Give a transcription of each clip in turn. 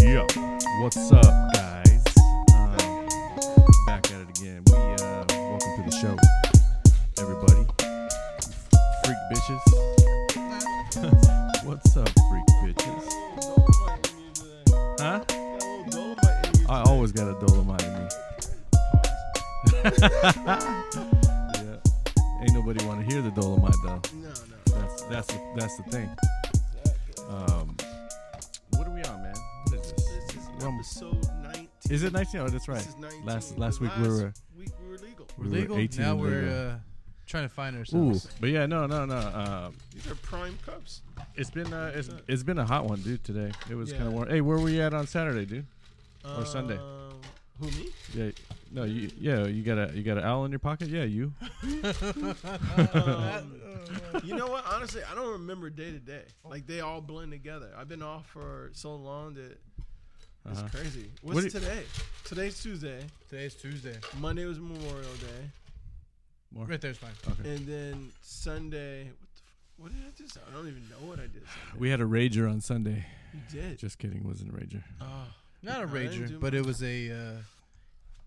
Yo, what's up, guys? Um, back at it again. We uh, welcome to the show, everybody. You f- Freak bitches. what's up, freak bitches? Huh? I always got a dolomite in me. yeah. Ain't nobody want to hear the dolomite though. No, no. That's that's the, that's the thing. Um, what are we on, man? What is this? This is Um, episode 19. Is it 19? Oh, that's right. This is 19. Last 'cause last week we were week we were legal. we We're were legal. 18 now and we're legal. Uh, trying to find Ooh, ourselves. but yeah, no, no, no. Uh, These are prime cups. it's been uh, it's, it's been a hot one, dude. Today it was Yeah. kind of warm. Hey, where were you at on Saturday, dude? Or Sunday. Um, Who me? Yeah, no, you yeah, you got a you got an owl in your pocket? Yeah, you. Um, you know what? Honestly, I don't remember day to day. Like they all blend together. I've been off for so long that it's Uh-huh. crazy. What What's do you- today? Today's Tuesday. Today's Tuesday. Monday was Memorial Day, More. Right there's fine. and then Sunday. What the? F- what did I do? Sun- I don't even know what I did. Sunday. We had a rager on Sunday. You did. Just kidding, wasn't a rager. Oh, Not a I didn't do rager, but it was a. Uh,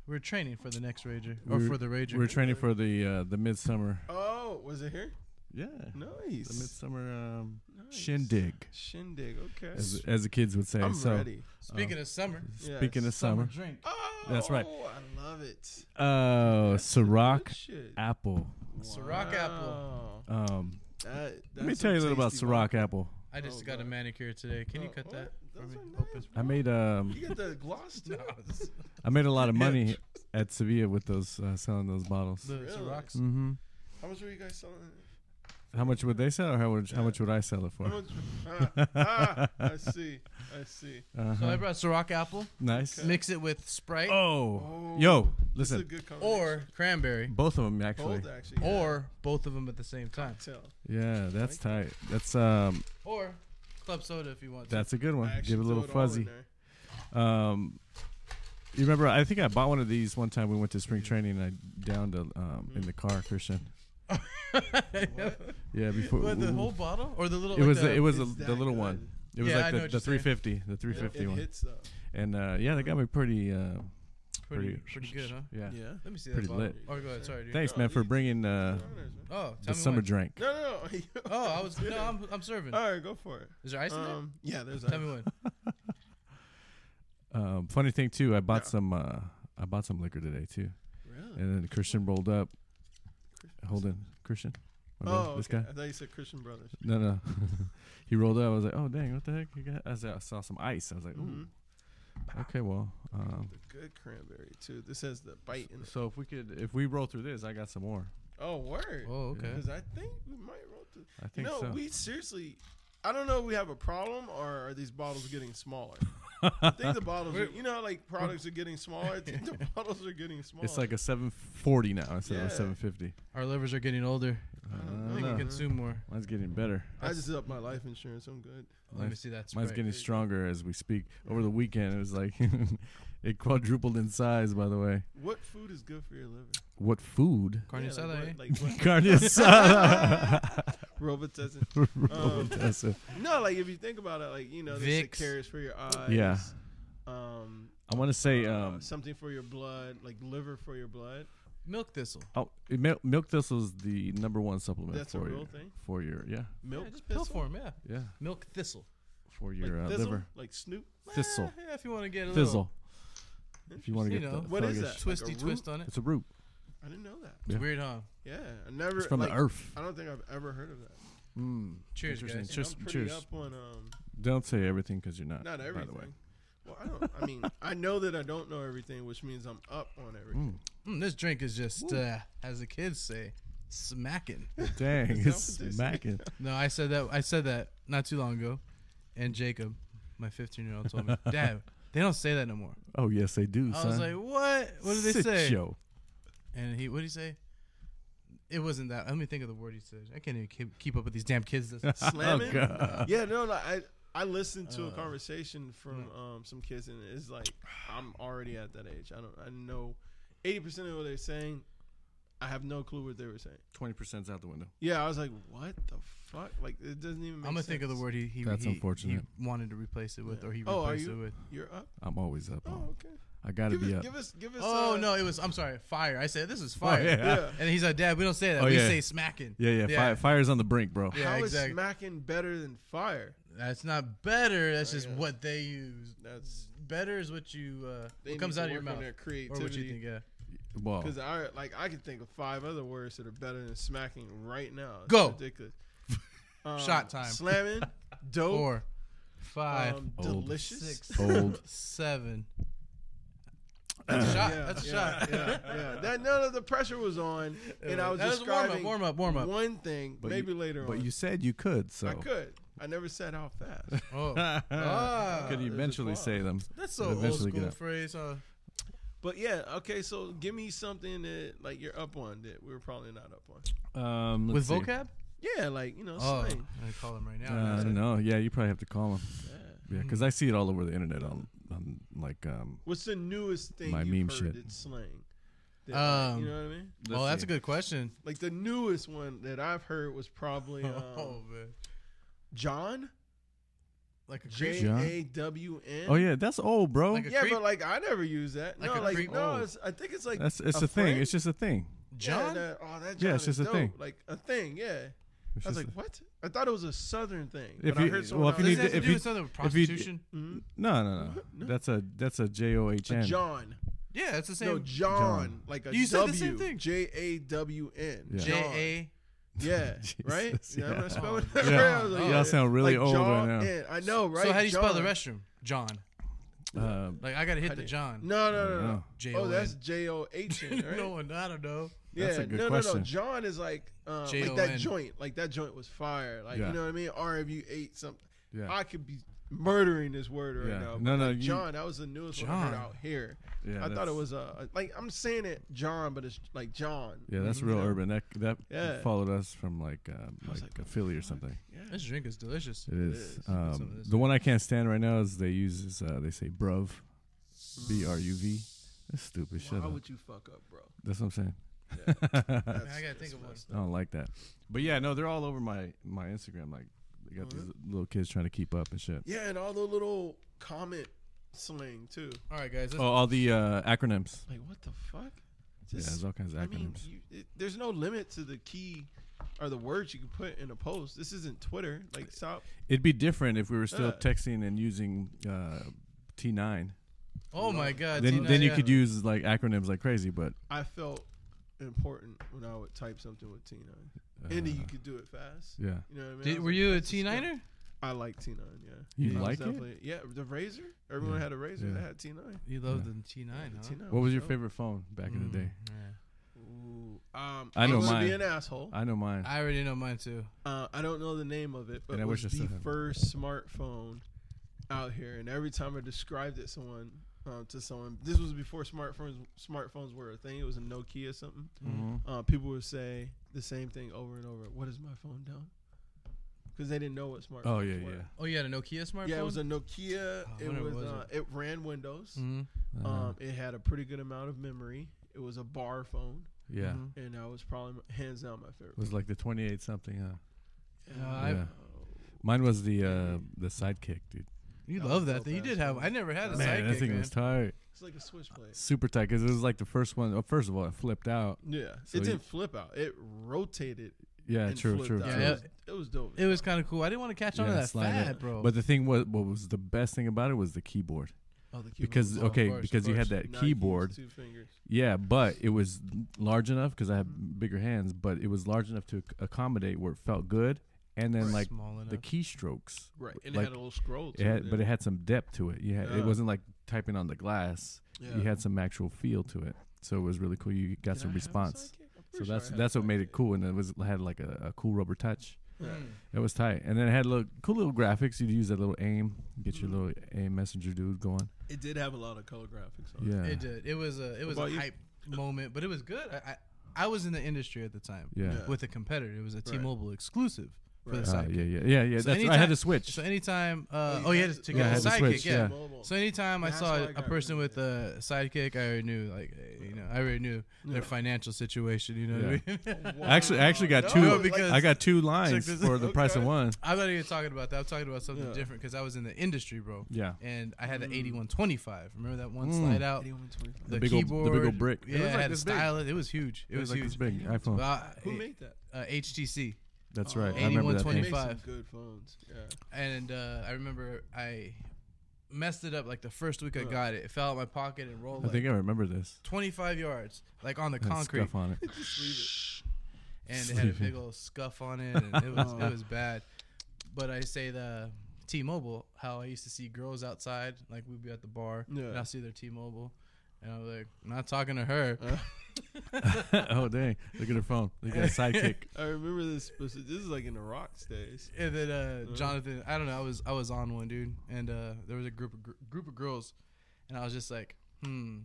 we are training for the next rager or We're- for the rager. We were training for the uh, the midsummer. oh, was it here? Yeah, Nice. the midsummer um, Nice. shindig, Shindig. Okay. as, as the kids would say. I'm so ready. Speaking of summer, speaking of uh, summer, drink. Oh, That's right. I love it. oh, Good Ciroc shit. apple. Ciroc apple. Wow. Um, That, let me tell you a little about Ciroc apple. I just Oh, got a God. manicure today. Can you Oh, cut what? that? for Those me? are nice. Open. I made um, You got the gloss too. I made a lot of money at Sevilla with those uh, selling those bottles. The Really? Ciroc's. hmm How much were you guys selling? How much would they sell, or how much, how much would I sell it for? How much? ah, ah, I see. I see. So I Uh-huh. brought Ciroc apple. Nice. Mix it with Sprite Oh, Oh, yo, This is a listen, good combination. or cranberry both of them actually. both actually. yeah. or both of them at the same time Tell. Yeah, that's tight. That's um, or club soda if you want. to. that's a good I one. actually Give it a threw little all in fuzzy. there. Um, you remember? I think I bought one of these one time. We went to spring training, and I downed a, um, in the car, Christian. Yeah, before What, the whole bottle or the little? it like was the, a- it was a, it's the that little good. one. It was Yeah, I like know the, what the you're saying. 350, the 350 It one. hits though. And uh, yeah, they got me pretty, uh, pretty, pretty- pretty good, huh? yeah. Yeah. Let me see Pretty that bottle. lit. Oh, go ahead. Sorry, dude. Thanks, No, man, for these- bringing uh, Honors, man. Oh, tell the me summer when. drink. No, no, no. Oh, I was no, I'm, I'm serving. All right, go for it. Is there ice in Um, yeah, there's. there? Tell ice. me when. Um, funny thing too, I bought Yeah. some. Uh, I bought some liquor today too, Really? and then Christian rolled up. Hold on, Christian. My Oh, brother, this okay. guy. I thought you said Christian Brothers. No, no. he rolled up. I was like, oh dang, what the heck? You got? I saw, I saw some ice. I was like, ooh. Mhm. Okay, well. Um, The good cranberry too. This has the bite in it. so if we could, if we roll through this, I got some more. Oh, word. Oh, okay. Because I think we might roll through. I You think know, so. we seriously. I don't know. if We have a problem, or are these bottles getting smaller? I think the bottles. Are, We're- you know, how, like products are getting smaller. I think the bottles are getting smaller. it's like a 740 now instead of a Yeah. 750. Our livers are getting older. I don't I don't think know. we consume more. Mine's getting better. I just up my life insurance. I'm good. Let me Mine's, see that. Sprite. mine's getting stronger as we speak. Over the weekend, it was like it quadrupled in size. By the way, What food is good for your liver? what food? Carne Yeah, asada, eh? Like, what, like Carne asada. what? Robitussin. Um, Robitussin. No, like if you think about it, like you know, there's Vicks. carrots for your eyes. Yeah. Um, I want to say uh, um, something for your blood, like liver for your blood. Milk thistle. oh, mil- milk thistle is the number one supplement That's a for real your thing? for your yeah Milk yeah, just pill thistle. form, yeah. yeah Milk thistle. for Like your uh, thistle? liver Like Snoop. thistle Eh, yeah, if you want to get a thistle. If you want to You get know. the What is thuggish- that? little twisty Like a root? twist on it. It's a root. I didn't know that. It's Yeah. weird, huh? Yeah, I never. It's from like, the earth. I don't think I've ever heard of that. And Mm. Cheers, Interesting. guys. Cheers. I'm pretty cheers. up on um, Don't say everything because you're not. not everything. By the way. Well, I don't. I mean, I know that I don't know everything, which means I'm up on everything. Mm. Mm, this drink is just, uh, as the kids say, smacking. Dang, Is that it's what they say? smacking. No, I said that. I said that not too long ago, and Jacob, my 15 year old, told me, "Dad, they don't say that no more." Oh yes, they do. I son. was like, "What? What do they Sit say?" yo. And he, what did he say? It wasn't that. Let me think of the word he said. I can't even keep, keep up with these damn kids. That's- Slamming? Oh, God. yeah, no, like, I I listened Uh. to a conversation from Mm. um, some kids, and it's like I'm already at that age. I don't I know eighty percent of what they're saying. I have no clue what they were saying. Twenty percent's out the window. Yeah, I was like, what the fuck? Like it doesn't even. I'm Make gonna think of the sense. word he he, That's he, unfortunate. he wanted to replace it with, Yeah. or he Oh, are replaced it you- with. You're up. I'm always up. Oh, on. okay. I gotta Give be us, up. give us, give us. Oh uh, no, it was. I'm sorry, fire. I said this is fire. Oh, yeah. Yeah. And he's like, Dad, we don't say that. Oh, we yeah. say smacking. Yeah, yeah. Fire, fire's on the brink, bro. Yeah, How is exactly. smacking better than fire? That's not better. That's Oh, just yeah. what they use. That's Better is what you uh, they what comes need to out of your work on mouth Their or creativity. what you think. Yeah. Wow. Because I like I can think of five other words that are better than smacking right now. It's Go. ridiculous. Um, Shot time. Slamming, dope, Four, five, um, Old. delicious. Six. Old. seven. That's a shot. Yeah, That's a yeah, shot. yeah, yeah. That none of the pressure was on, and I was that was describing warm up, warm up, warm up. one thing. But maybe you- later But on, you said you could, so I could. I never said how fast. Oh, I Ah. could There's a eventually clause. say them. that's It'll so old eventually get school out. phrase. Huh? But yeah, okay. So give me something that like you're up on that we are probably not up on. Um, let's With see. vocab? Yeah, like you know, Oh, I'm slang. gonna call him right Uh, now. I don't know. Yeah, you probably have to call him. Yeah. Yeah, because I see it all over the internet on, on like um. What's the newest thing My you've meme heard shit. that's slang? That, like, Um, you know what I mean? Oh, let's that's see. a good question. Like the newest one that I've heard was probably um, oh man, John like a creep. J A W N. Oh yeah, that's old, bro. Like a- yeah, creep? but like I never use that. Like no, a like creep? no, Oh. it's, I think it's like that's it's a a, thing. friend? It's just a thing. Yeah, John. that, oh, that John Yeah, it's is just a dope. thing. Like a thing, yeah. It's I was just like, what? I thought it was a southern thing. If but I you- heard someone well, if you else- need Does it to- have to if do you- with something with if you- prostitution? Mhm. a- no, no, no. That's a that's a J O H A N. John. Yeah, it's the No, same. John, John. like a You said the same W, thing. J A W N. Yeah. J John. A. Yeah, right? Jesus, Yeah, I'm yeah. not spelling Oh, that right. I was John. like, Y'all yeah. sound really Like old right John now. N. I know, right? So how do you spell the John. restroom? John. Uh, Like I gotta hit the do- John. No, no, I no, don't no. know. J O Oh, N. that's J O H N, right? no, I don't know. yeah, That's a good no, no, no. question. John is like, uh, like J O N. that joint, like that joint was fire. Like Yeah. you know what I mean? Or if you ate something, yeah, I could be murdering this word right Yeah. now. No, but, no, like, you- John, that was the newest one I heard John. out here. yeah. I thought it that's- was uh like I'm saying it John, but it's like John. Yeah, that's you real know? urban. That that Yeah. followed us from like um, I was like, like, uh, Philly or something. Yeah. This drink is delicious. It is. is. That's some of Um, this. the one I can't stand right now is they use this, uh, they say bruv, B R U V. That's stupid. Shut Why up. would you fuck up, bro? That's what I'm saying. Yeah, I Man, I gotta think of one. don't like that. But yeah, no, they're all over my my Instagram. Like they got these little kids trying to keep up and shit. Oh, Yeah, and all the little comment slang too. All right, guys. Oh, Let's, all the uh, acronyms. Like what the fuck? Yeah, Just there's all kinds of I mean, acronyms. you, it, there's no limit to the key or the words you can put in a post. This isn't Twitter. Like stop. It'd be different if we were still Yeah. texting and using uh, T9. oh my God. Then Tina, then you yeah. could use like acronyms like crazy, but I felt important when I would type something with T9. uh, and you could do it fast. yeah. You know what I mean? I Did, was were like, you a that's T skill. niner? I like T9. Yeah. You I was like it? definitely- Yeah, the razor. Everyone Yeah. had a razor Yeah. that had T9. You love Yeah. the T nine, huh? T9 What was your dope. favorite phone back in the day? Mm, yeah. Ooh, um, I I know know Be mine. an asshole. I know mine. I already know mine too. Uh, I don't know the name of it, but And it I was wish I still the have it. first smartphone out here. And every time I described it someone um, to someone, this was before smartphones smartphones were a thing. It was a Nokia something. Mhm. Uh, people would say the same thing over and over. What is my phone down? Because they didn't know what smartphones Oh yeah, were. yeah. Oh, you had a Nokia smartphone. Yeah, it was a Nokia. Oh, I it wonder was, what was uh, it? ran Windows. Mhm. Uh-huh. Um, it had a pretty good amount of memory. It was a bar phone, yeah. Mhm. and that was probably my- hands down my favorite. It was like the 28 something, huh? No, I- Yeah. Mine was the uh the sidekick, dude. You That love was that dope thing. You did ass have. phone. I never had a Man, Man, sidekick. that thing man. was tight. It's like a switchblade. Super tight cuz it was like the first one. Well, first of all, it flipped out. Yeah, So it you- didn't flip out. It rotated. Yeah, and true, flipped true, out. true. Yeah, It, was, it was dope. It was kind of cool. I didn't want to catch on to Yeah, that slide it. fad, bro. But the thing was what was the best thing about it was the keyboard. oh, the keyboard Because was Oh, of okay, course, because of you had course. that nine keys, keyboard. two fingers. Yeah, but it was large enough cuz I have bigger hands, but it was large enough to ac- accommodate where it felt good and then Right. like small enough. the keystrokes. Right, and like, it had a little scroll. To it it, had, but yeah. it had some depth to it. You had, Yeah. It wasn't like typing on the glass. yeah. you had some actual feel to it. So it was really cool. You got Did I some have a response. sidekick? So I'm pretty sure I that's had a that's what made it sidekick. cool, and it was had like a, a cool rubber touch. Yeah. Mm. It was tight, and then it had little cool little graphics. You'd use that little aim, get your Mhm. little aim messenger dude going. It did have a lot of color graphics on it. Yeah, It did. It was a it was What a about you? hype moment, but it was good. I, I I was in the industry at the time Yeah. Yeah. with a competitor. It was a T-Mobile exclusive for Right. the Ah, sidekick. yeah, yeah, yeah, yeah. So that's right. I anytime- had to switch. So anytime, uh, you oh, you had had to- to Yeah, get I a had to sidekick, switch, yeah. yeah. Mobile. So anytime I That's saw how I a got person rid with of a sidekick, I already knew, like, eh, you know, I already knew Yeah. their financial situation. You know what I mean? Wow. I actually, I actually got No, two. No, because- I got two lines this- for the price of Okay. one. I'm not even talking about that. I'm talking about something Yeah. Mm. different because I was in the industry, bro. Yeah. And I had the 8125. Remember that one Mm. slide out? 8125. The, big old- the big keyboard. old brick. Yeah, It it, was like had a this big. stylus. It was huge. It, was, like huge. this big iPhone. Well, I- Who made that? uh, HTC. That's right. I Oh. remember that. They thing. make some 25. good phones. Yeah. and uh, I remember I messed it up like the first week I Yeah. got it. It fell out my pocket and I rolled like think I remember this. 25 yards, like on the Had concrete, stuff on it. Just leave and it had a Sleeping. big old scuff on it, and it was it was bad. But I say the T-Mobile, how I used to see girls outside, like we'd be at the bar, and Yeah. I see their T-Mobile, and I'm like, I'm not talking to her. it. Uh, oh dang! Look at her phone. Look at that sidekick. I remember this. speci- This is like in the Rock's days. And then uh, Uh. Jonathan, I don't know, I was I was on one dude, and uh, there was a group of gr- group of girls, and I was just like, hmm,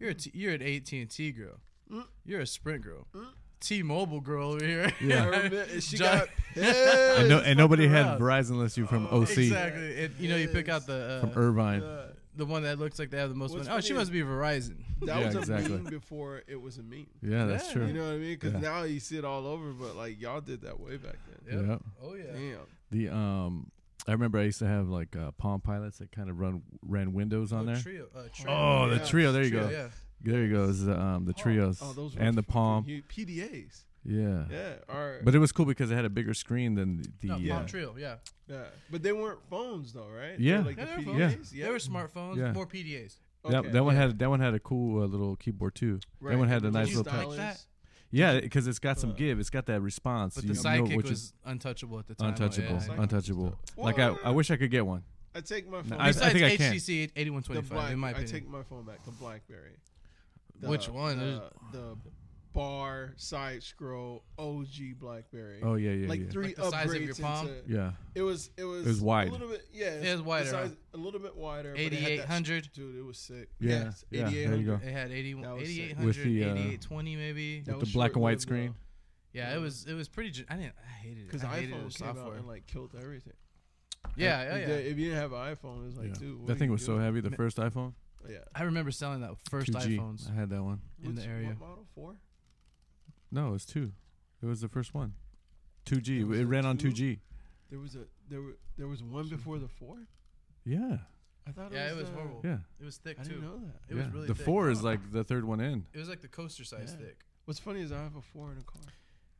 you're a t- you're an AT and T girl, Mm. you're a Sprint girl, Mm. T-Mobile girl over here. Yeah. I remember she John- got pissed. and, no, and nobody had around. Verizon unless you're from Oh, OC, exactly. And, you know, you pick Yes. out the from uh, Irvine. Uh, the one that looks like they have the most What's money. Oh, she funny is- must be Verizon. that Yeah, was a exactly. meme before it was a meme. yeah, that's Yeah. true. You know what I mean? Because Yeah. now you see it all over, but like y'all did that way back then. Yep. yeah. Oh yeah. Damn. The um, I remember I used to have like uh, Palm Pilots that kind of run ran Windows on Oh, there. Trio, uh, trio. Oh, the Yeah. trio. There you Trio, go. Yeah. There you go. Is the, um, the trios Oh, those were and the fucking Palm. huge- PDAs. Yeah. Yeah. Or, But it was cool because it had a bigger screen than the. No, uh, Palm Trio. Yeah. yeah. But they weren't phones though, right? They Yeah. were, Like Yeah, the they were PDAs. phones. They were smartphones. Yeah. More PDAs. that, Okay. that one Yeah. had that one had a cool uh, little keyboard too. Right. That one had a Did nice you little. style Touch. touch. it? Like that? Yeah, because it's got some Uh, give. It's got that response. But You the know what sidekick you- was untouchable at the time. untouchable, Yeah. Sidekick. untouchable. Well, like I, I wish I could get one. I take my phone. I- I back. Besides think I can. HTC the 8125, black, in my I opinion. take my phone back. The BlackBerry. Which one? The, the bar side scroll OG BlackBerry. Oh yeah, yeah, like yeah. three Like upgrades the size of your palm? into. yeah. It was it was It was wide. A little bit yeah. It was wider, besides- A huh? little bit wider. but it had that 8800. sh- Dude, it was sick. Yeah, Yes, yeah, there you 8800. go. It had 80, That was sick. 8800, With the, uh, 8820 maybe. That With the was black and white short-lived, screen. though, Yeah, it was it was pretty. Gen- I didn't. I hated it. Because I hated iPhone the came out software. and like killed everything. yeah, Like, oh, yeah, yeah. the- If you didn't have an iPhone, it was like, yeah. dude, what that are thing you was so doing? heavy. The Ma- first iPhone, Yeah. I remember selling that first 2G. iPhones. I had that one. In the Which- area. What model four? No, it was two. It was the first one. 2G. It was It a ran on two? 2G. There was a there were there was one before the four. Yeah, I thought. Yeah, it it was, was uh, horrible. yeah. It was thick I too. didn't know that. It was yeah. really the thick. four is like the third one in. It was like the coaster size Yeah. thick. What's funny is I have a four in a car.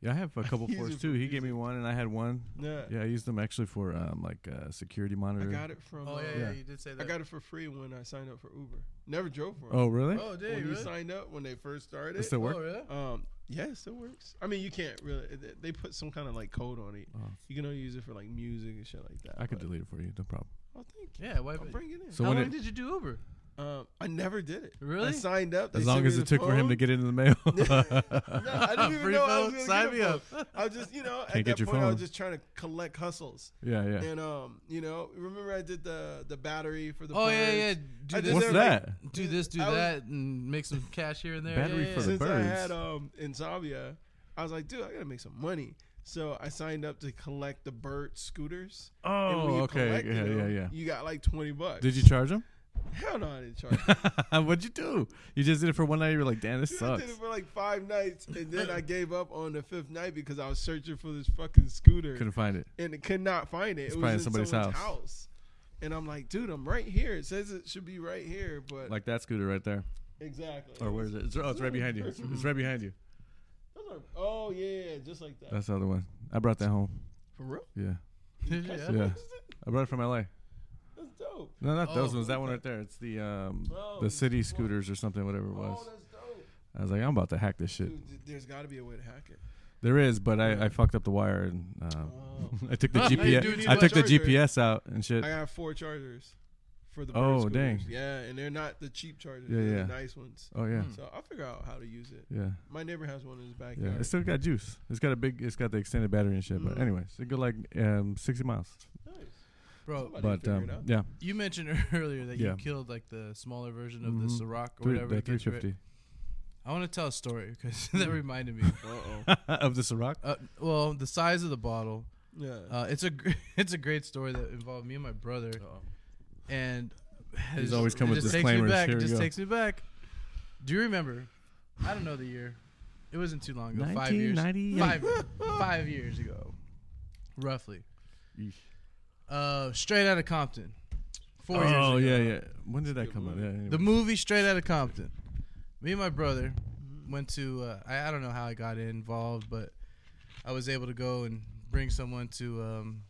Yeah, I have a couple Use fours it too. for He gave me one, and I had one. Yeah. Yeah, I used them actually for um, like uh, security I monitor. got it from. Oh uh, yeah, yeah, Yeah. you did say that. I got it for free when I signed up for Uber. Never drove for 'em. Oh really? Oh, When did you you really? signed up when they first started. It still Oh, work? really? Um, yeah, it still works. I mean, you can't really. they- They put some kind of like code on it. Oh, You can only use it for like music and shit like that. I could but- delete it for you, no problem. Oh, thank you. Yeah, why? I'll bring it in. So how when long it- did you do Uber? um, I never did it. I Really? signed up. they As long sent me as it the took for him to phone. get into the mail. No, I didn't even Oh, Free know I phone? was gonna Sign get a me up. phone. I was just, you know, Can't at get that your point, I phone. was just trying to collect hustles. yeah, yeah. And um, you know, remember I did the the battery for the. Oh yeah, birds? yeah. Do I this, just What's there, that? do this, do I was- that, and make some cash here and there. Battery yeah, yeah, for the yeah. Since I birds. had um insomnia, I was like, dude, I gotta make some money. So I signed up to collect the bird scooters. And when oh, you okay. collected Yeah, yeah, them, yeah. You got like twenty bucks. Did you charge him? Hell no, I didn't charge. What'd you do? You just did it for one night. You were like, damn, this Dude, I sucks. did it for like five nights, and then I gave up on the fifth night because I was searching for this fucking scooter Couldn't find it. and it could not find it. It's it was probably in in somebody's someone's house. house. And I'm like, dude, I'm right here. It says it should be right here, but Like that scooter right there. exactly. Or where is it? It's, oh, it's right behind you. It's, it's right behind you. Those are- oh yeah, just like that. That's the other one. I brought that home. for real? Yeah, Yeah. yeah. I brought it from L.A. That's dope. No, not those Oh. ones. That one right there. It's the um, Oh, the this city one. scooters or something, whatever it Oh, was. that's dope. I was like, I'm about to hack this shit. Dude, th- there's got to be a way to hack it. There is, but I, I fucked up the wire and um, Oh. I took the do You GPS. need I my took the charger. GPS out and shit. I have four chargers for the. Oh, bird scooters. dang. Yeah, and they're not the cheap chargers. Yeah, they're yeah. the nice ones. Oh yeah, Hmm. So I'll figure out how to use it. yeah. My neighbor has one in his Yeah, backyard. uh, it's still got juice. It's got a big. It's got the extended battery and shit. But Mm. anyways, it go like um, sixty miles. nice. Bro, Somebody But figure um, it out. yeah, you mentioned earlier that Yeah. you killed like the smaller version of the Mhm. Ciroc or three, the whatever. to three get you right- fifty. Mm-hmm. I want to tell a story because that reminded me. Uh oh. of the Ciroc. Uh, well, the size of the bottle. Yeah. Uh, it's a gr- it's a great story that involved me and my brother, and it just- always come it with just disclaimers. Takes me back. Here it we just go. takes me back. Do you remember? I don't know the year. It wasn't too long ago. Five years. 1998. Five, five years ago, roughly. Yeesh. Uh, straight out of Compton. Four years ago. Oh yeah, yeah. When did that good come out? movie. Yeah, anyway. The movie Straight Outta Compton. Me and my brother went to. Uh, I, I don't know how I got involved, but I was able to go and bring someone to um,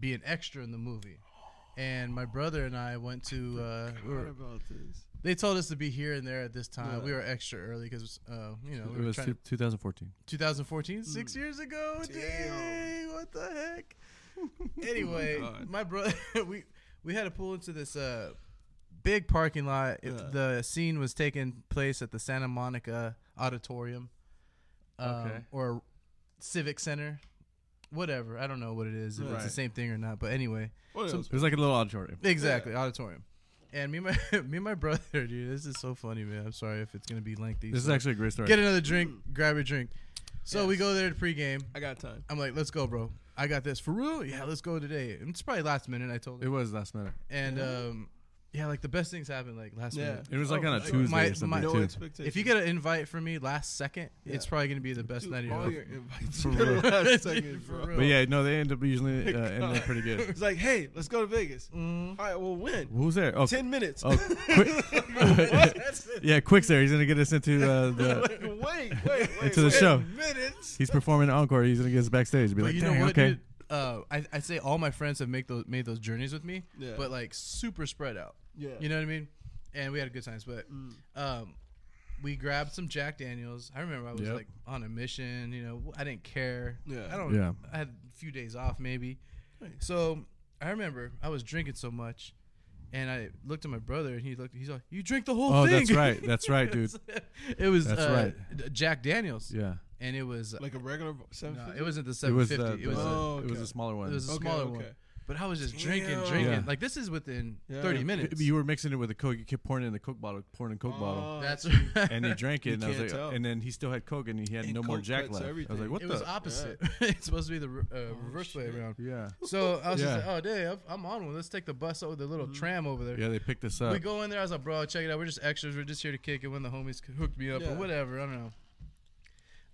be an extra in the movie. And my brother and I went to. Uh, What we were, about this? they told us to be here and there at this time. Yeah. We were extra early because uh, you know we it were was trying two- 2014. 2014, six years ago. Damn. Dang, what the heck? anyway, God. my brother, we we had to pull into this uh big parking lot. It- Yeah. The scene was taking place at the Santa Monica Auditorium, um, Okay. or Civic Center, whatever. I don't know what it is. If it's the Right. same thing or not, but anyway, What So- else? It was like a little auditorium. exactly auditorium. And me and my me and my brother, dude, this is so funny, man. I'm sorry if it's gonna be lengthy. This is so- actually a great story. get another drink, grab a drink. So we Yes. go there to pregame. I got time. I'm like, let's go, bro. I got this for real. Yeah, let's go today. And It's probably last minute. I told It him, was last minute. and um, yeah, like the best things happen like last Yeah. minute. It was like Oh, on a like, Tuesday my- or something my- No too. expectations. If you get an invite for me last second, it's Yeah. probably gonna be the best Dude, night of your all life. your invites For are the real. last second, For bro. real. but yeah, no, they end up usually uh, ending up pretty good. It's like, hey, let's go to Vegas. Mhm. All right, well, when? Who's there? Oh, Ten minutes. Mm. oh quick. That's it. yeah, Quick's there. He's gonna get us into uh, the. Like, wait, wait, wait. Into the wait. show. Minutes. He's performing encore. He's gonna get us backstage. Be But like, you know "Dang, what, okay. dude? Uh, I I say all my friends have make those made those journeys with me, Yeah. but like super spread out. Yeah. You know what I mean? And we had good times, but Mm. um, we grabbed some Jack Daniels. I remember I was Yep. like on a mission. You know, I didn't care. Yeah. I don't. Yeah. I had a few days off, maybe. Nice. So I remember I was drinking so much, and I looked at my brother, and he looked. He's like, "You drink the whole Oh, thing." that's right. That's right, dude. it was That's uh, d- Jack Daniels, Yeah, and it was. uh, Like a regular seven. no, it wasn't the it seven was. fifty. Uh, it was. the- a- Oh, it was okay. a smaller one. it was a Okay, smaller one. okay. But I was just drinking, Damn. drinking. Yeah. Like this is within Yeah. thirty Yeah. minutes. You were mixing it with a coke. You kept pouring it in the coke bottle, pouring in coke bottle, That's right. right. and he drank it. You and I was can't like, tell. and then he still had coke, and he had And no more Coke jack cuts left. I was everything. like, what it the? was opposite. it's supposed to be the re- uh, reverse shit. way around. yeah, So I was just Yeah. Mm-hmm. like, oh, dang, I'm- I'm on one. Let's take the bus over the little tram over there. yeah. They picked this up. We go in there. I was like, bro, check it out. We're just extras. We're just here to kick it when the homies c- hooked me up Yeah. or whatever. I don't know.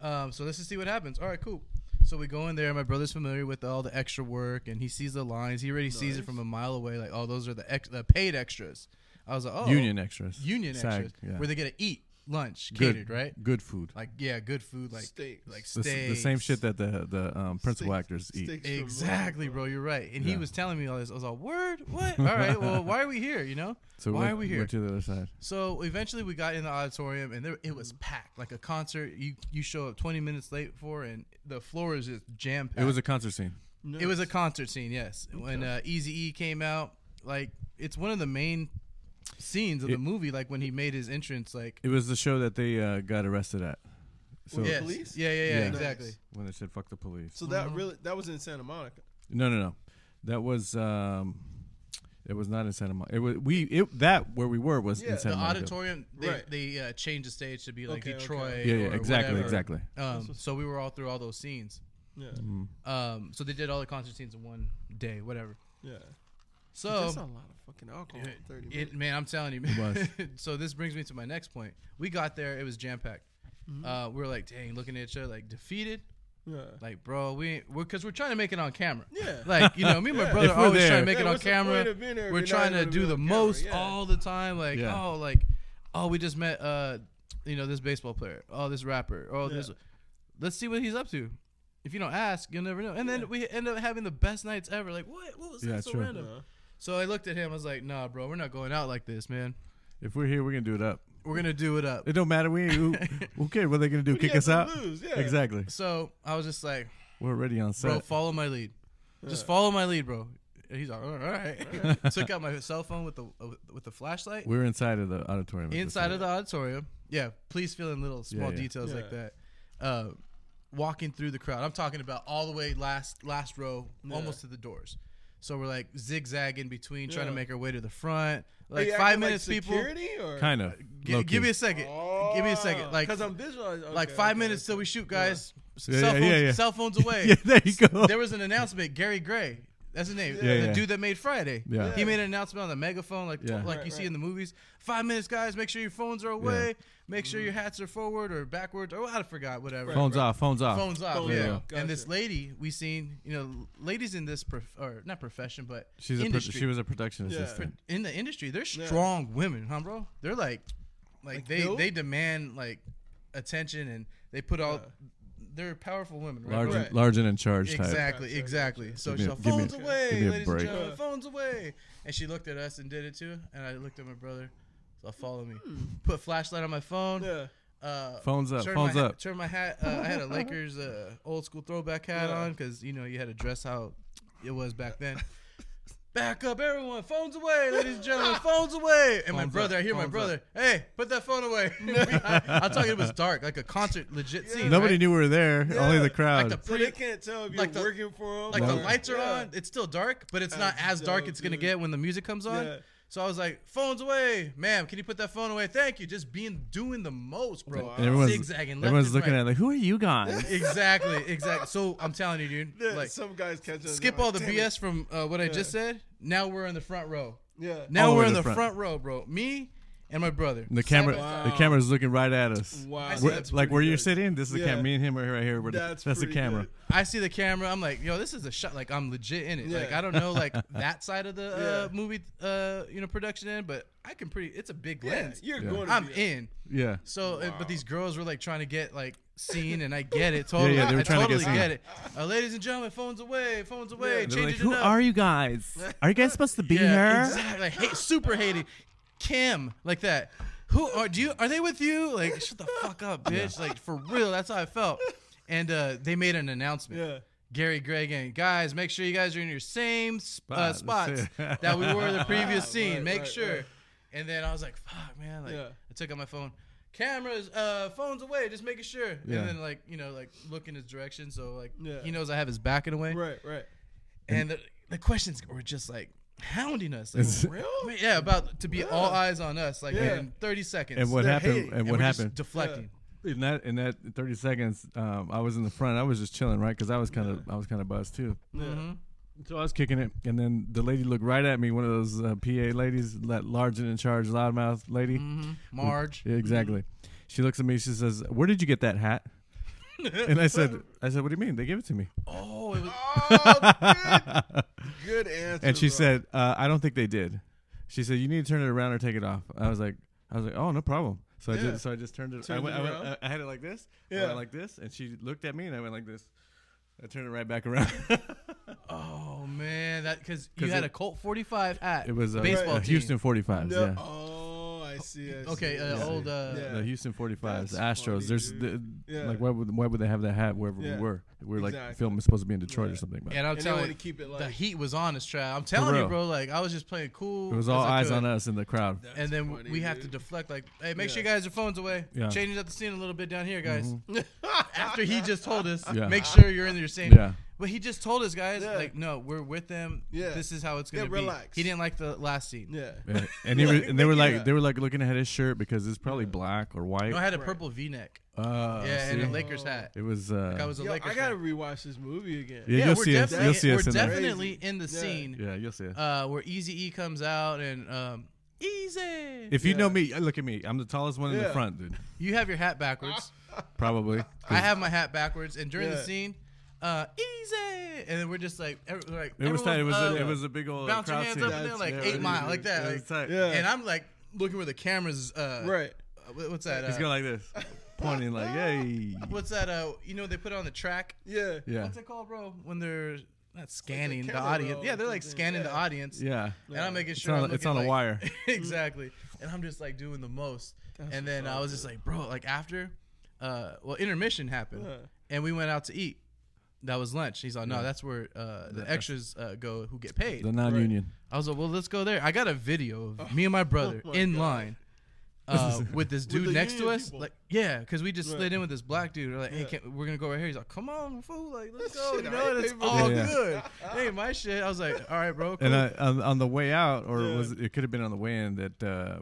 Um, so let's just see what happens. All right, cool. So we go in there. My brother's familiar with all the extra work, and he sees the lines. He already sees it Nice. from a mile away. Like, oh, those are the ex- the paid extras. I was like, oh, Union extras. union SAG, extras, Yeah. where they get to eat lunch Good. catered, right? Good food. Like, yeah, good food, like Steaks. like The, steaks. s- the same shit that the the um, principal Steaks- actors eat. steaks for Exactly, lunch, bro. You're right. And he Yeah. was telling me all this. I was like, "Word, what? All right. Well, why are we here? You know? So why went- are we here?" Went to the other side. So eventually, we got in the auditorium, and there it was packed, like a concert. You you show up 20 minutes late for, and the floor is just jam packed. It was a concert scene. bro. it was a Nice. concert scene. Yes, when uh, Easy E came out, like it's one of the main scenes of It- the movie. Like when he made his entrance, like It was the show that they uh, got arrested at. So the yes, police? yeah, yeah, yeah, Yeah. exactly. Nice. when they said "fuck the police." So Mm-hmm. that really that was in Santa Monica. No, no, no. That was um, it was not in Santa Monica. It was we it that where we were was Yeah, in the Santa the Monica. auditorium, they, Right. they uh, changed the stage to be like Okay, okay. Detroit. Yeah, yeah, or exactly, whatever. exactly. Um, so we were all through all those scenes. Yeah. Um, so they did all the concert scenes in one day, whatever. Yeah. Um, So That's a lot of fucking alcohol. in Thirty it, minutes. man, I'm telling you, was. so this brings me to my next point. We got there, it was jam packed. Mm-hmm. Uh, we are like, dang, looking at each other, like defeated, yeah. like bro, we ain't- we're because we're trying to make it on camera. Yeah. Like you know, me and my Yeah. brother If are we're always there. trying to make Yeah, it on what's the point camera. of being there if We're you're not trying to gonna be do on the camera? most Yeah. all the time. Like Yeah. oh, like oh, we just met uh, you know, this baseball player, oh, this rapper, oh, Yeah. this. Let's see what he's up to. If you don't ask, you'll never know. And then Yeah. we end up having the best nights ever. Like what? What was Yeah, that so true. random? Uh, So I looked at him. I was like, Nah, bro, we're not going out like this, man. If we're here, we're gonna do it up. We're gonna do it up. It don't matter. We ain't, who, who cares what they gonna do? what do you Kick have us to out? lose? Yeah. Exactly. So I was just like, We're already on Bro, set. follow my lead. Just Yeah. follow my lead, bro. And he's like, All right. Took out my cell phone with the uh, with the flashlight. we're inside of the auditorium. at this inside time. of the auditorium. Yeah, please fill in little small yeah. details Yeah. like that. Uh, walking through the crowd, I'm talking about all the way last last row, Yeah. almost to the doors. So we're like zigzagging between, trying to Yeah. make our way to the front. Like Are you five acting minutes, like people. security or Kind of. Gi- give me a second. Give me a second. Like, because Oh. I'm visualizing. like okay, five okay, minutes till okay. we shoot, Yeah. guys. S- Yeah, yeah, cell, phones, yeah, yeah. cell phones away. Yeah, there you go. There was an announcement. Gary Gray, that's his name. Yeah, the yeah. dude that made Friday. Yeah. He made an announcement on the megaphone, like Yeah. like Right, you see right. in the movies. Five minutes, guys. Make sure your phones are away. Make sure your hats are forward or backwards or I forgot whatever. Right. Phones off. Phones off. Phones off, Phones yeah. off, gotcha. And this lady we seen, you know, ladies in this prof- or not profession, but She's a pro- industry. she was a production Yeah. assistant. in the industry, they're Yeah. strong women, huh, bro? They're like, like, Like they built? they demand like attention and they put all. Yeah. They're powerful women, right? Large, bro? Right. and, large and in charge type. Exactly, Gotcha, exactly. gotcha. So Give me she's a- like, give me a- phones away, give me a ladies break. and gentlemen, Yeah. phones away. And she looked at us and did it too. And I looked at my brother. So follow me. Put flashlight on my phone. Hmm. Yeah. Uh, Phones up. Turn Phones my up. Hat, turn my hat. Uh, I had a Lakers uh, old school throwback hat Yeah. on because you know you had to dress how it was back then. Back up, everyone! Phones away, ladies and gentlemen! Phones away! And my Phones brother, up, I hear my phones brother. Hey, put that phone away! I, I'm talking. It was dark, like a concert, legit scene. Nobody right? knew we were there. Only the Like the crowd. Like the So they pretty, can't tell if you're like the- working for them. like the No. lights are on. It's still dark, but it's not That's as dark. dope, It's gonna dude. get when the music comes on. Yeah. So I was like, "Phones away, ma'am! Can you put that phone away? Thank you." Just being doing the most, bro. Wow. And everyone's, Zigzagging left everyone's and looking right. at it like, who are you guys? exactly, exactly. So I'm telling you, dude. Yeah, like, some guys catch on. skip they're all like, the "Damn it." BS from uh, what I just said. Now we're in the front row. Yeah. Now All the we're way in to the the front. front. row, bro. Me and my brother. And the camera, Side by Wow. the camera's looking right at us. Wow, I see We're- that's like pretty where you're good. sitting, this is the Yeah. camera. Me and him are right here. We're the- That's that's the pretty camera. good. side. I see the camera. I'm like, yo, this is a shot. Like I'm legit in it. Yeah. Like I don't know like that side of the uh, Yeah. movie, uh, you know, production end, but I can pretty. It's a big Yeah, lens. you're Yeah. going. To I'm be in. Yeah. So, uh, but these girls were like trying to get like seen, and I get it totally. yeah, they were I trying to get totally seen. get it. Uh, ladies and gentlemen, phones away, phones away. Yeah. And Change they're like, it who up. are you guys? Are you guys supposed to be here? Exactly. Like, hate, super hating. Kim, like that. Who are do you? Are they with you? Like, shut the fuck up, bitch. Like, for real, that's how I felt. And uh, they made an announcement. Yeah. Gary Gregg and guys, make sure you guys are in your same spot, uh, Spot, spots that's it. that we were in the previous Right, scene. right, make right, sure. right. And then I was like, fuck, man. Like, Yeah. I took out my phone. Cameras, uh, phones away, just making sure. Yeah. And then like, you know, like look in his direction, so like Yeah. he knows I have his back in a way. in. Right. Right. And the, the questions were just like hounding us. Like, Is- Real? I mean, yeah, about to be all eyes on us, like Yeah. in 30 seconds. And what They're happened? hating. And And what we're just happened? deflecting. in that in that 30 seconds, um, I was in the front. I was just chilling, right? Because I was kind of I was kind of buzzed too. Yeah. Mm-hmm. So I was kicking it, and then the lady looked right at me. One of those uh, PA ladies, that large and in charge, loudmouth lady. Mm-hmm. Marge. Yeah, exactly. She looks at me. She says, "Where did you get that hat?" and I said, "I said, what do you mean? They gave it to me." Oh, it was. Oh, good, good answer. And she bro. said, uh, "I don't think they did." She said, "You need to turn it around or take it off." I was like, "I was like, oh, no problem." So I Yeah. did. So I just turned it. I, Turned went, it I, went, around? I- I had it like this. I Yeah. went like this, and she looked at me, and I went like this. I turned it right back around. Oh man, that because you 'Cause had it- a Colt 45 at it was uh, baseball uh, team. Houston 45s. No. Yeah. Oh, I see. I see, Okay, I uh, see. old uh, Yeah. The Houston 45s, the That's Astros. funny, There's the, dude. Yeah. like, why would why would they have that hat wherever Yeah. we were? We were like Exactly. filming supposed to be in Detroit Yeah. or something. But and I'm And they telling want you, to keep it the like. heat was on us, Trav. I'm telling you, real. bro. Like I was just playing cool. it was all as I eyes could. on us in the crowd. And then That's funny, we have to dude. deflect. Like, hey, make Yeah. sure you guys your phones away. Yeah. Mm-hmm. Changing up the scene a little bit down here, guys. After he just told us, Yeah. make sure you're in your same. Yeah. But he just told us, guys, Yeah. like, no, we're with them. Yeah. This is how it's Yeah, gonna be. relax. He didn't like the last scene. Yeah. And, and, they were, and they were Yeah. like they were like looking at his shirt because it's probably black or white. No, I had a Right. purple V-neck. Uh, yeah, and a see? Lakers hat. It was. Uh, Like I was a Yo, Lakers. I gotta fan. rewatch this movie again. Yeah, you'll we're see us. definitely, You'll see we're us in there. definitely in the Yeah. scene Yeah, you'll see us. uh, where Easy E comes out and um, Easy. if you know yeah. me, uh, look at me. I'm the tallest one in the Yeah. front, dude. you have your hat backwards. Probably. I have my hat backwards, and during Yeah. the scene, uh, easy, and then we're just like, every, we're like It was tight. It was. everyone, a, uh, it was a big old. bounce your crowd hands scene. up and That's- then like yeah, eight it- mile like that, it like, was tight. Yeah. and I'm like looking where the cameras, uh, Right. uh, What's that? He's Uh, going like this, pointing like, "Yay!" what's that? Uh, you know they put it on the track. Yeah. Yeah. What's it called, bro? When they're not scanning the camera audience. roll Yeah, or they're like something. scanning the Yeah. audience. Yeah. And I'm making It's sure on, I'm a- it's looking on like- a wire. exactly. And I'm just like doing the most. and then I was just like, bro, like after, uh, well, intermission happened, Yeah. and we went out to eat. That was lunch. He's like, no, that's where uh, the extras uh, go who get paid. The non-union. I was like, well, let's go there. I got a video of me and my brother my in God. line. Uh, uh, with this dude the next to union us. people. Like, yeah, because we just Right. slid in with this black dude. We're like, hey, Yeah. can, we're gonna go right here. He's like, come on, fool, like let's That go. shit, You I know, ain't and it's paying for all this. good. hey, my shit. I was like, all right, bro. And cool." I, on, on the way out, or Yeah. was it, it could have been on the way in that uh,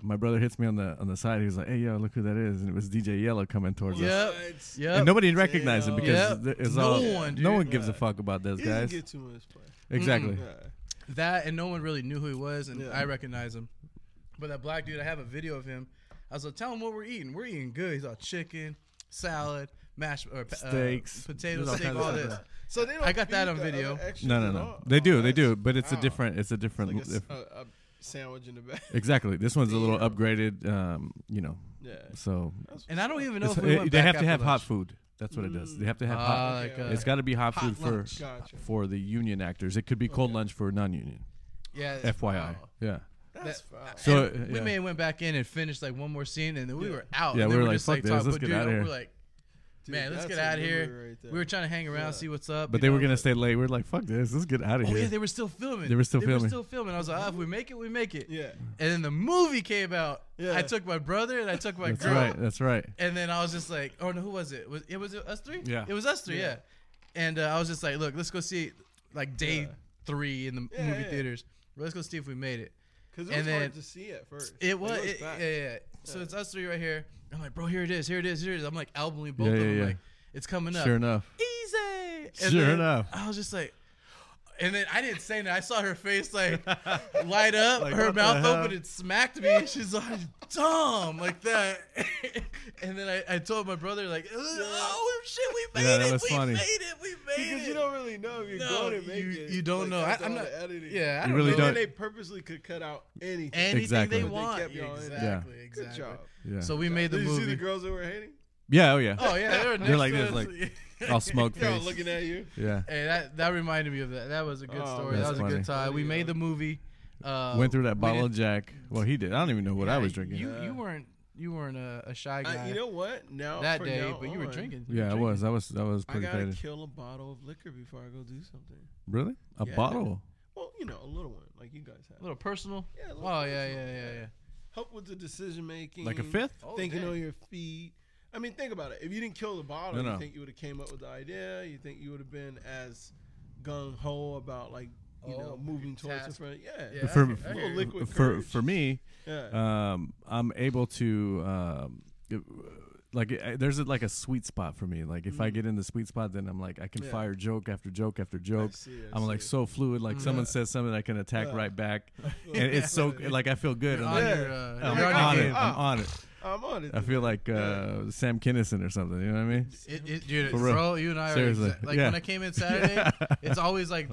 my brother hits me on the on the side. He was like, "Hey, yo, look who that is!" And it was DJ Yellow coming towards us. Yeah. Yep. What? Yep. And nobody recognized him because Yep. th- it's No all no one, dude. one gives a Yeah. fuck about those He didn't guys. get too much play. exactly. Mm-hmm. Yeah. that and no one really knew who he was and Yeah. i recognize him but that black dude i have a video of him i was like tell him what we're eating we're eating good he's all chicken salad mashed or pa- uh, Steaks. potato There's all steak kinds of all stuff this there. So they don't I got that feed on the video. other extras No, no, at no. all? They do, Oh, they do, that's- but it's a wow. different, it's a It's different. like a s- if- a, a sandwich in the back. exactly, this one's a little Damn. upgraded. Um, you know, yeah. so That's and i don't even know it's- if we it- went they back have to after have hot lunch. food. That's what it does. They have to have Ah, hot. like, Okay. uh, It's got to be hot, hot food for lunch. Gotcha. for the union actors. It could be cold Okay. lunch for non-union. yeah FYI, wow. yeah. That's foul. So, And uh, we yeah. may have went back in and finished like one more scene and then we Yeah. were out Yeah, and we then were we're like, just "Fuck like this, talking let's but get dude, outta here." we're like Dude, Man, let's that's get a outta here. memory right there. we were trying to hang around Yeah. see what's up But you they were know, gonna like- stay late. We're like, fuck this. Let's get out of Oh here. yeah, they were still filming. They were still they Were filming. still filming. I was like, ah, if we make it, we make it. yeah. And then the movie came out. Yeah. I took my brother and I took my That's girl. right. That's right. And then I was just like, oh no, who was it? Was it was it us three? Yeah. it was us three. Yeah. Yeah. And uh, I was just like, look, let's go see like day Yeah. three in the Yeah, movie yeah. theaters. Let's go see if we made it. Because it was And then- hard to see at first. It was, Like, it- yeah, back. yeah, yeah. So Yeah. it's us three right here. I'm like, bro, here it is, here it is, here it is. I'm like elbowing both Yeah, of yeah, them. yeah. Like, it's coming up. Sure enough. Easy. And Sure then enough. I was just like, and then I didn't say that. I saw her face like light up, Like, what her the mouth hell? open, it smacked me. and She's like, dumb, like that. and then I, I told my brother, like, oh shit, we made Yeah, that it. was We funny. made it. We made Because it. you don't really know if you're No, going to make you- it. you don't Like, know. that's I- I'm all not- the editing. yeah, I You don't really And know. then don't. they purposely could cut out anything. Anything Exactly. they They want. kept you on. exactly, Good exactly. job. Yeah. So we made the Did you see the movie. girls that were hating? yeah. Oh yeah. Oh yeah, they were They're like next this, to like us. all smoke They're all face. looking at you. Yeah. Hey, that that reminded me of that. That was a good Oh, story. That that's was a funny. good time. We Yeah. made the movie. Uh, Went through that we bottle didn't- of Jack. Well, he did. I don't even know what I Yeah, was drinking. You Yeah. you weren't you weren't a, a shy guy I, you know what? Now that from day, now but you were on, drinking. You yeah, were I drinking. was. That was that was I pretty gotta faded. kill a bottle of liquor before I go do something. Really? A Yeah. bottle? Well, you know, a little one like you guys A have. little personal. Yeah, a little Oh yeah, yeah, personal, yeah, yeah. Help with the decision making. Like a fifth? Oh, thinking dang. on your feet. I mean, think about it. If you didn't kill the bottle, No, no. you think you would have came up with the idea. You think you would have been as gung ho about like you Oh, know moving towards the task. front. Yeah, Yeah, for, I hear- I hear you. for, Liquid for courage. for me, yeah. um, I'm able to um, it- like I- there's a, like a sweet spot for me. Like if I get in the sweet spot, then I'm like I can Mm. Yeah. fire joke after joke after joke. see, I I'm like see. so fluid. Like someone Yeah. says something, I can attack Yeah. right back, and it's so like I feel good. You're I'm on like, Yeah. your, uh, I'm you're like, on on your it. game. I'm on it. I'm on it. I feel like Yeah. uh, Sam Kinison or something. You know what I mean? It, it, dude, For real. bro, you and I are Seriously. exact, like Yeah. when I came in Saturday, it's always like,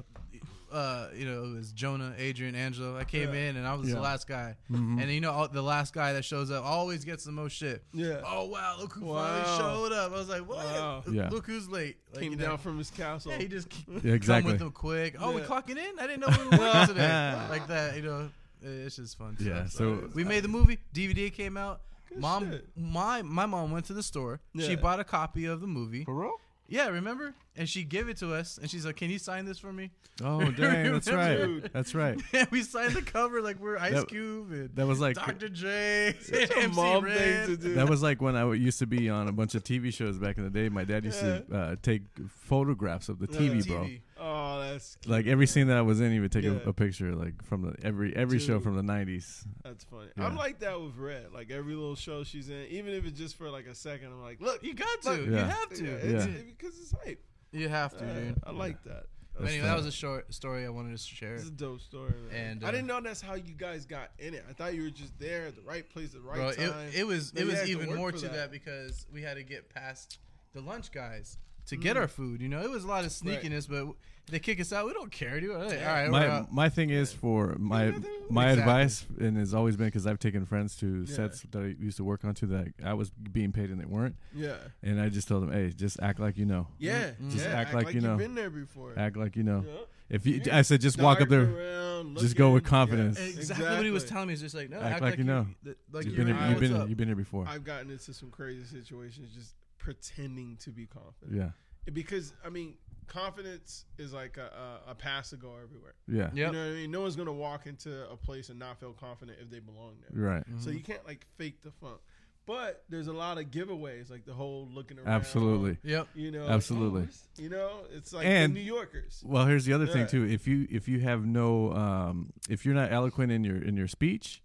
uh, you know, it was Jonah, Adrian, Angelo. I came Yeah. in and I was Yeah. Mm-hmm. the last guy, and you know, all, the last guy that shows up always gets the most shit. Yeah. Oh wow, look who Wow. finally showed up! I was like, what? Wow. Yeah. Look who's late. Like, came you know, down from his castle. Yeah, he just Yeah, come exactly. with them quick. Oh, we Yeah. clocking in? I didn't know we were working today. like that, you know. it- It's just fun. stuff. Yeah. So we made the movie. DVD came out. mom, shit. my my mom went to the store. She Yeah. bought a copy of the movie. real? Yeah, remember? And she gave it to us. And she's like, "Can you sign this for me?" Oh dang, that's right. Dude. That's right. And we signed the cover like we're Ice That- Cube and That was like Dr. J. It's a MC mom Ren. thing to do. That was like when I used to be on a bunch of TV shows back in the day. My dad used to uh, take photographs of the TV, bro. TV. oh, that's cute. Like every scene that I was in, he would take Yeah. a, a picture, like from the every every show Dude. from the '90s. That's funny. Yeah. I'm like that with Red. Like every little show she's in, even if it's just for like a second, I'm like, look, You got to. Look, You Yeah. have to. Yeah, Yeah. it's, it- because it's hype. You have to, Uh, dude. I like that. That's anyway, that funny. was a short story I wanted to share. This is a dope story. Man. And, I uh, didn't know that's how you guys got in it. I thought you were just there, at the right place, at the right Bro, it, time. it was Maybe I it was have to even work more for to that. because we had to get past the lunch guys to Mm. get our food. You know, it was a lot of sneakiness, but they kick us out. We don't care, dude. All right, all right, we're my out. my thing is for my nothing wrong with my Exactly. advice, and it's always been because I've taken friends to Yeah. sets that I used to work on to that I was being paid and they weren't, Yeah, and I just told them, hey, just act like you know, yeah. Mm-hmm. Just yeah. act like you know. have been there before. act like you know. Yeah. If you, You I said, just walk up Dart there. around, just go with looking. confidence. exactly, what he was telling me is just like no, Act like you know. th- like You've you been know here, you've what's been up. you've been here before. I've gotten into some crazy situations just pretending to be confident. Yeah, because I mean, confidence is like a, a, a pass to go everywhere. Yeah. Yep. You know what I mean? No one's gonna walk into a place and not feel confident if they belong there. Right. So you can't like fake the funk. But there's a lot of giveaways, like the whole looking around. Absolutely. Yep. You know. Absolutely. like, oh, you know, it's like And- the New Yorkers. Well, here's the other Yeah. thing too. If you if you have no um, if you're not eloquent in your in your speech,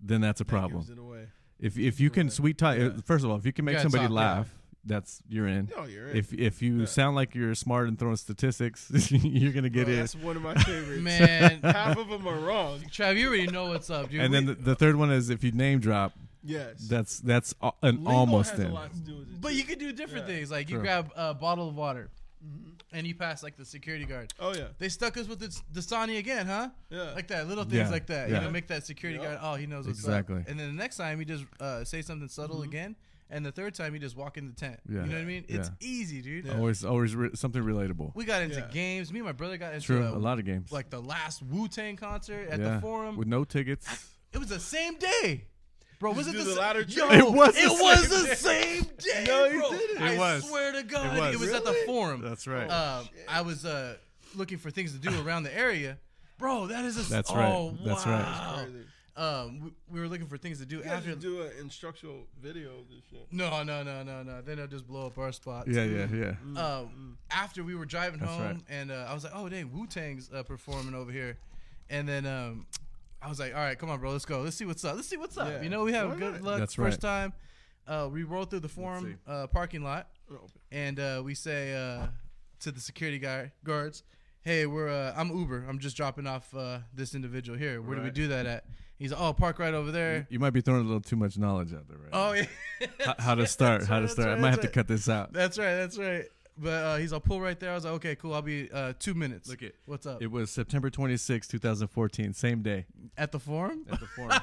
then that's a That gives problem. it away. If if you can Right. sweet talk, Yeah. first of all, if you can make gotta somebody talk, yeah. laugh, that's you're in. No, you're in. If if you Yeah. sound like you're smart and throwing statistics, you're gonna get Bro, in. That's one of my favorites. Man, Half of them are wrong. Trav, you already know what's up, dude. And then We- the, the third one is if you name drop, Yes. that's that's a- an Lingo almost has a in. lot to do with it, but too. you could do different Yeah. Mm-hmm. things. Like you True. grab a bottle of water, and you pass like the security guard. Oh yeah. They stuck us with the, Dasani again, huh? Yeah. Like that, little things Yeah, like that. yeah. You know, make that security Yeah. guard. Oh, he knows what's Exactly. up. And then the next time, you just uh, say something subtle Mm-hmm. again, and the third time, you just walk in the tent. You Yeah. know what I mean? Yeah. It's easy, dude. Yeah. Always always re- something relatable. We got into Yeah. games. Me and my brother got into True, uh, a lot of games. like the last Wu Tang concert at Yeah. the Forum. with no tickets. it was the same day. Bro, was it do the, the sa- ladder Yo, trick? It was Oh, It the was same the same day. No, you bro. It didn't. I was. swear to God, it was, was. at the forum. right. um, I was uh, looking for things to do around the area. Bro, that is a. s- That's oh, right. That's right. wow. Crazy. Um, we, we were looking for things to do You guys after. should do an instructional video of this shit. no, no, no, no, no. Then they'll just blow up our spot. yeah, yeah, yeah. Mm-hmm. Um, after we were driving That's home, right. and uh, I was like, "Oh, dang, Wu Tang's uh, performing over here," and then um, I was like, "All right, come on, bro, let's go. Let's see what's up. Let's see what's up. Yeah. You know, we have Why good not? luck That's first right. time. Uh, we rolled through the forum uh, parking lot, Mm. and uh, we say uh, to the security guy guards, "Hey, we're uh, I'm Uber. I'm just dropping off uh, this individual here. Where do we Right. do that at?" He's like, "Oh, park right over there." You might be throwing a little too much knowledge out there, right? Oh yeah, now. How, how to start? That's how to right, start? that's I might right, have to that's cut this out. that's right, that's right. But uh, he's all pull right there. I was like, okay, cool. I'll be uh, two minutes. Look it. what's up It was September twenty sixth, 2014, same day at the forum. at the forum.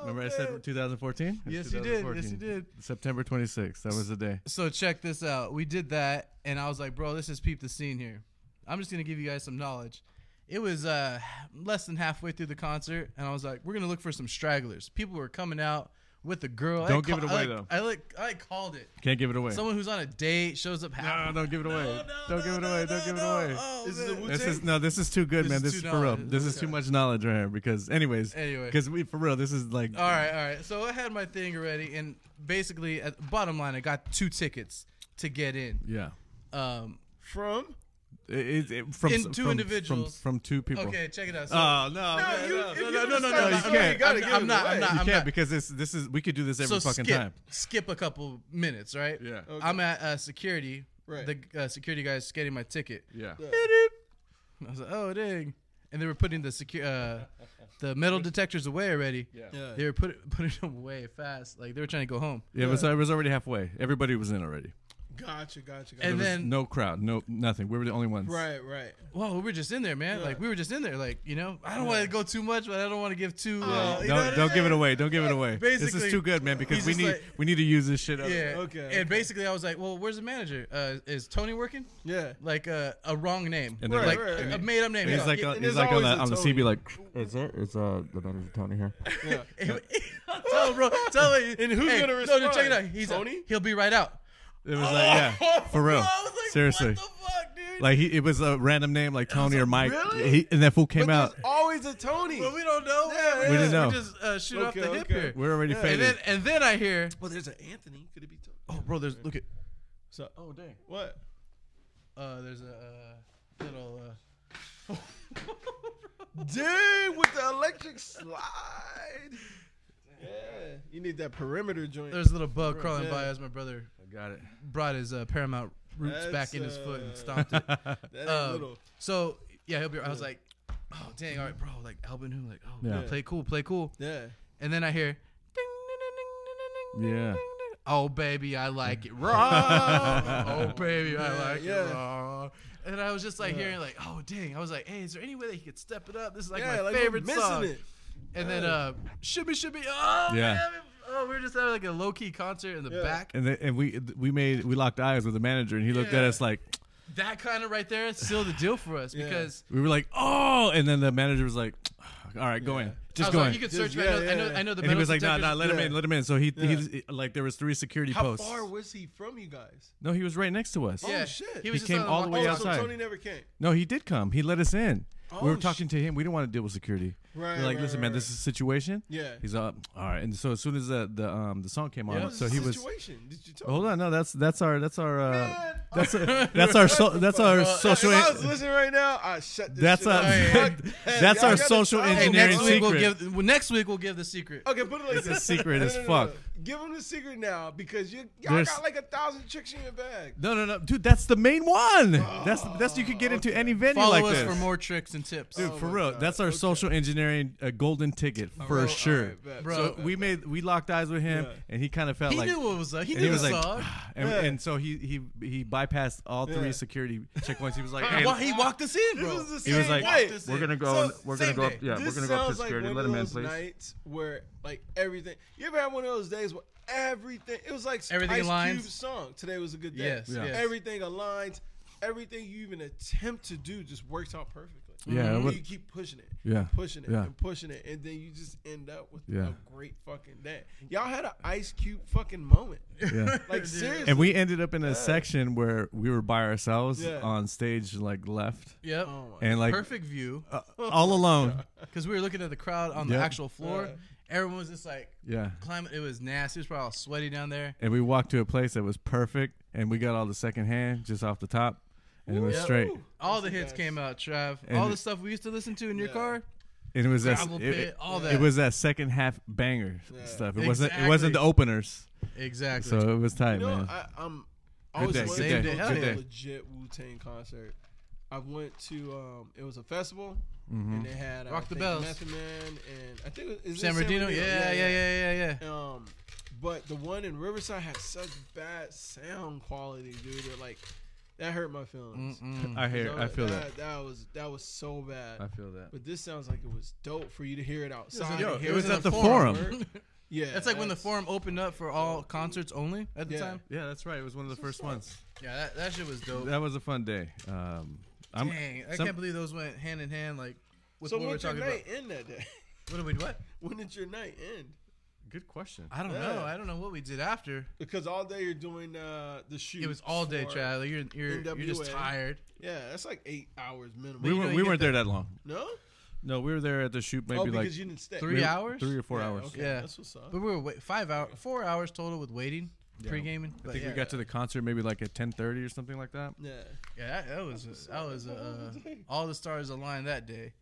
Oh, Remember I man. said 2014? Yes, you did. Yes, you did. September 26th. That was the day. So check this out. We did that, and I was like, bro, let's just peep the scene here. I'm just gonna give you guys some knowledge. It was uh, less than halfway through the concert, and I was like, we're gonna look for some stragglers. People were coming out with a girl. I Don't give ca- it I, away, like, though. I like I like called it. Can't give it away. Someone who's on a date shows up no, half. don't give it away. don't give it away. don't give it away. This is the Wu- This is no. This is too good, Oh, This man. is This too is for real. knowledge. This is too Okay. much knowledge right here. Because, anyways, Anyway. because we for real. This is like All right, all right. So I had my thing already, and basically, at bottom line, I got two tickets to get in. yeah. Um, From It, it, it, from In s- two from- individuals. from, from two people. okay, check it out. So, Oh no! No, you- if you no, no, no, no, no! You decide not to, can't. you gotta I'm- give I'm it not. away. I'm not. You You can't can't because this. This is. We could do this every so fucking skip, time. skip a couple minutes, right? Yeah. Okay. I'm at uh, security. Right. The uh, security guy's scanning my ticket. Yeah. I was like, oh dang! And they were putting the secu- uh, the metal detectors away already. Uh, Yeah. They were put, putting them away fast, like they were trying to go home. Yeah. It was. It was already halfway. Everybody was in already. Gotcha, gotcha, gotcha. And There was then- no crowd. No nothing. We were the only ones. right, right. Whoa, we were just in there, man. Yeah. Like we were just in there, like you know. I don't want to go too much, but I don't want to give too. Uh, Don't you know what I don't mean? give it away. Don't give it away. this Basically, is too good, man. he's Because we just need like- we need to use this shit. Up. Yeah. Okay, And okay. basically, I was like, well, where's the manager? Uh, is Tony working? Yeah. Like uh, a wrong name, And they're like like- a- and a he- made up name. And he's Yeah. like uh, yeah, on, and he's there's like on always the a on the Tony. CB like Is it? Is uh the manager Tony here? Yeah. tell him, bro. Tell him. And who's hey, gonna No, respond? just check it out. He's Tony? he'll be right out. it was like yeah for real I was like, seriously What the fuck, dude? like he it was a random name like Tony or Mike really? he, and that fool came But out there's always a Tony. but we don't know. Yeah, We didn't just, know. We just uh, shoot off Okay, the hip okay. here. we're already And then faded and then I hear, well, there's an Anthony. Could it be Tony? oh, bro, there's look at So, oh dang what? uh, there's a uh, little. Uh, Dang, with the electric slide. Yeah. You need that perimeter joint. there's a little bug crawling Yeah. by as my brother I got it brought his uh, Paramount roots That's, back in his foot uh, and stomped it. that ain't um, little. So yeah, he'll be. I was like, oh dang, all right, bro. Like Alvin, who like, oh, Yeah. play cool, play cool. Yeah. And then I hear, ding, ding, ding, ding, ding, ding, ding, Yeah. ding, ding. Oh baby, I like it raw. oh baby, I like it yeah. raw. And I was just like hearing like, oh dang. I was like, hey, is there any way that he could step it up? This is like yeah, my like we're favorite missing song. it. And then uh, shimmy shimmy. Oh Yeah. man. Oh, we were just having like a low key concert in the Yeah. back. and then, and we we made we locked eyes with the manager and he looked at Yeah. us like That kind of right there sealed the deal for us Yeah. because we were like oh and then the manager was like "Ah, All right, go in. Just I was go like, in. you can Just- search. me. yeah, I, know, I yeah, know. yeah. I know the. and he metal was like, "Nah, nah, detectors- let him yeah. in, let him in." So he, Yeah. he like, there was three security How posts. far was he from you guys? no, he was right next to us. Yeah, Oh, shit. He was He just came on all the walk- way oh, oh, out. outside. so Tony never came. No, he did come. He let us in. we Oh, were sh- talking to him. We didn't want to deal with security. Right, we are like, right, listen, man, right, this is a situation. Yeah. He's up. All right. And so as soon as the the um the song came on, What was so the he was. situation? Did you tell Hold me? on, no, that's that's our that's our uh, Man, that's a, that's our so, that's our Uh, social. If I was en- listening right now, I shut this That's shit up. a- Fuck that. that's Y'all our gotta social tell me. Hey, engineering next week we'll secret. give. well, Next week we'll give the secret. Okay, put it like It's a this. secret No, as no, no, fuck. no. Give them the secret now because you y'all There's- got like a thousand chicks in your bag. No, no, no, dude, that's the main one. that's that's you could get into any venue Follow like us this. for more tricks and tips. Dude, Oh for my real, God. that's our Okay. social engineering uh, golden ticket for Bro, sure. alright, bet, Bro, so bet, we bet. made we locked eyes with him, Yeah. and he kind of felt he like knew what was up. He and knew he was the like, "Ah," song. and, Yeah. and so he he he bypassed all three Yeah. security checkpoints. He was like, Why hey, he walked us in, This bro. is the He was same like, way. We're gonna go. So, and- we're gonna same go. Up, day. yeah, we're this gonna go up to sounds like security. one let of him in, those please. nights where like everything. You ever had one of those days where everything? It was like Ice Everything aligns? Cube's song. Today was a good day. Yes, Yeah. yes. Everything aligns. Everything you even attempt to do just works out perfectly. Yeah, And it would- you keep pushing it. Yeah, pushing it yeah. and pushing it, and then you just end up with Yeah. a great fucking day. Y'all had an Ice Cube fucking moment. yeah. Like seriously. And we ended up in a section where we were by ourselves Yeah. on stage, like left, Yep. Oh my and like Perfect view uh, all alone. because we were looking at the crowd on the Yep. actual floor. Yeah. Everyone was just like Yeah. climbing. It was nasty. It was probably all sweaty down there. And we walked to a place that was perfect, and we got all the second hand just off the top, and it was Yep. straight. All the Listen, hits guys. came out, Trav. And- all the stuff we used to listen to in your Yeah. car. And it was that Gravel it, pit, it- all it that. was that second half banger Yeah. stuff. It wasn't it Exactly. wasn't the openers, Exactly. so it was tight, You know, man. I, I'm always day, good wanted to day, go good to day. a legit Wu Tang concert. I went to um, it was a festival, Mm-hmm. and they had I Rock the think, Bells. Method Man, and I think it was, is San it Bernardino. Yeah, yeah, yeah, yeah, yeah. Um, but the one in Riverside had such bad sound quality, dude. That like that hurt my feelings. Mm-mm. I, hear, So I feel that. that was that was so bad. feel that. But this sounds like it was dope for you to hear it outside. yo, and it hear was it at in the forum. word. yeah, That's like when the that's- forum opened up for all concerts only at the Yeah. time. Yeah, that's right. It was one of the first ones. Yeah, that, that shit was dope. That was a fun day. Um, I'm, Dang, I some- can't believe those went hand in hand. Like with So what when we're did your talking about. night end that day? What did we what? When did your night end? Good question. I don't Yeah. know. I don't know what we did after. Because all day you're doing uh, the shoot. It was all day, for- Chad. Like, you're you're, you're just NWA. tired. Yeah, that's like eight hours minimum. We, you were, know, you we get weren't there that long. no? No, we were there at the shoot maybe oh, because like you didn't stay. three we- hours? three or four Yeah, hours. Okay, Yeah. that's what's up. But we were wait, five hour, four hours total with waiting, pre gaming. I think we got to the concert maybe like at ten thirty or something like that. Yeah. yeah. That, that was that was uh, all the stars aligned that day,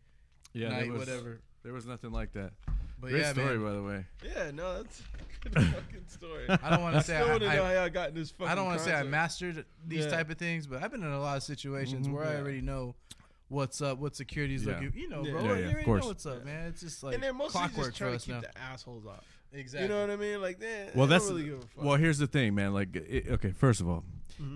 Yeah, night, there was, whatever. There was nothing like that. But Great yeah, story, man. by the way. Yeah, no, that's a good fucking story. I don't want to say still want to know I, I, how I got in this fucking I don't want to say I concert. mastered these Yeah. Mm-hmm. type of things, but I've been in a lot of situations where I Yeah. already know what's up, what security's Yeah. looking. You know, Yeah. bro, Yeah, you yeah, of already course. know what's up, man. It's just like And they're mostly clockwork just for trying to us keep now. the assholes off. Exactly. You know what I mean? Like, man, Well, I don't that's really give a fuck. Mm-hmm. well. Here's the thing, man. Like, it, okay, first of all,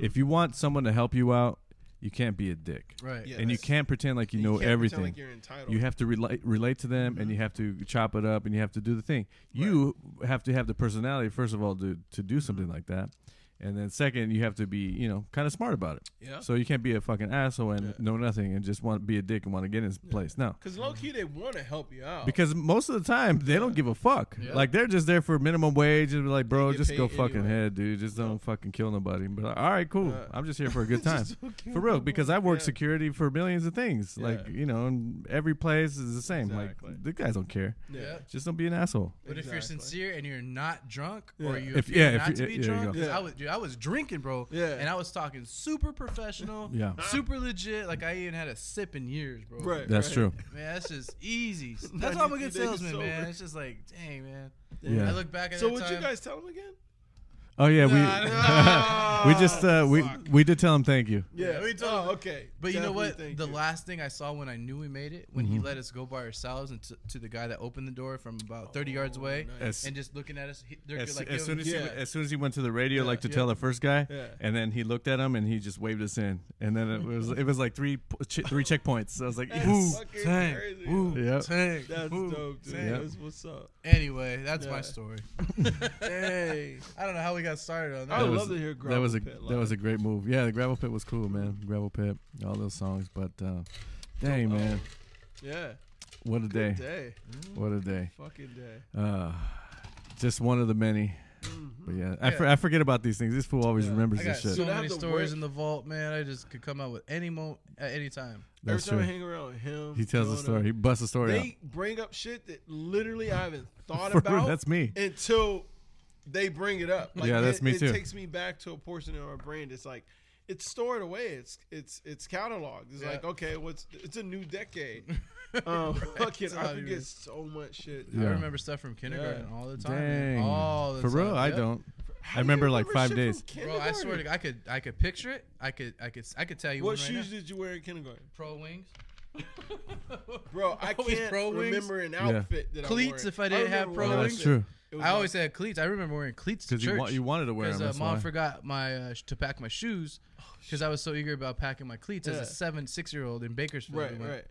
if you want someone to help you out, you can't be a dick, right. Yeah. and you that's- can't pretend like you, know can't pretend everything. Like you're Mm-hmm. entitled. you have to relate relate to them, and you have to chop it up, and you have to do the thing. You have to have the personality, first of all, to to do something Mm-hmm. like that, and then second, you have to be, you know, kind of smart about it. Yeah. So you can't be a fucking asshole and know nothing and just want to be a dick and want to get in his place. No. Because low key, they want to help you out. Because most of the time they don't give a fuck. Yeah. Like they're just there for minimum wage and be like, bro, get just go paid fucking anyway. head, dude. Just don't fucking kill nobody. But like, all right, cool. Yeah. I'm just here for a good time, Just don't kill for real. Because I work Yeah. security for millions of things. Like you know, and every place is the same. Exactly. Like the guys don't care. yeah. Just don't be an asshole. But if you're Exactly. sincere and you're not drunk, or Yeah. you If- if, yeah, yeah, if not you- to be yeah, there you drunk, go. 'cause Yeah. I was dude, I was drinking, bro. Yeah. and I was talking super professional. Yeah. super legit. Like I even had a sip in years, bro. Right. That's right. true. Man, that's just easy. That's why I'm 93 a good days salesman, man. sober. It's just like, dang, man. Yeah. I look back at So that what time. you guys tell them again? Oh yeah, we Nah, we nah. just uh, we we did tell him thank you. Yeah. Yeah, we told oh, them. okay. But you know Definitely what? thank The you. last thing I saw when I knew we made it, when he Mm-hmm. let us go by ourselves and t- to the guy that opened the door from about 30 yards Oh, away As- and just looking at us, he, they're As, like, as yo, soon as he, yeah. as soon as he went to the radio, like to yeah. tell the first guy, Yeah. and then he looked at him and he just waved us in, and then it was it was like three p- ch- three checkpoints. So I was like, That's woo, fucking tang, crazy. woo, yeah. "Tank, That's boom." dope, dude. Yeah. That's what's up. Anyway, that's Yeah. my story. Hey. I don't know how we got started on that. I would was- love to hear That gravel was a pit that live. was a great move. Yeah, the gravel pit was cool, man. Gravel pit, all those songs. But uh, dang, man, Yeah. What a day. Day. What a day. Fucking day. Uh, just one of the many. But yeah, I, for, I forget about these things. This fool always Mm-hmm. Yeah. remembers I got this shit. so Dude, I many have to stories work- in the vault, man. I just could come out with any mo at any time. That's Every time true. I hang around with him, He tells a Jonah, story. He busts a story They bring up shit that literally I haven't out. thought For real, about that's me. until they bring it up. Like, Yeah, that's it, me it too. takes me back to a portion of our brain. It's like it's stored away. It's it's it's cataloged. It's Yeah. like okay, what's it's a new decade. um, fuck it, That's I how you- forget so much shit. Yeah. I remember stuff from kindergarten all the time. man. Dang. All the For time. real, I Yep. don't. How I do you remember, like, five shit days. from Bro, I swear kindergarten? to God, I could I could picture it. I could I could I could tell you What one right shoes now. did you wear in kindergarten, Pro wings, bro? I Always can't pro wings? remember an outfit that Cleats I wore. if I didn't have remember pro Yeah, one Well, that's wings. outfit. true. It was I like- always had cleats. I remember wearing cleats to Because you, church wa- you wanted to wear them. because uh, that's mom why. forgot my uh, sh- to pack my shoes because I was so eager about packing my cleats as Oh, Yeah. a seven six year old in Bakersfield. we right, went- right.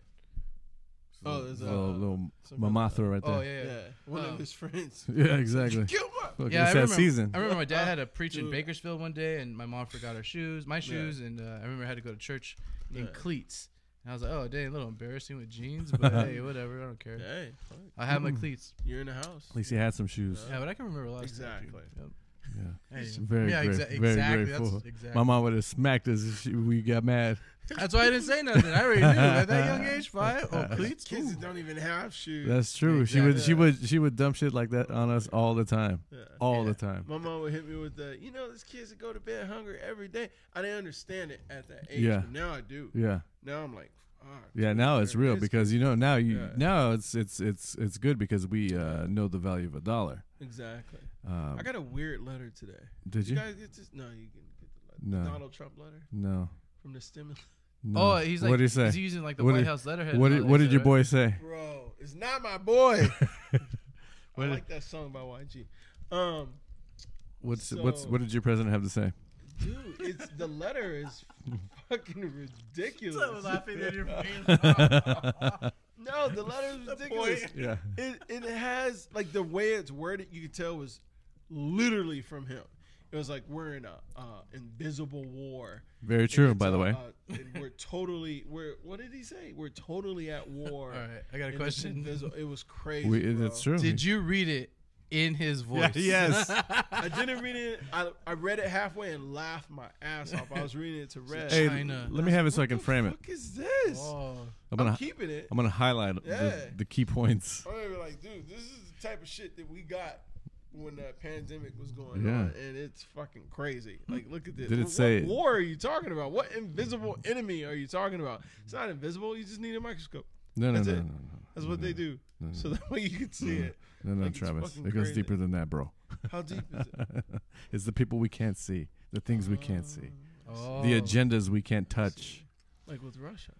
Oh, there's a little, little some kind of- mamathra right Oh there. Yeah, yeah, yeah. one Um, of his friends. yeah. exactly. Kill my Look, Yeah, it's that I remember, season. I remember my dad had a preach in Dude. Bakersfield one day, and my mom forgot her shoes, my shoes, and uh, I remember I had to go to church in Yeah. cleats. And I was like, oh, dang, a little embarrassing with jeans, but hey, whatever, I don't care. Hey, fuck, I have Mm. my cleats. you're in the house. At least he had some shoes. Yeah, but I can remember a lot of stuff. dude. Exactly. Yep. Yeah. Anyway. Very, yeah, great- exa- very exactly. grateful. That's, exactly. My mom would have smacked us if she, we got mad. That's why I didn't say nothing. I already knew at that young age, five. Oh, cleats. Kids Ooh. that don't even have shoes. That's true. She would she would she would dump shit like that on us all the time. Yeah. All Yeah. the time. My mom would hit me with the, you know, these kids that go to bed hungry every day. I didn't understand it at that age. Yeah. But now I do. Yeah. Now I'm like, fuck. Yeah, now it's Where real is- because you know now you Yeah. now it's it's it's it's good because we uh, know the value of a dollar. Exactly. Um, I got a weird letter today. did you? guys get this? No, you can get the No. letter. Donald Trump letter No. from the stimulus. no. Oh, he's like, what did he is say? he using like the What White did- House letterhead? what and did, all what that did your boy say? shit, right? Bro, it's not my boy. I What- like that song by YG. Um, What's what's So- what did your president have to say? dude, it's the letter is fucking ridiculous. No, the letter is ridiculous. yeah. It it has like the way it's worded, you could tell was literally from him. It was like we're in a uh, invisible war. Very And true, it's by the a- way. uh, and we're totally. We're what did he say? We're totally at war. All right, I got a And it's question. invisible. It was crazy. We, bro. it's true. Did you read it in his Yeah, voice? yes. I didn't read it. I, I read it halfway and laughed my ass off. I was reading it to Red. hey, China. let me have it so I can frame it. What is this? Oh, I'm I'm gonna keeping it. I'm gonna highlight Yeah. the, the key points. I'm gonna be like, dude, this is the type of shit that we got when the pandemic was going Yeah. on, and it's fucking crazy. Like, look at this. Did it what, say- What war are you talking about? What invisible enemy are you talking about? It's not invisible. You just need a microscope. No, no, That's no, it. no, no, That's what they do, no, so that way you can see it. no, no, Like, it's Travis. fucking It goes crazy. deeper than that, bro. How deep is it? it's the people we can't see, the things we can't see, oh. the agendas we can't touch. Like with Russia.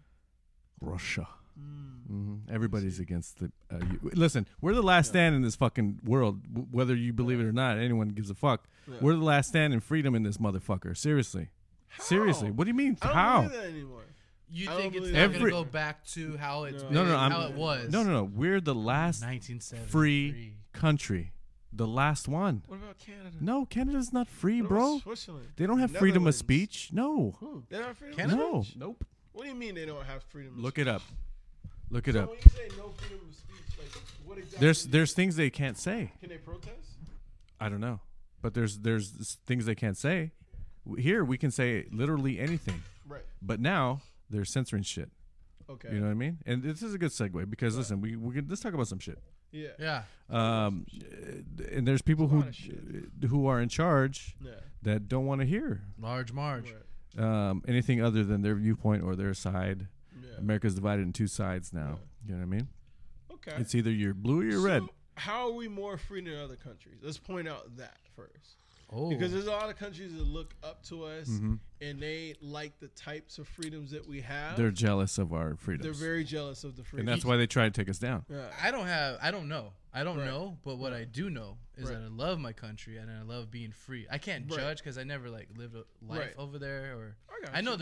Russia. hmm Mm-hmm. Everybody's against the. Uh, you. Listen, we're the last stand in this fucking world, w- whether you believe it or not. Anyone gives a fuck. Yeah. We're the last stand in freedom in this motherfucker. Seriously, seriously. How? What do you mean? I don't how? believe that anymore. You I think don't it's believe not Every- gonna go back to how it's No. been, No, no, I'm- how it was? No, no, no. We're the last 1973. free country, the last one. What about Canada? No, Canada's not free, What about bro. Switzerland. They don't have freedom of Netherlands? speech. No. They don't have freedom. of Canada? No. speech? Nope. What do you mean they don't have freedom? of Look it up. Look it So up. when you say no freedom of speech, like what exactly? There's do you- there's things they can't say. can they protest? I don't know. But there's there's s- things they can't say. W- Here we can say literally anything. Right. But now they're censoring shit. Okay. You know what I mean? And this is a good segue because listen, we we can, let's talk about some shit. yeah. Yeah. Um, and there's people who lot of who are in charge Yeah. that don't want to hear Large Marge. Right. um, anything other than their viewpoint or their side. Yeah. America's divided in two sides now. You know what I mean? Okay. It's either you're blue or you're red. So, how are we more free than other countries? Let's point out that first, Oh, because there's a lot of countries that look up to us and they like the types of freedoms that we have. They're jealous of our freedoms. They're very jealous of the and freedom. that's why they try to take us down. Yeah. I don't have. I don't know. I don't know. But what I do know is that I love my country and I love being free. I can't Right. judge because I never like lived a life Right. over there, or I got I, know you.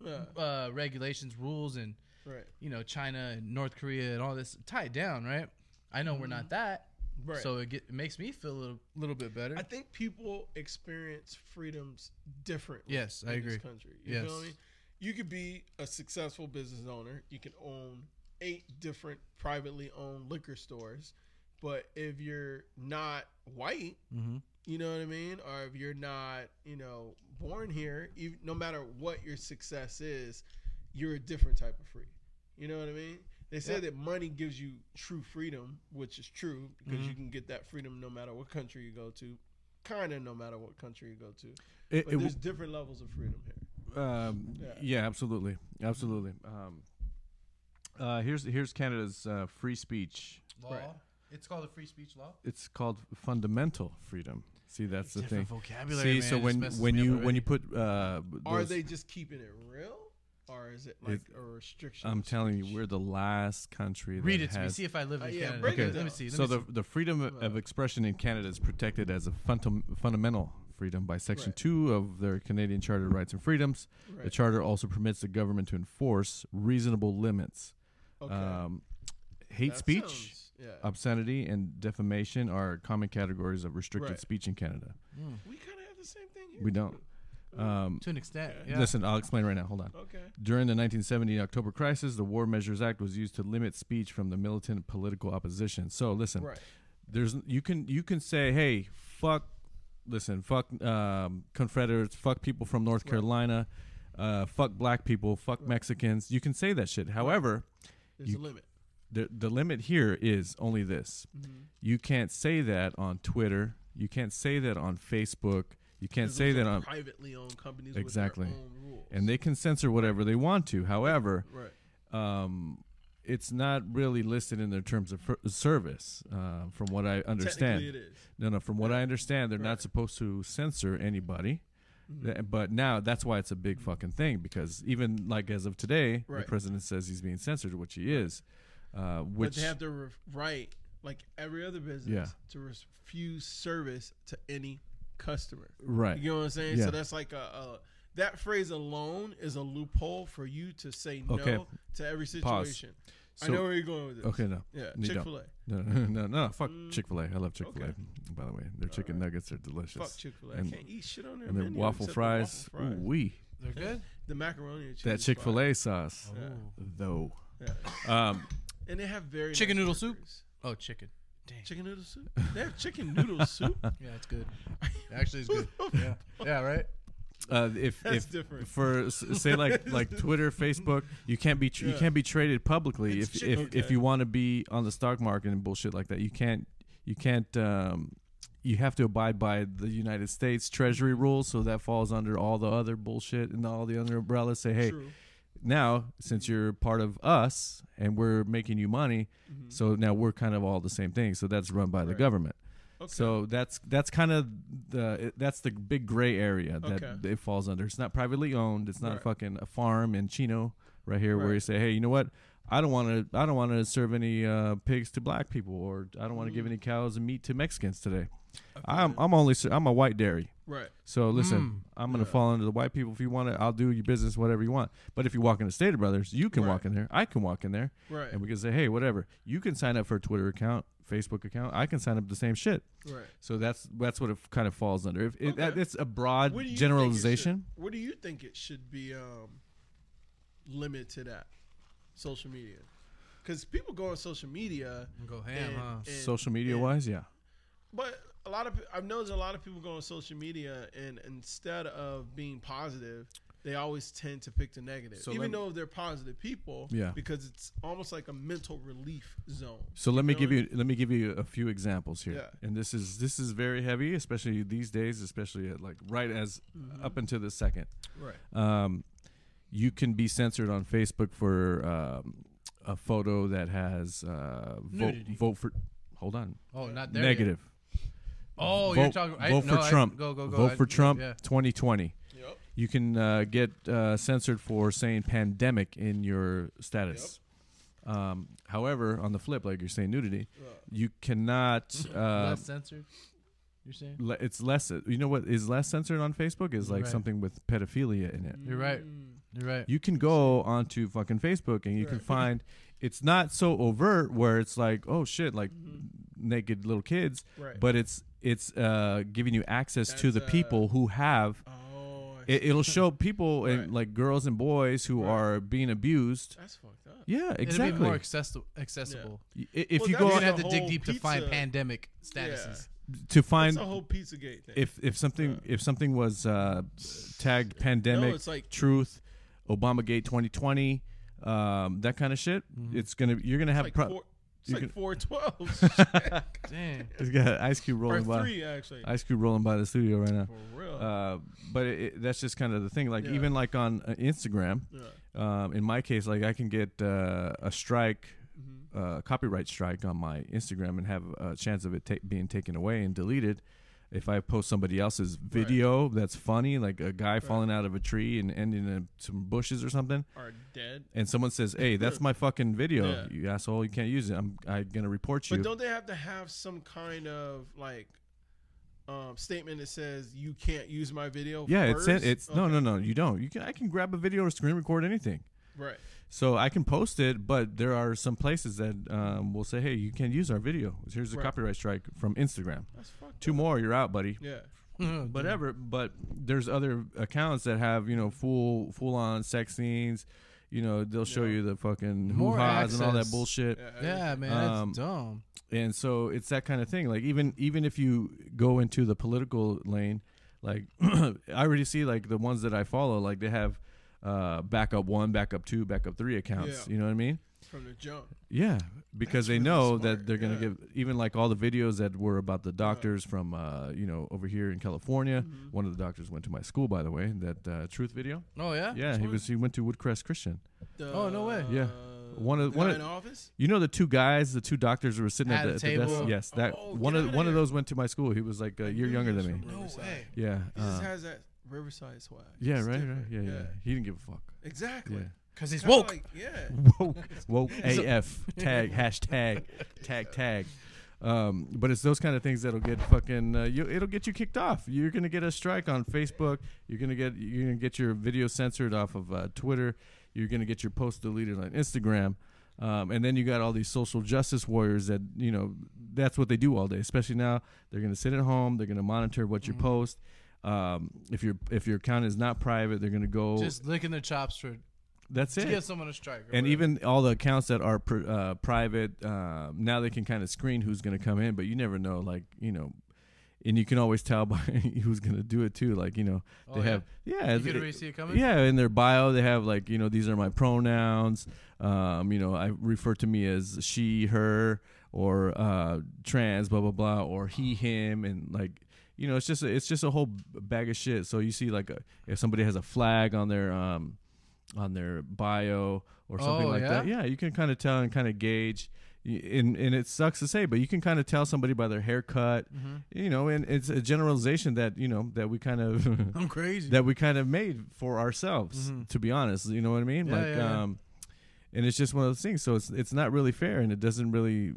their Yeah. uh, regulations, rules, and Right. you know China and North Korea and all this tied down, right? I know we're not that, Right. so it, get, it makes me feel a little, little bit better. I think people experience freedoms differently. Yes, I in This agree. country, you Yes. feel me? You could be a successful business owner. You can own eight different privately owned liquor stores. But if you're not white, Mm-hmm. you know what I mean, or if you're not, you know, born here, even, no matter what your success is, you're a different type of free. You know what I mean? They say that money gives you true freedom, which is true because Mm-hmm. you can get that freedom no matter what country you go to, kind of no matter what country you go to. It, But it, there's different levels of freedom here. Um, Yeah. yeah. absolutely, absolutely. Um, uh, here's here's Canada's uh, free speech. Law. It's called a free speech law. It's called fundamental freedom. See, that's the thing. vocabulary. See, so when when you when you put uh, Are those- they just keeping it real, or is it like a restriction? I'm to telling speech? you, we're the last country. read that it to me, has- see if I live in Uh, yeah, Canada. break it Let down. me see. Let So me the see. the freedom of- Uh, of expression in Canada is protected as a fundam- fundamental freedom by Section Right. Two of their Canadian Charter of Rights and Freedoms. The Right. charter also permits the government to enforce reasonable limits. Okay. Um, That hate speech. Um, sounds- yeah, Obscenity and defamation are common categories of restricted Right. speech in Canada. we kind of have the same thing here. We don't. Um, Mm. to an extent. Okay. Yeah. Listen, I'll explain right now. Hold on. Okay. During the 1970 October crisis, the War Measures Act was used to limit speech from the militant political opposition. So listen, Right. there's you can you can say, hey, fuck, listen, fuck um, Confederates, fuck people from North Carolina, uh, fuck black people, fuck Mexicans. You can say that shit. However, There's You- a limit. Mm-hmm. the the limit here is only this. You can't say that on Twitter. You can't say that on Facebook. You can't Those say are that on privately owned companies Exactly. with their own rules. and they can censor whatever they want to. However, right. um, it's not really listed in their terms of fir- service, uh, from what I understand. Technically, it is. No, no. From what I understand, they're Right. Mm-hmm. not supposed to censor anybody. Th- But now that's why it's a big fucking thing because even like as of today, Right. the president says he's being censored, which he is. Uh, But which they have the re- right, like every other business, Yeah. to refuse service to any customer. right? You know what I'm saying? So Yeah. that's like a, a that phrase alone is a loophole for you to say Okay. no to every Pause. situation. I So- know where you're going with this. Okay, no. Yeah. You Chick don't. Fil A. No, no, no, no, fuck Chick Fil A. I love Chick Fil A. Mm. okay. By the way, their chicken nuggets are delicious. Fuck Chick Fil A. I And- can't eat shit on their and their menu waffle except the waffle fries, fries. ooh wee. They're good. Oh. The macaroni and cheese. That Chick Fil A sauce, Yeah. though. Yeah. Um, And they have very Chicken nice noodle soup? burgers. Oh, chicken. Dang. Chicken noodle soup. They have chicken noodle soup. Yeah, it's good. Actually, it's good. Yeah. Yeah. Right. uh, if That's if different. for s- say like like Twitter, Facebook, you can't be tr- you Yeah. can't be traded publicly It's if chick- if, if okay. you want to be on the stock market and bullshit like that. You can't you can't um, you have to abide by the United States Treasury rules, so that falls under all the other bullshit and all the other umbrellas. Say hey. True. now since you're part of us and we're making you money so now we're kind of all the same thing so that's run by the Mm-hmm. Right. government Okay. so that's that's kind of the it- that's the big gray area that Okay. it falls under it's not privately owned it's not Right. fucking a farm in chino right here where Right. you say hey you know what I don't want to. I don't want to serve any uh, pigs to black people, or I don't want Mm. to give any cows and meat to Mexicans today. I'm I'm only ser- I'm a white dairy. right. So listen, I'm gonna Yeah. fall under the white people. If you want it, I'll do your business, whatever you want. But if you walk into Stater Brothers, you can Right. walk in there. I can walk in there, Right. and we can say, hey, whatever. You can sign up for a Twitter account, Facebook account. I can sign up the same shit. Right. So that's that's what it kind of falls under. If it, that, Okay. it's a broad What do you think it should- generalization, What do you think it should be um, limited at? Social media, because people go on social media. Go ham, and- huh? and- social media and- wise, yeah, But a lot of pe- I've noticed a lot of people go on social media and instead of being positive, they always tend to pick the negative, So even lem- though they're positive people. Yeah. Because it's almost like a mental relief zone. So let me know give what I you let me give you a few examples here, Yeah. and this is this is very heavy, especially these days, especially at like right as Mm-hmm. up until the second. Right. um, you can be censored on Facebook for um, a photo that has uh, vote Nudity. vote for. Hold on, Oh, not there. yet. negative. Oh, vote, you're talking. I, vote no, for I- Trump. go, Oh, go, go. Vote I- for Trump. Yeah. 2020. Yep. You can uh, get uh, censored for saying pandemic in your status. Um, however, on the flip, like you're saying nudity, you cannot. Uh, Less censored. You're saying. le- it's less. You know what is less censored on Facebook is like Right. something with pedophilia in it. Mm. You're right. Mm-hmm. You're right. You can go onto fucking Facebook and you can Right. find it's not so overt where it's like, oh shit, like naked little kids, Right. but it's it's uh, giving you access to That's, the uh, people who have Oh, I Nice. It, it'll show people Right. and like girls and boys who Right. are being abused. That's fucked up. Yeah, It'll be exactly. more accessible. accessible. Y- i- If Well, you that go You're out was gonna have the to dig whole deep to find pizza- pandemic statuses. to It's find a whole Pizzagate thing. if if something if something was uh, tagged pandemic, it's like- truth, Obamagate 2020, um, that kind of shit, it's gonna you're gonna have like pro- four, Mm-hmm. it's you like can- four twelve. Dang. it's got Ice Cube or rolling by three actually. Ice Cube rolling by the studio right now. For real. Uh, but it, it- that's just kind of the thing. Like Yeah. even like on uh, Instagram, yeah. um, in my case, like I can get uh, a strike, Mhm. uh, copyright strike on my Instagram, and have a chance of it ta- being taken away and deleted. If I post somebody else's video that's funny, like a guy falling out of a tree and ending in some bushes or something, Are dead. and someone says, "Hey, that's my fucking video, Yeah. you asshole! You can't use it. I'm I'm gonna report you." But don't they have to have some kind of like um, statement that says you can't use my video? yeah, it's first? it, it's no Okay. no no. You don't. You can I can grab a video or screen record anything. Right. So I can post it, but there are some places that um, will say, "Hey, you can't use our video. Here's a Right. copyright strike from Instagram. That's fucked. Two up. more, you're out, buddy." Yeah. Whatever. Mm-hmm. But there's other accounts that have you know full full on sex scenes. You know they'll show Yeah. you the fucking hoo More ha's and all that access. bullshit. Yeah. Yeah, man, that's Um, dumb. And so it's that kind of thing. Like even even if you go into the political lane, like I already see like the ones that I follow, like they have uh, backup one, backup two, backup three accounts. Yeah. You know what I mean? From the jump. Yeah, because they really know smart, that they're gonna yeah. give even like all the videos that were about the doctors from uh, you know over here in California. Mm-hmm. One of the doctors went to my school, by the way. That uh, truth video. Oh yeah. Yeah, he was he went to Woodcrest Christian. The, Oh, no way. Yeah. One of- Uh, the one guy of- in office. You know the two guys, the two doctors who were sitting at, At the, a at the desk? table. Yes, that Oh, one get of outta one of here. those went to my school. He was like a year knew younger he was than me. from No Riverside. way. Yeah, He uh, just has that Riverside swag. yeah, It's right, right, different. yeah, yeah, He didn't give a fuck. Exactly. Yeah, Cause he's Kinda woke. Like, yeah. woke, woke AF tag hashtag tag tag. Um, but it's those kind of things that'll get fucking uh, you, it'll get you kicked off. You're gonna get a strike on Facebook. You're gonna get you're gonna get your video censored off of uh, Twitter. You're gonna get your post deleted on Instagram. Um, and then you got all these social justice warriors that you know that's what they do all day. Especially now, they're gonna sit at home. They're gonna monitor what you post. Um, if your if your account is not private, they're gonna go. Just licking their chops for that's to it give someone a strike. or and whatever. even all the accounts that are pr- uh, private uh, now they can kind of screen who's going to come in but you never know like you know and you can always tell by who's going to do it too like you know Oh, they yeah? have yeah you they- can already see it coming. yeah in their bio they have like you know these are my pronouns um, you know i refer to me as she her or uh, trans blah blah blah or he him and like you know it's just a, it's just a whole bag of shit so you see like a, if somebody has a flag on their um on their bio or something Oh, like yeah? that yeah you can kind of tell and kind of gauge Y- and, and it sucks to say, but you can kind of tell somebody by their haircut, Mm-hmm. you know, and it's a generalization that, you know, that we kind of I'm crazy. that we kind of made for ourselves to be honest you know what i mean Mm-hmm. Yeah, like yeah, yeah. um and it's just one of those things so it's it's not really fair and it doesn't really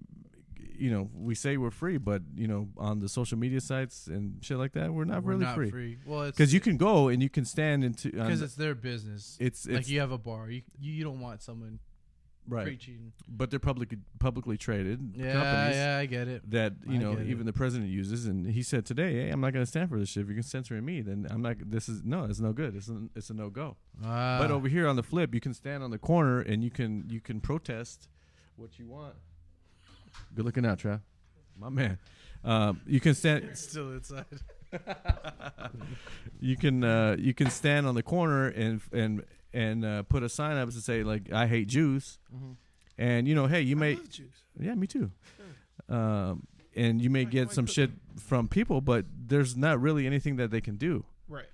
you know we say we're free but you know on the social media sites and shit like that we're not We're really not free Well, it's because you can go and you can stand into on because the- it's their business. it's, it's like you have a bar, you you you don't want someone right preaching. but they're publicly publicly traded Yeah, companies yeah, I get it. that you I know get it. even the president uses and he said today hey i'm not going to stand for this shit if you're censoring me then i'm not this is no it's no good it's, a- it's a no go Ah, But over here on the flip, you can stand on the corner and you can you can protest what you want. Good looking out, Trav. My man. Um, you can stand. still inside. You can uh, you can stand on the corner and and and uh, put a sign up to say like I hate Jews, and you know hey you I may love juice. yeah me too, um, and you may Like, get why some put- shit from people, but there's not really anything that they can do. Right.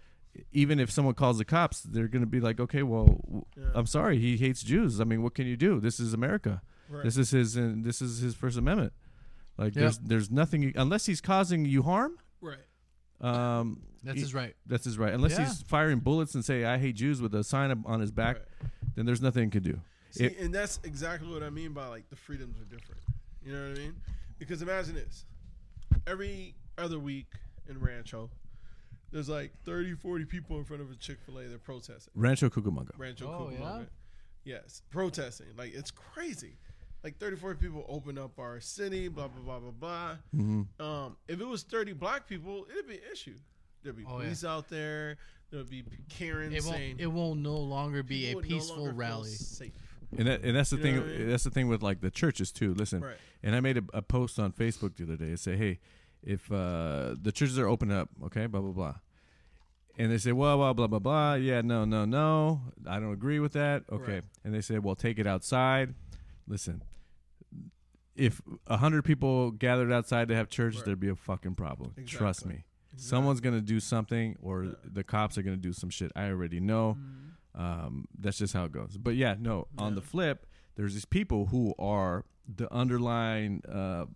even if someone calls the cops, they're going to be like, okay, well, w- Yeah. I'm sorry, he hates Jews. I mean, what can you do? This is America. Right. This is his. And this is his First Amendment. Like, Yeah. there's there's nothing you- unless he's causing you harm. right. Um, That's he- his right. That's his right. Unless Yeah. he's firing bullets and say, "I hate Jews" with a sign up on his back, then there's nothing he can do. See, It- and that's exactly what I mean by like the freedoms are different. You know what I mean? Because imagine this. Every other week in Rancho, there's like 30, 40 people in front of a Chick-fil-A that are protesting. Rancho Cucamonga. Rancho Oh, Cucamonga. yeah? Yes, protesting. Like it's crazy. Like 30, 40 people open up our city, blah, blah, blah, blah, blah. Mm-hmm. Um, if it was 30 black people, it'd be an issue. There'd be Oh, yeah. police out there. It'll be Karen It saying won't. It will no longer be "People a would no peaceful longer feel rally. Safe. And that, and that's the You thing. know what I mean? That's the thing with like the churches too. Listen, Right. and I made a, a post on Facebook the other day. It said, "Hey, if uh, the churches are open up, okay, blah blah blah," and they say, "Well, blah blah blah blah." Yeah, no, no, no. I don't agree with that. Okay, Right. and they say, "Well, take it outside." Listen, if a hundred people gathered outside to have church, Right. there'd be a fucking problem. Trust Exactly. me. Someone's gonna do something, or Yeah. Mm-hmm. the cops are gonna do some shit. I already know. Um, that's just how it goes. But yeah, no. On the Yeah. flip, there's these people who are the underlying. Uh,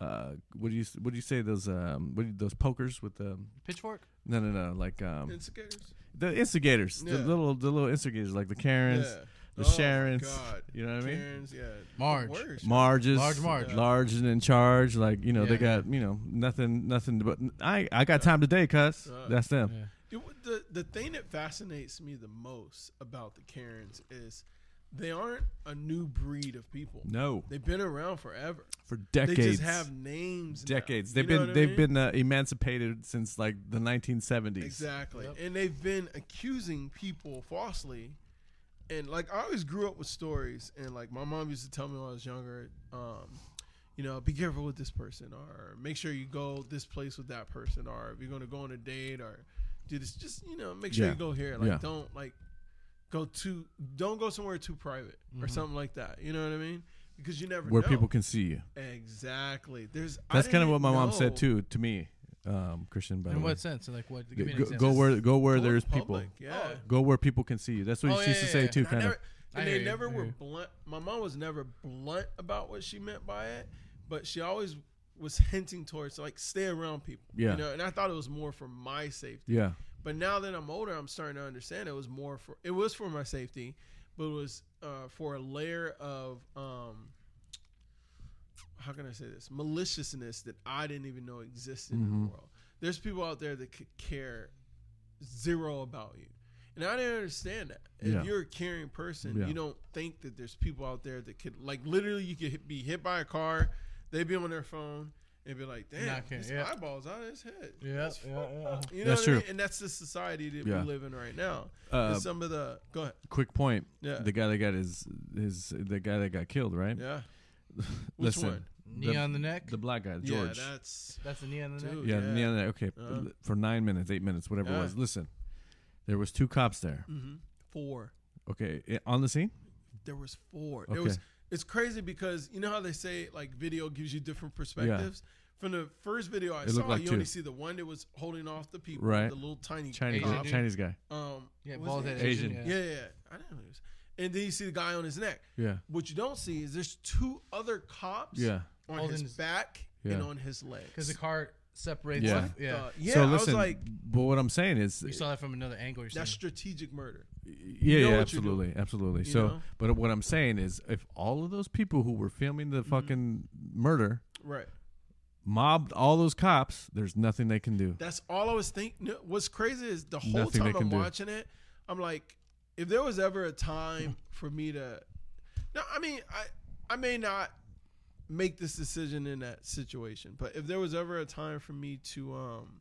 uh, what do you what do you say those um what do you, those pokers with the Pitchfork. no no no like um Instigators. the instigators Yeah. the little the little instigators like the Karens Yeah. the Oh, my Sharons God. you know what I mean Karens, yeah. Marge. Worse. Marges, Large Marge. Yeah. large and in charge. Like you know, they Yeah. got you know nothing, nothing. But I, I got time today, cuz Yeah. that's them. Yeah. Dude, the the thing that fascinates me the most about the Karens is they aren't a new breed of people. No, They've been around forever. for They decades, just have names. now. decades. You They've know been what I they've mean? been uh, emancipated since like the 1970s. Exactly. Yep. And they've been accusing people falsely. And like I always grew up with stories and like my mom used to tell me when I was younger, um, you know, be careful with this person or make sure you go this place with that person or if you're gonna go on a date or do this just you know, make sure Yeah. you go here. Like Yeah. don't like go too don't go somewhere too private or something like that. You know what I mean? Because you never Where know. people can see you. Exactly. There's I That's kind of didn't what my mom said know. too to me, um, Christian. By In the way, what sense? Like what? Give me an go, example. go where go where Go there's public, people. Yeah. Go where people can see you. That's what Oh, she used yeah, to yeah, say yeah. too. I Kind of. never- and I they hear you, never I hear were you. blunt. My mom was never blunt about what she meant by it, but she always was hinting towards like stay around people. Yeah. You know, and I thought it was more for my safety. Yeah. But now that I'm older, I'm starting to understand it was more for it was for my safety, but it was uh, for a layer of um how can I say this maliciousness that I didn't even know existed Mm-hmm. in the world. There's people out there that could care zero about you, and I didn't understand that. If Yeah. you're a caring person, Yeah. you don't think that there's people out there that could like literally you could hit- be hit by a car, they'd be on their phone. And be like, damn, Not care- his yeah. eyeballs out of his head. Yeah, That's yeah, fucked yeah. up. You know That's what I mean? true. And that's the society that Yeah. we live in right now. Uh, And some of the go ahead. quick point. Yeah. The guy that got his his the guy that got killed, right? Yeah. Which Listen, one? Knee the- on the neck. The black guy, George. Yeah, that's That's a knee on the neck. Dude. Yeah, Yeah. yeah. yeah okay. Uh-huh. For nine minutes, eight minutes, whatever it Yeah. was. Listen, there was two cops there. mhm. four. Okay, i- on the scene. There was four. Okay. There was it's crazy because you know how they say like video gives you different perspectives? From the first video I It looked saw, like you two. only see the one that was holding off the people, Right. the little tiny Chinese Asian cop. dude. Chinese guy. Um, Yeah, was bald it head Asian. Asian. Yeah, yeah, yeah. I didn't know he was. And then you see the guy on his neck. Yeah. What you don't see is there's two other cops Yeah. on Holding his, his- back Yeah. and on his legs. Because the car separates. Yeah. Yeah. yeah. Uh, yeah, so I listen, was like, but what I'm saying is, we saw that from another angle. You're that's saying. strategic murder. yeah, know yeah, what you're doing, absolutely, absolutely. you So, know? but what I'm saying is, if all of those people who were filming Mm-hmm. the fucking murder Right. mobbed all those cops, there's nothing they can do. That's all I was thinking. What's crazy is the whole Nothing they time can I'm do. watching it, I'm like, if there was ever a time for me to, no, I mean, I, I may not make this decision in that situation, but if there was ever a time for me to, um,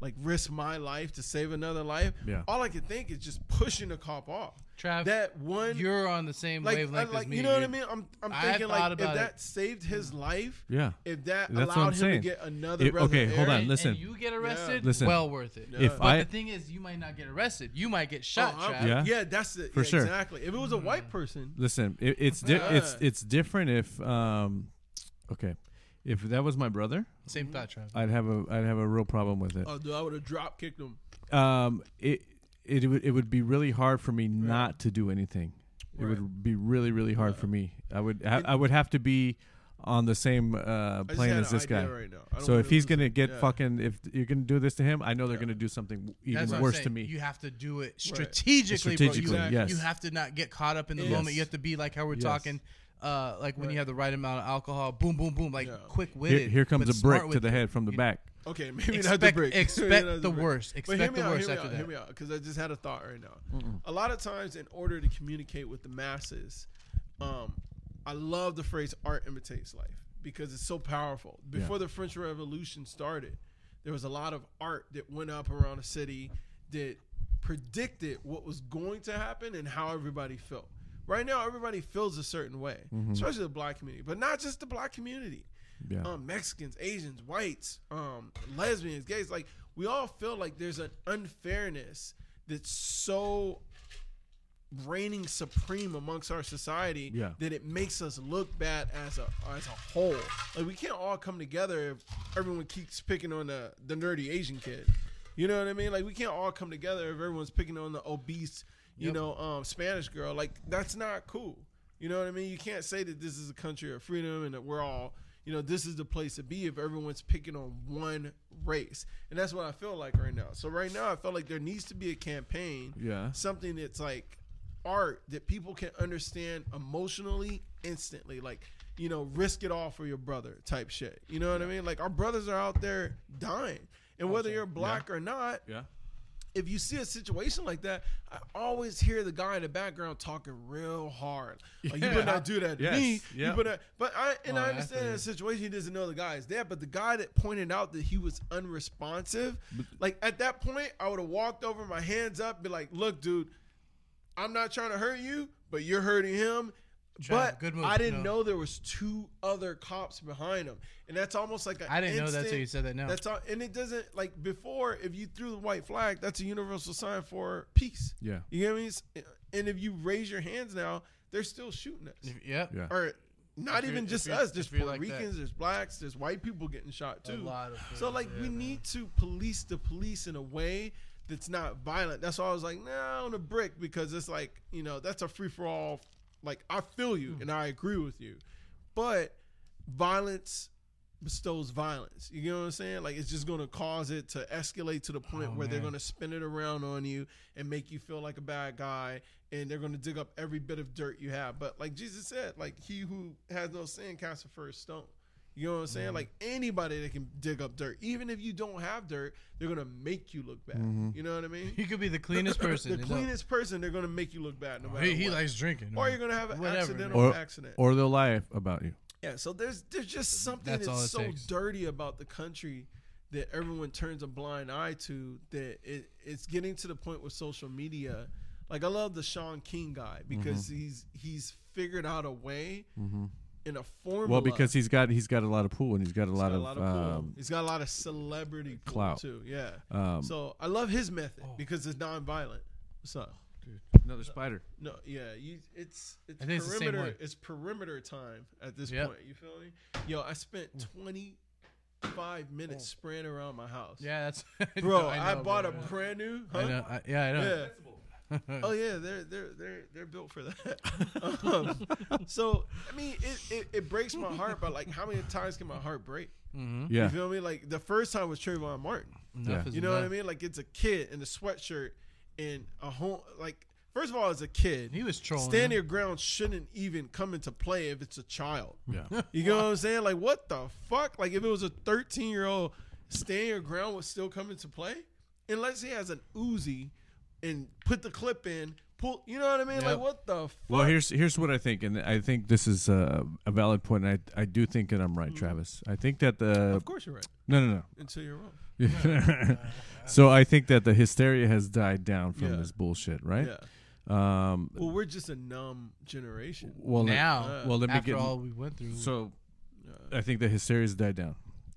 like risk my life to save another life, Yeah. all I could think is just pushing the cop off. Trav, That one, you're on the same like, I, wavelength as like me. you know what I dude. mean? I'm, I'm I thinking thought like if about it. Mm. that saved his life, Yeah. if that That's what I'm allowed him saying. to get another If- breath of okay, hold air- on, And- listen. and you get arrested, Listen. well worth it. Yeah. If But I, the thing is, you might not get arrested. You might get shot, Oh, I'm- Trav. Mm. Yeah. yeah. that's it. For yeah, sure. Exactly. If it was a white person, Listen, it, it's di- it's Yeah. it's different if um, okay, if that was my brother, Same thought, Trav. I'd have a I'd have a real problem with it. oh, dude, I would have drop kicked him. Um, it it would it would be really hard for me not to do anything. It would be really really hard for me. I would I, I would have to be on the same uh, I just plane had as an this guy. idea right now. I don't so wanna if he's lose gonna it. get Yeah. fucking if you're gonna do this to him, I know they're gonna do something even That's what I'm worse saying. to me. You have to do it strategically, Strategically, bro. You, yes. you have to not get caught up in the Yes. moment. You have to be like how we're Yes. talking, uh, like when you have the right amount of alcohol, boom, boom, boom, like Yeah. quick here, witted. here comes a brick to the head from the you- back. Okay, maybe not the Expect, brick. expect Not the brick. worst. But hear Expect me the out, worst hear me after out, hear me that. out, because I just had a thought right now. A lot of times, in order to communicate with the masses, um, I love the phrase "art imitates life" because it's so powerful. Before the French Revolution started, there was a lot of art that went up around the city that predicted what was going to happen and how everybody felt. Right now, everybody feels a certain way, especially the black community, but not just the black community. Yeah. Um, Mexicans, Asians, whites, um, lesbians, gays, like we all feel like there's an unfairness that's so reigning supreme amongst our society Yeah. that it makes us look bad as a as a whole. Like we can't all come together if everyone keeps picking on the the nerdy Asian kid. You know what I mean? Like we can't all come together if everyone's picking on the obese, you know, um, Spanish girl. Like that's not cool. You know what I mean? You can't say that this is a country of freedom and that we're all, you know, this is the place to be if everyone's picking on one race. And that's what I feel like right now. So right now I feel like there needs to be a campaign Yeah. something that's like art that people can understand emotionally instantly like you know risk it all for your brother type shit you know what i mean like our brothers are out there dying and whether you're black or not Yeah. if you see a situation like that i always hear the guy in the background talking real hard like, you better not do that to Yes. me Yeah. you better but i and Oh, i I understand see. in a situation he doesn't know the guy is there but the guy that pointed out that he was unresponsive like at that point i would have walked over my hands up be like look dude I'm not trying to hurt you, but you're hurting him. Try- but good move, I didn't no. know there was two other cops behind him, and that's almost like I I didn't know that till you said that now. That's all, and it doesn't like before. If you threw the white flag, that's a universal sign for peace. Yeah. you get what I mean? It's- And if you raise your hands now, they're still shooting us, yep. Yeah. or not If even you're- just if you're- us. There's if you're Puerto like that. Ricans, there's blacks, there's white people getting shot too. lot of so people, like yeah, we man. need to police the police in a way that's not violent. That's why I was like, nah, on a brick because it's like you know that's a free for all. Like I feel you Hmm. and I agree with you, but violence bestows violence. You get what I'm saying? Like it's just gonna cause it to escalate to the point Oh, where they're gonna spin it around on you and make you feel like a bad guy and they're gonna dig up every bit of dirt you have. But like Jesus said, like he who has no sin casts the first stone. You know what I'm saying? Like anybody that can dig up dirt, even if you don't have dirt, they're gonna make you look bad. You know what I mean? He could be Mm-hmm. the cleanest person. the and cleanest person, they're gonna make you look bad no no- matter He, he what. likes drinking. or you're gonna have an Whatever, accidental Or- accident. Or they'll lie about you. Yeah, so there's there's just something That's that's, all it so takes. dirty about the country that everyone turns a blind eye to that it, it's getting to the point with social media. Like I love the Sean King guy Mm-hmm. because he's he's figured out a way in a formula. Well, because he's got he's got a lot of pool and he's got a he's lot got a of, lot of pull. um, he's got a lot of celebrity pull, clout. too. Yeah. um, oh. so I love his method because it's nonviolent. What's up? another spider. No, yeah, you, it's it's I think it's the same perimeter. one. It's, perimeter time at this Yep. point. You feel me? Yo, I spent Mm. twenty five minutes spraying around my house. Yeah, that's. bro, know, I, know, bought bro. a brand new. Huh? I know. I, yeah, I know. Yeah. oh yeah, they're they're they're they're built for that. um, so I mean, it, it it breaks my heart, but like, how many times can my heart break? Yeah. You feel me? Like the first time was Trayvon Martin. Enough Yeah. is You know what I enough. mean? Like it's a kid in a sweatshirt and a home. Like first of all, as a kid, He was trolling. Stand your ground shouldn't even come into play if it's a child. Yeah. You know what I'm saying? Like, what the fuck? Like, if it was a 13 year old, stand your ground would still come into play? Unless he has an Uzi and put the clip in, pull, you know what I mean? Yep. Like, what the fuck? Well, here's here's what I think, and I think this is a, a valid point, And I I do think that I'm Mm. right, Travis. I think that the of course you're right. no no no. Until you're wrong. so I think that the hysteria has died down from Yeah. this bullshit, right? Yeah. Um. Well, we're just a numb generation. Well, let- Uh, now. well, let me after get all we went through. so. I think the hysteria has died down,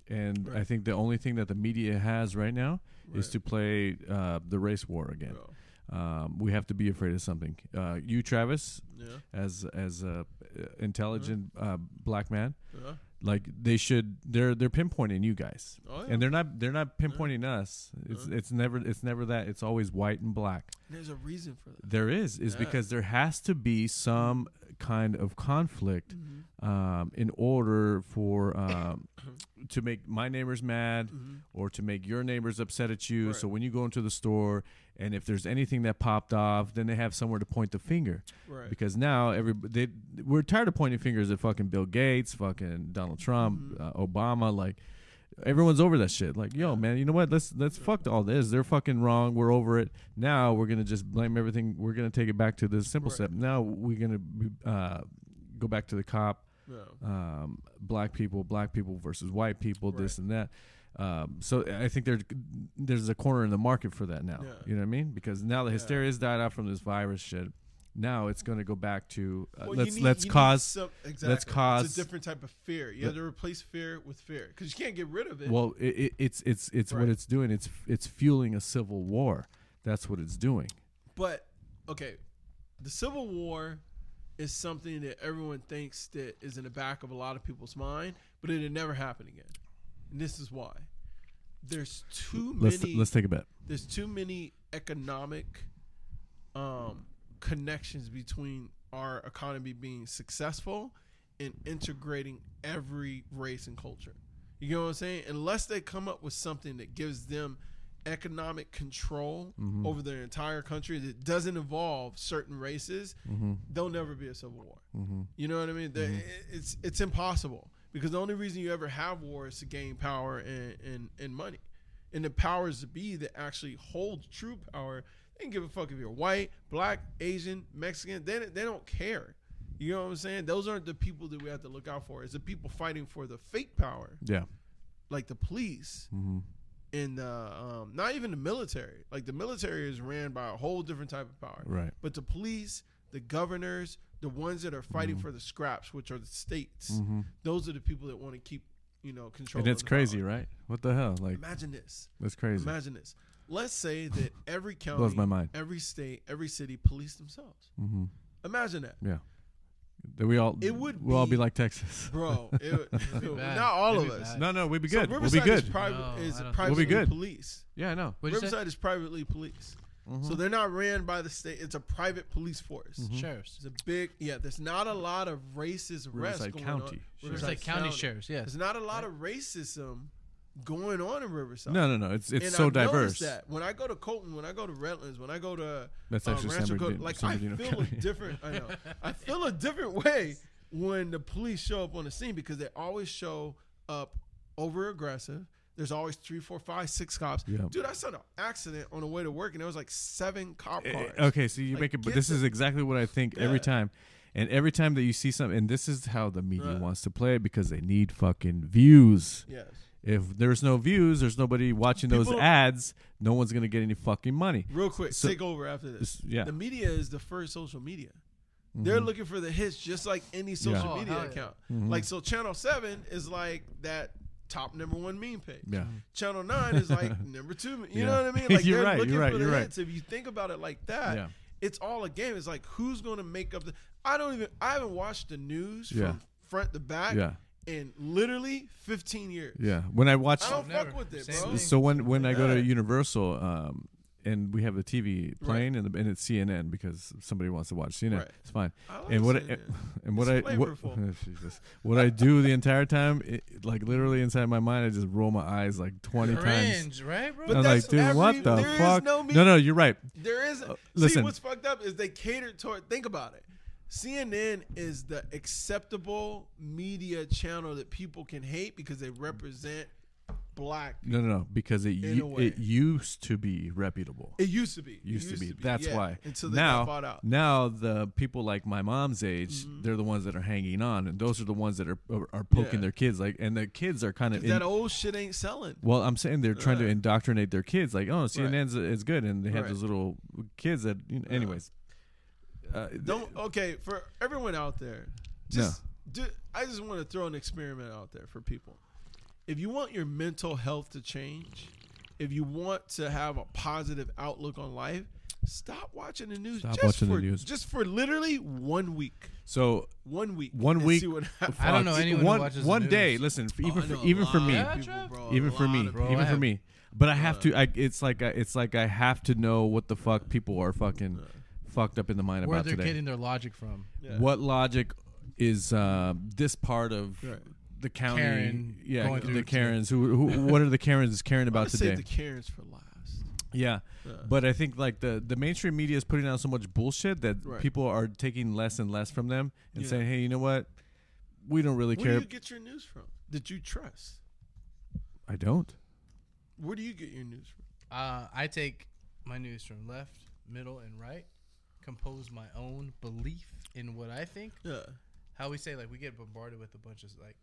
and I think the only thing that the media has right now is to play uh, the race war again. Bro. Um, we have to be afraid of something. Uh, you, Travis, Yeah. as as a uh, intelligent Mm-hmm. uh, black man, Yeah. like they should they're they're pinpointing you guys Oh, yeah. and they're not they're not pinpointing us it's it's never it's never that it's always white and black There's a reason for that. there is is Yeah. because there has to be some kind of conflict Mm-hmm. um, in order for um, to make my neighbors mad Mm-hmm. or to make your neighbors upset at you so when you go into the store and if there's anything that popped off then they have somewhere to point the finger Right. because now every they we're tired of pointing fingers at fucking Bill Gates, fucking Donald Trump, uh, Obama. Like everyone's over that shit. Like yo, man, you know what? Let's let's fuck all this. They're fucking wrong. We're over it. Now we're gonna just blame everything. We're gonna take it back to the simple step. Now we're gonna be, uh, go back to the cop. No. Um, black people, black people versus white people, this and that. Um, so I think there's there's a corner in the market for that now. Yeah. You know what I mean? Because now the Yeah. hysteria's died out from this virus shit. Now it's going to go back to uh, Well, you let's need- let's you need cause some- exactly. cause- It's a different type of fear. You the- have to replace fear with fear because you can't get rid of it. Well, it, it, it's it's it's Right. what it's doing. It's it's fueling a civil war. That's what it's doing. But okay, the Civil War is something that everyone thinks that is in the back of a lot of people's mind, but it'll never happen again. And this is why. There's too Let's many let's take a bet. there's too many economic um, connections between our economy being successful and integrating every race and culture. You get what I'm saying? Unless they come up with something that gives them economic control over their entire country that doesn't involve certain races, there'll never be a civil war. You know what I mean? The- it- It's it's impossible because the only reason you ever have war is to gain power and and, and money, and the powers to be that actually hold true power. They don't give a fuck if you're white, black, Asian, Mexican. They they don't care. You know what I'm saying? Those aren't the people that we have to look out for. It's the people fighting for the fake power, Yeah. Mm-hmm. like the police and the um, not even the military. Like the military is ran by a whole different type of power Right. but the police, the governors, the ones that are Mm. fighting for the scraps, which are the states, those are the people that want to keep, you know, control. And of Mm-hmm. it's the crazy, power. right? What the hell? Like Imagine this. that's crazy. Imagine this. Let's say that every county, Blows my mind. every state, every city police themselves. Mhm. Imagine that, Yeah. That we all It would we'll all be- be like Texas. bro. It, would- be bad. not all It'd of be us. bad. No, no, we'd be So good. we'll be Riverside good. Is, private, No, I is don't think- We'll privately be good. policed. yeah, I know. What'd you say? Riverside is privately policed. Mm-hmm. So they're not ran by the state. It's a private police force. Sheriffs. It's a big yeah. There's not a lot of racist arrests Riverside going County. on. Riverside County sheriffs, yes. There's not a lot of racism going on in Riverside. No, no, no. It's it's And so I've noticed diverse. That when I go to Colton, when I go to Redlands, when I go to That's uh, actually San Rancho Coast, Bernardino- like San I Bernardino feel County. Eh, a different. I know. I feel a different way when the police show up on the scene because they always show up over aggressive. There's always three, four, five, six cops. Yeah. Dude, I saw an accident on the way to work, and there was like seven cop Eh, cars. Okay, so you Like, make it, but get this the- is exactly what I think Yeah. every time. And every time that you see something, and this is how the media Right. wants to play it because they need fucking views. Yes. If there's no views, there's nobody watching those People- ads. No one's gonna get any fucking money. Real quick, So- take over after this. This- yeah. Mm-hmm. The media is the first social media. They're looking for the hits just like any social Yeah. Oh, media hell yeah. account. Mm-hmm. Like so channel 7 is like that top number 1 meme page. Yeah. Channel 9 is like number 2, you Yeah. know what I mean? Like You're they're right, looking you're right, for the you're right. hits. If you think about it like that, Yeah. it's all a game. It's like who's going to make up the I don't even I haven't watched the news Yeah. from front to back Yeah. in literally 15 years. Yeah. When I watch I don't never. fuck with it, Same bro. thing. So when when I go to Yeah. Universal, um, and we have the TV playing, and, the, and it's CNN because somebody wants to watch CNN. Right. It's fine. I like and what I, CNN. and what It's I what, flavorful. Jesus. what I do the entire time, it, like literally inside my mind, I just roll my eyes like twenty times. Cringe, right, bro? But I'm like, that's dude, every- what the there is fuck? no no, no, you're right. There is. see, Uh, listen. what's fucked up is they cater toward. Think about it. CNN is the acceptable media channel that people can hate because they represent black. No, no, no, because it In a u- way. it used to be reputable. It used to be. It used, to be. That's yeah, why. Until they now, got bought out. Mm-hmm. now the people like my mom's age, they're the ones that are hanging on, and those are the ones that are are, are poking Yeah. their kids. Like, and the kids are kind of in, that old shit ain't selling. well. I'm saying they're trying to Yeah. indoctrinate their kids. Like, oh, CNN's is good, and they have Right. those little kids that. You know, anyways, uh, Don't. Okay, for everyone out there, just do. I just want to throw an experiment out there for people. If you want your mental health to change, if you want to have a positive outlook on life, stop watching the news. Stop just watching the for, news. Just for literally one week. so One week. One and week See what happens. I don't know Fuck. anyone who One, watches the one news. day, listen, for, Oh, even I for, know a even for lot of me, people, bro, a even for lot me, of people. even I for have- me. But I have to. I, it's like I, it's like I have to know what the fuck people are fucking fucked up in the mind Where about they're today. getting their logic from. Yeah. What logic is uh, this part of Right. the county? Karen yeah, going through the it. Karens. Who, who? What are the Karens caring about Let's save today? the Karens for last. yeah. Yeah. But I think like the, the mainstream media is putting out so much bullshit that Right. people are taking less and less from them and Yeah. saying, "Hey, you know what? We don't really Where do care." you get your news from? That you trust? I don't. Where do you get your news from? Uh, I take my news from left, middle, and right. Compose my own belief in what I think. Yeah. How we say like we get bombarded with a bunch of like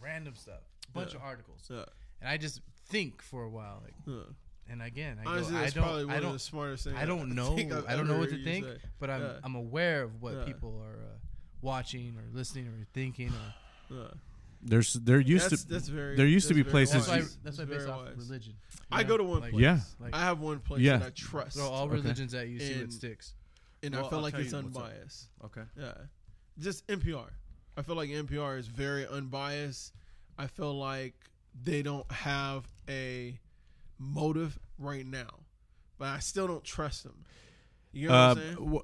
random stuff, bunch Yeah. of articles, So and I just think for a while. Like, Huh. and again, I, Honestly, go, I that's probably don't, one I of the don't, smartest things. I don't know, think I've I don't know ever what heard to you think, say. but I'm, Yeah. I'm aware of what Yeah. people are uh, watching or listening or thinking. Or, Yeah. There's there used That's, to that's very. there used to that's be very places that's Since why, you- wise. that's why That's based very off wise. religion. I you know? go to one Like, place. Yeah. Like, I have one place Yeah. that I trust, throw all religions at you, see what And- sticks. and Well, I feel I'll like tell it's you what's up. unbiased. okay. Yeah. Just NPR. I feel like NPR is very unbiased. I feel like they don't have a motive right now, but I still don't trust them. You know Uh, what I'm saying? w-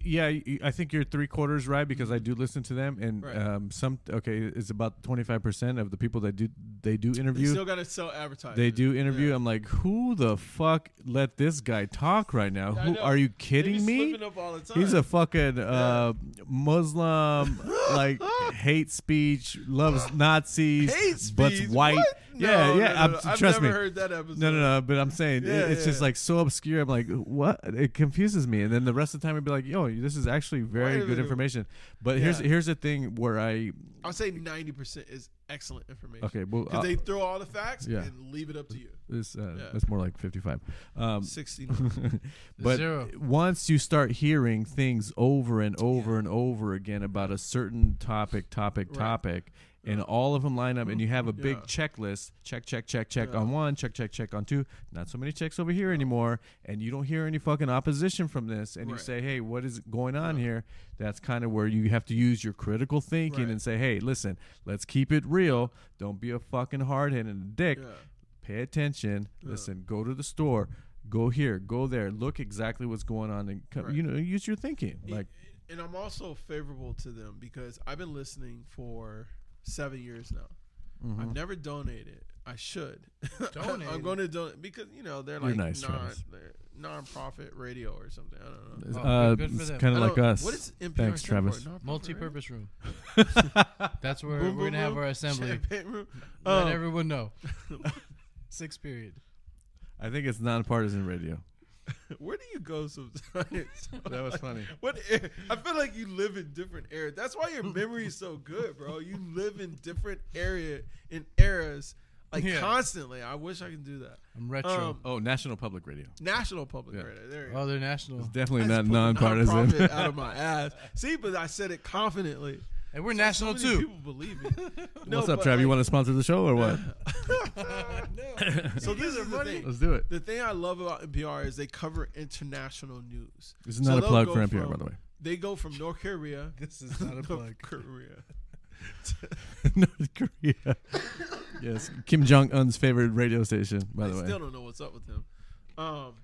yeah, y- I think you're three quarters right because I do listen to them, and Right. um, some okay, it's about twenty five percent of the people that do they do They interview. still got to sell advertising. They do interview. Yeah. I'm like, who the fuck let this guy talk right now? I Who know. are you They be kidding me? slipping up all the time. He's a fucking uh, Muslim, like hate speech, loves Nazis, hate but's speech? white. What? Yeah, No, yeah. no, no, I'm- no. I've trust never me. heard that episode. No, no, no. But I'm saying it- Yeah, it's just yeah. like so obscure. I'm like, what? It confuses me. And then the rest of the time, I'd be like, yo, this is actually Wait a very good minute. information. But here's Yeah. here's the thing where I I'll say ninety percent is excellent information. okay, well, because uh, they throw all the facts Yeah. and leave it up to you. this uh, yeah. that's more like 55. Um, Sixty. but Zero. once you start hearing things over and over and over again about a certain topic, topic, Right. topic, and all of them line up, and you have a big Yeah. checklist check, check, check, check Yeah. on one, check, check, check on two, not so many checks over here anymore, and you don't hear any fucking opposition from this, and you Right. say, hey, what is going on here? That's kind of where you have to use your critical thinking Right. and say, hey, listen, let's keep it real. Don't be a fucking hard head and a dick Yeah. pay attention listen go to the store go here go there look exactly what's going on and co- Right. you know use your thinking like and I'm also favorable to them because I've been listening for seven years now. Mm-hmm. I've never donated. I should. Donate I'm it. going to donate because you know they're You're like nice, non Travis. they're nonprofit radio or something. I don't know. Oh, uh, good for it's them. kind I of like don't- us What is NPR thanks stand travis for? Nonprofit radio? Multi-purpose room. That's where Boom, we're boom, gonna have boom. our assembly. Champagne room. Oh. Let Um, everyone know. Six period. i think it's nonpartisan radio where do you go sometimes? that was funny What air? I feel like you live in different areas. That's why your memory is so good, bro. You live in different area in eras like Yeah. constantly. I wish I could do that. I'm retro. Um, oh national public radio National public Yeah. radio. There you oh, they're national. it's definitely go. not Just pulling nonpartisan nonprofit out of my ass. See, but I said it confidently. Hey, we're national So many too. People believe me. what's up trav you want to sponsor the show or what to? So this is the thing. let's do it The thing I love about NPR is they cover international news. this is So not a they'll plug go for npr from- by the way They go from North Korea, This is not a plug. North Korea, north korea yes kim jong-un's favorite radio station by the I way still don't know what's up with him. Um,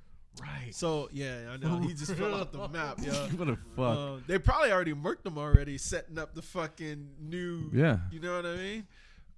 right so yeah, I know he just fell off the map. Yeah, what a fuck Um, they probably already murked him already, setting up the fucking new. yeah you know what I mean.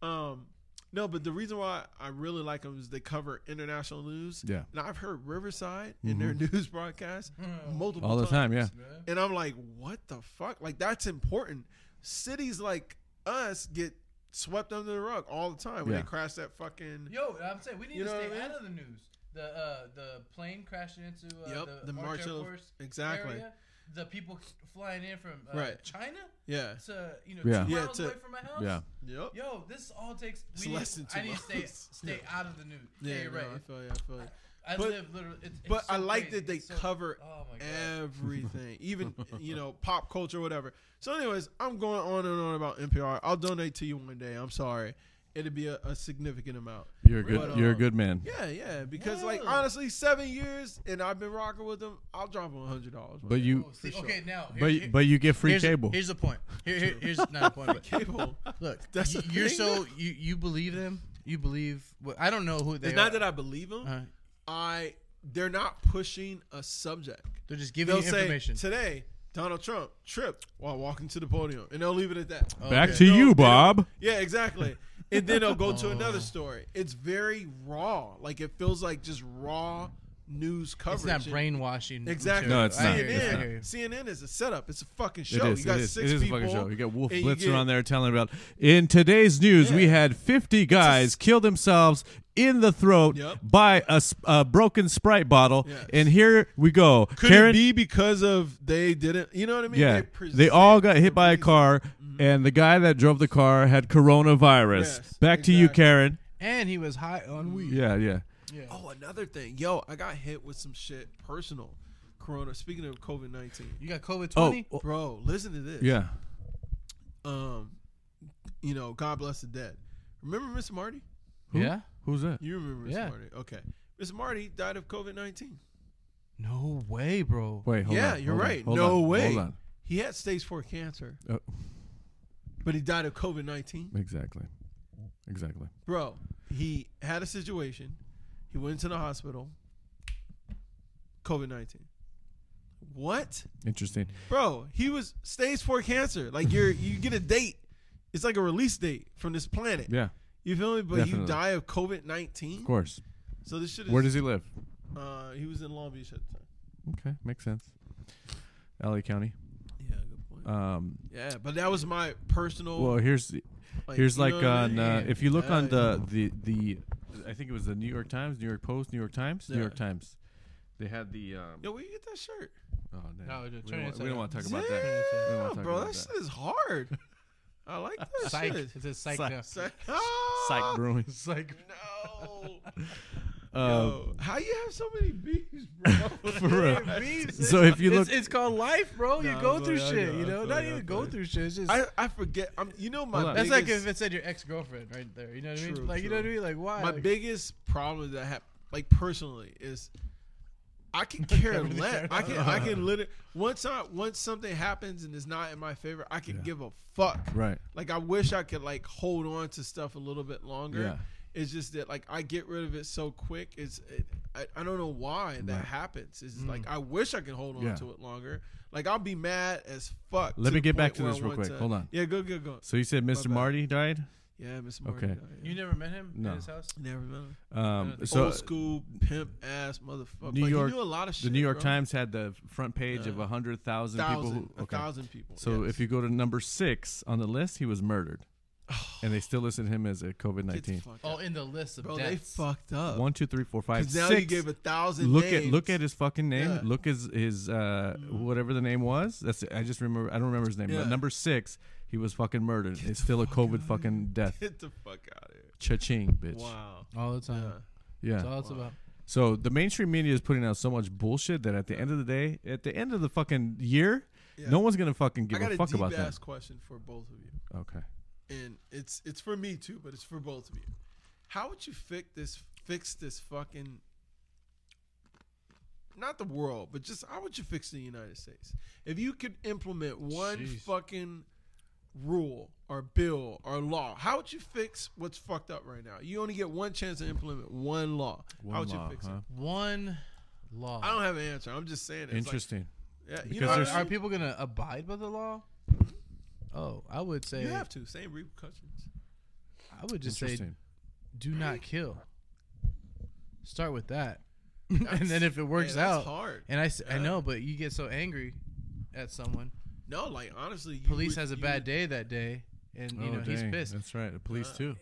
Um, no, but the reason why I really like them is they cover international news. yeah And I've heard Riverside in their news broadcast multiple all the time yeah And I'm like, what the fuck? Like that's important. Cities like us get swept under the rug all the time when Yeah. they crash that fucking Yo, I'm saying we need You to know stay what I mean? out of the news. The uh, the plane crashing into uh, Yep, the, the March March Air of- Force exactly. area. The people c- flying in from uh, Right. China yeah. to you know Yeah. two Yeah, miles to- away from my house. yeah Yep. Yo, this all takes. It's We need, less than two I need to stay miles. stay out of the news. Yeah, Yeah, no, you're right. I feel you. I feel you. I But- live literally. It's, it's but so I like crazy. that they It's so- cover Oh my god. everything, even you know pop culture, whatever. So, anyways, I'm going on and on about NPR. I'll donate to you one day. I'm sorry, it'll be a, a significant amount. You're a good. But, you're a um, good man. Yeah, yeah, because like Yeah. honestly, seven years and I've been rocking with them. I'll drop them hundred dollars. But you, Oh, see, sure. okay, now here- but here- but you get free here's, cable. Here's the point. Here, here- here's not a point. But cable. look, That's you, the you're thing, so you you believe them. You believe. Well, I don't know who they It's are. not that I believe them. Uh, I they're not pushing a subject. they're just giving They'll you say information. today Donald Trump tripped while walking to the podium, and they'll leave it at that. Uh, Back Okay. to No, they you, don't- Bob. Oh. Yeah, exactly. and then they'll go to another story. It's very raw. Like it feels like just raw news coverage. It's not And- brainwashing. Exactly. No, it's I not. hear you, I It's CNN, not. hear you. CNN is a setup. It's a fucking It show. is. you got it is. six it is people. a fucking show. You got Wolf and you Blitzer get- on there telling about. In today's news, we Yeah. had 50 guys kill themselves in the throat Yep. by a, s- a broken Sprite bottle, Yes. and here we go. Could Karen, it be because of they didn't? You know what I mean? yeah, present they all got the hit by a reason. Mm-hmm. car, and the guy that drove the car had coronavirus. Yes, Back to you, exactly. Karen. and he was high on weed. Yeah, yeah. Yeah. Oh, another thing, yo, I got hit with some shit personal. Corona. Speaking of COVID nineteen, You got COVID Oh, twenty. oh, bro, listen to this. yeah. Um, you know, God bless the dead. Remember Miss Marty? Who? Yeah. Who's that? You remember Miss Yeah. Marty? Okay. Miss Marty died of COVID nineteen. No way, bro. Wait, hold Yeah, on, you're hold on, right. hold no on, way. Hold on. He had stage four cancer, Oh, but he died of COVID nineteen. exactly. Exactly. Bro, he had a situation. He went to the hospital. COVID nineteen. What? Interesting. Bro, he was stage four cancer. Like you're you get a date. It's like a release date from this planet. Yeah, You feel me? But you Definitely. die of COVID of nineteen. course. So this shit is Where does he live? uh he was in Long Beach at the time. Okay, makes sense. LA County. Yeah, good point. Um, yeah, but that was my personal well, here's the- here's you like know what I on mean? uh, if you look on Yeah. the the the I think it was the New York Times, New York Post, New York Times, New Yeah. York Times. They had the um, Yo, where you get that shirt? oh, damn. No, we dude, turn don't, it wa- we inside don't out. want to talk about Damn, that. We don't wanna talk bro, about that, that. shit is hard. I like that Psych. shit. It says psych. Psych. now. Psych. Psych brewing. Psych. No. Um, Yo, how you have so many beefs, bro? for real. It means So it's- if you it's- look- it's, called life, bro. Nah, you go boy, through I shit, know, you I know. feel Not you, I even feel go you. through shit. It's just I, I forget. I'm, you know Hold on. my That's biggest, like if it said your ex girlfriend right there. You know what I mean? True, like you know what I true. mean? Like why? my Like, biggest problem that I have, like personally, is I can care Everything less. cares. I can I can literally once I once something happens and it's not in my favor, I can give a fuck. right. Like I wish I could like hold on to stuff a little bit longer. Yeah. It's just that like I get rid of it so quick. It's it, I, I don't know why that Right. Mm. happens. It's just, like I wish I could hold on Yeah. to it longer. Like I'll be mad as fuck. Let me the get back point to where this I real want quick. to- Hold on. Yeah, go go go. So you said Mr. bad. Marty died. Yeah, Miss Marty. Okay. died, yeah. you never met him No. in his house. Never met him. Um, think so Old school pimp ass motherfucker. New like, York- He knew a lot of shit. the New York bro. Times had the front page of Yeah. a hundred thousand people. Thousand, Who, a thousand people. So yes. if you go to number six on the list, he was murdered, and they still listed him as a COVID Get the nineteen. fuck Oh, out. in the list of bro, they deaths. fucked up. One, two, three, four, five, Because now you six. gave a thousand. Look names. at look at his fucking name. Yeah. Look his his uh, whatever the name was. That's I just remember. I don't remember his name. Yeah. But number six, he was fucking murdered. it's still a COVID fucking death. Get the fuck out of here. Cha-ching, bitch. Wow. all the time. Yeah. That's all it's about. So the mainstream media is putting out so much bullshit that at the end of the day, at the end of the fucking year, Yeah. no one's gonna fucking I give got a a fuck deep about ass question for both of you, that. Okay. and it's it's for me too, but it's for both of you. How would you fix this? Fix this fucking. Not the world, but just how would you fix the United States if you could implement one Jeez. fucking rule or bill or law? How would you fix what's fucked up right now? You only get one chance to implement one law. how One would law, you fix huh? it? One law. I don't have an answer. I'm just saying. It. It's like- Interesting. yeah, you Because know what I are, there's- mean? are people gonna abide by the law? Oh, I would say You have to. Same repercussions. I would just say Interesting. do not kill. Start with that, and then if it works Man, that's out, hard. and I s- I Yeah. know, but you get so angry at someone. No, like honestly, you Police would- has a you bad would- day that day, and you Oh, know he's dang. pissed. That's right. The Uh, police too.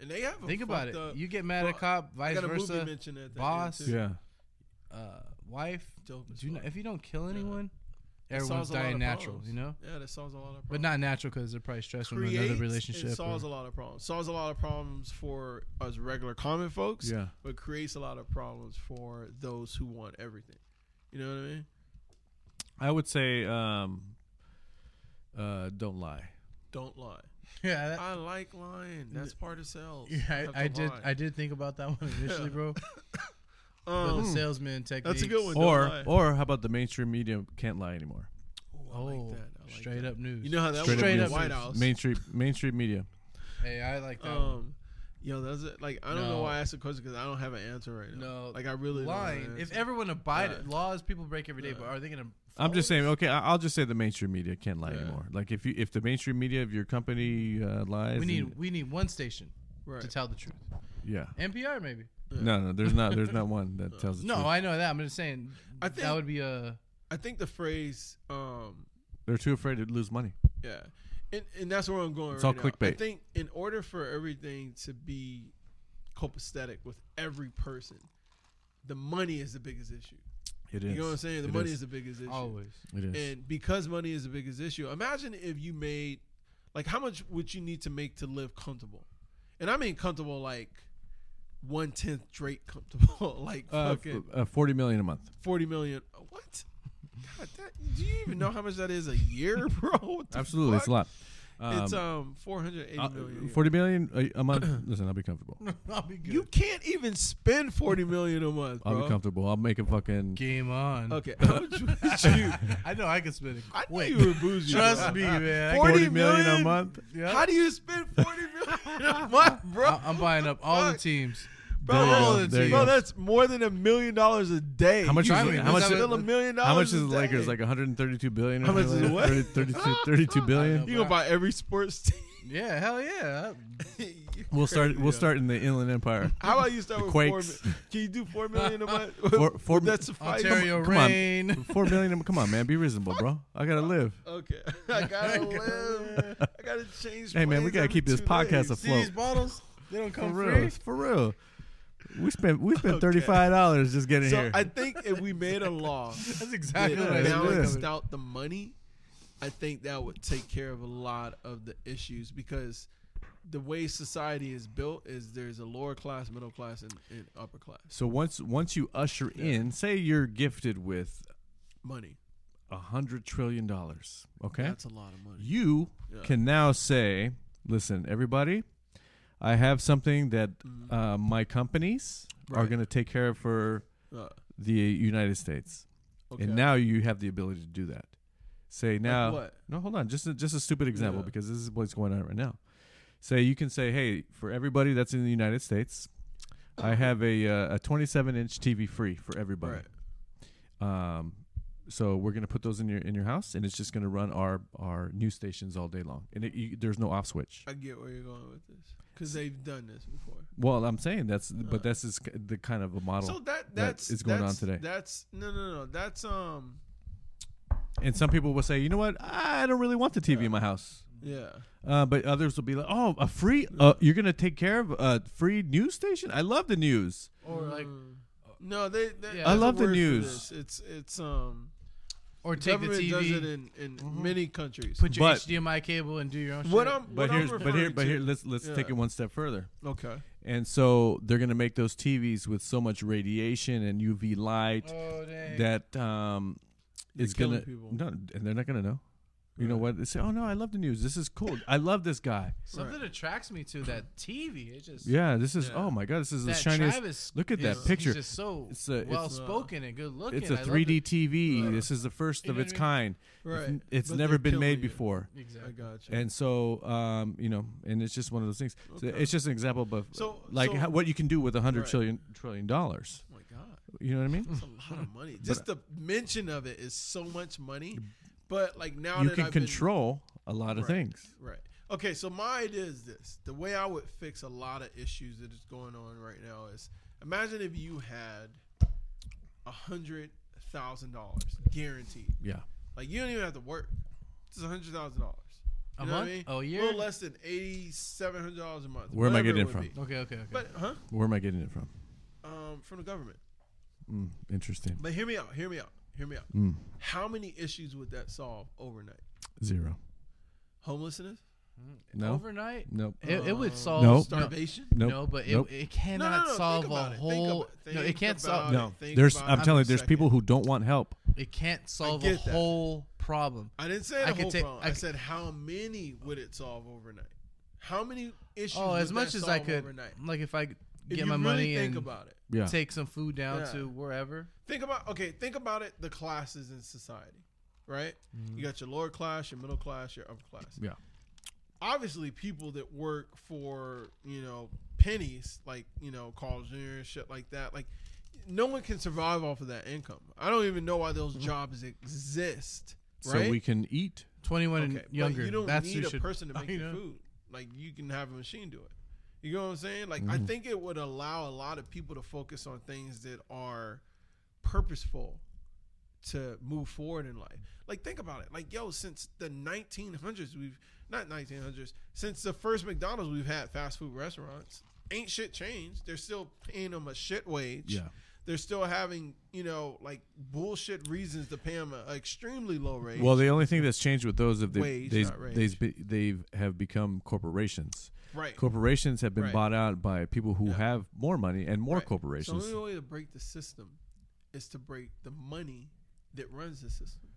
and they have. A Think about fucked it. Up, You get mad at Well, cop, I vice got a movie versa, mention at that boss, end, too. Yeah. uh, wife. Dope as Do you not, fuck. if you don't kill Yeah. anyone, That everyone's solves a lot dying of natural, problems. you know. Yeah, that solves a lot of problems. But not natural because they're probably stressed from another Creates relationship. It or- solves a lot of problems. Solves a lot of problems for us regular common folks. Yeah. But creates a lot of problems for those who want everything. You know what I mean? I would say, um, uh, don't lie. Don't lie. yeah, that- I like lying. That's part of sales. You yeah, have I, to I did. lie. I did think about that one initially, bro. but Um, the salesman technique. that's a good one. Don't Or, lie. or how about the mainstream media can't lie anymore? Ooh, I Oh, like that. I like straight that. up news. You know how that Straight was up in the news. White House. Mainstream, mainstream media. hey, I like that. one. Um, yo, that's it. Like, I don't know No. why I asked the question because I don't have an answer right now. No, like I really don't have an Lying. If answer. everyone abide Yeah. laws, people break every day. But are they gonna? I'm just follow saying. Okay, I- I'll just say the mainstream media can't lie Yeah. anymore. Like if you, if the mainstream media of your company uh, lies, them? We and- need. We need one station right. to tell the truth. yeah. NPR maybe. No, no, there's not, there's not one that tells the No, truth. I know that. I'm just saying. I that think- would be uh, a. I think the phrase, um, They're too afraid to lose money. yeah, and, and that's where I'm going. It's right all now. I clickbait. think in order for everything to be copacetic with every person, the money is the biggest issue. It is. You know what I'm saying? The It money is. is. the biggest issue. Always. It is. And because money is the biggest issue, imagine if you made, like, how much would you need to make to live comfortable? and I mean comfortable like one tenth Drake comfortable, like Uh, f- fucking uh, forty million a month. forty million. What? God, that, do you even know how much that is a year, bro? What the Absolutely, it's a fuck? lot. Um, it's um four hundred eighty uh, million. a year. forty million a, a month. Listen, I'll be comfortable. I'll be good. You can't even spend forty million a month, I'll be bro. comfortable. I'll make a fucking. Game on. Okay, I was with you. I know I can spend it I knew quick. you were bougie. Trust bro. me, man. I can- 40 40 million million? a month. Yeah. How do you spend forty million a month, bro? I- I'm buying up all the Fuck. teams. Bro, Uh, There you all go, the there you bro, go. that's more than a million dollars a day. How much You is Try it? me. How much Let's is have Still a million dollars. How much is a the Lakers? day. Like 132 billion. Or How much something is like what? that? 30, 32, 32 billion. You gonna buy every sports team? Yeah, hell yeah. We'll start. Crazy, We'll yeah. start in the Inland Empire. How about you start The with four? Quakes. mi- Can you do four million a month? Four- Would four mi- that suffice? Ontario come on. Reign. Four million. a- Come on, man. Be reasonable, bro. I gotta live. Okay, I gotta live. I gotta change. Hey, man, we plans gotta every keep this two podcast days. See these afloat. bottles? They don't For come real. free. it's For real. We spent. We spent Okay. thirty five dollars just getting So here. I think if we made a law That's that exactly what I Yeah, yeah. was balanced thinking. out the money, I think that would take care of a lot of the issues because the way society is built is there's a lower class, middle class, and, and upper class. so once once you usher in, say you're gifted with Money. a hundred trillion dollars. Okay. That's a lot of money. you Yeah. can now say, listen, everybody, I have something that uh, my companies are Mm. Right. going to take care of for Uh, the United States. okay. And now you have the ability to do that. Say now, what? no, hold on, just a, just a stupid example Yeah. because this is what's going on right now. Say you can say, hey, for everybody that's in the United States, I have a uh, a 27 inch TV free for everybody. Right. Um, so we're gonna put those in your in your house, and it's just gonna run our our news stations all day long, and it, you, there's no off switch. I get where you're going with this because they've done this before. Well, I'm saying that's, Uh. but that's is k- the kind of a model, So that that that's is going on that's- today. That's no no no. That's um and some people will say, you know what, I don't really want the TV in my house. yeah. Uh, but others will be like, "Oh, a free uh, you're gonna take care of a free news station? I love the news. Or like, uh, Mm. no they. they I there's Yeah. a love the word for news. this. It's it's um. or take the government does it TV, in, in Mm-hmm. many countries. put your But- HDMI cable, and do your own what shit. I'm But what I'm here's but here referring but here to- let's let's take Yeah. it one step further. okay And so they're gonna make those TVs with so much radiation and UV light Oh, dang. that um, They're it's gonna killing people. no, and they're not gonna know. You know what? They say, "Oh no, I love the news. This is cool. I love this guy. Something attracts me to that TV. It just Yeah, this is. Yeah. Oh my god, this is the that shiniest. Travis. look at that is- picture. He's just so It's a- it's- well spoken and good looking. it's a I love 3D it. TV. Yeah. This is the first You of know its what I kind. mean? right. It's, it's But never they're been made killing you. before. I Exactly. got you. And so, um, you know, and it's just one of those things. So Okay. it's just an example of So- like so- how, what you can do with a hundred Right. Hmm. trillion trillion dollars. oh my god, You know what I mean? that's a lot of money. Just the mention of it is so much money. But like now you that can I've been- control a lot of Right. things. Right. Okay, so my idea is this. The way I would fix a lot of issues that is going on right now is imagine if you had a hundred thousand dollars guaranteed. Yeah. Like you don't even have to work. Just a hundred thousand dollars. A month? Oh, a A year? little less than eighty seven hundred dollars a month. Where am I whatever getting would it from? be. Okay, okay, okay. But huh? Where am I getting it from? Um, from the government. Mm, interesting. But hear me out, hear me out, hear me out. Hmm. Mm, How many issues would that solve overnight? zero. Homelessness? No. Overnight, Nope. it, it would Um, solve No. Starvation? Nope. No, but it, Nope. it cannot no, solve think a about it. Think whole. about- no, it think can't solve. about No. Think There's. about I'm it. telling you, I'm there's second. people who don't want help. It can't solve a get that. whole problem. I didn't say the I could whole take- problem. I I, could- said how many would it solve overnight? How many issues? Oh, would as much that as solve I could. Overnight? Like if I get If you my really money think and about it, Yeah. take some food down Yeah. to wherever. think about okay. Think about it. The classes in society, right? You got your lower class, your middle class, your upper class. Mm-hmm. Yeah. Obviously, people that work for you know pennies, like you know Carl Jr. and shit like that, like no one can survive off of that income. I don't even know why those jobs exist. Right? Mm-hmm. So we can eat. 21 Okay, and younger. But you don't That's need who a should, person to I make your know. food. Like you can have a machine do it. You know what I'm saying? Like Mm. I think it would allow a lot of people to focus on things that are purposeful to move forward in life. Like think about it. Like yo, since the 1900s, we've not 1900s. Since the first McDonald's, we've had fast food restaurants. Ain't shit changed. They're still paying them a shit wage. Yeah. they're still having you know like bullshit reasons to pay them an extremely low rate. Well, the only thing that's changed with those is they've, Wage, they've, not they's be- they've have become corporations. right. Corporations have been Right. bought out by people who Yeah. have more money and more Right. corporations. So the only way to break the system is to break the money that runs the system.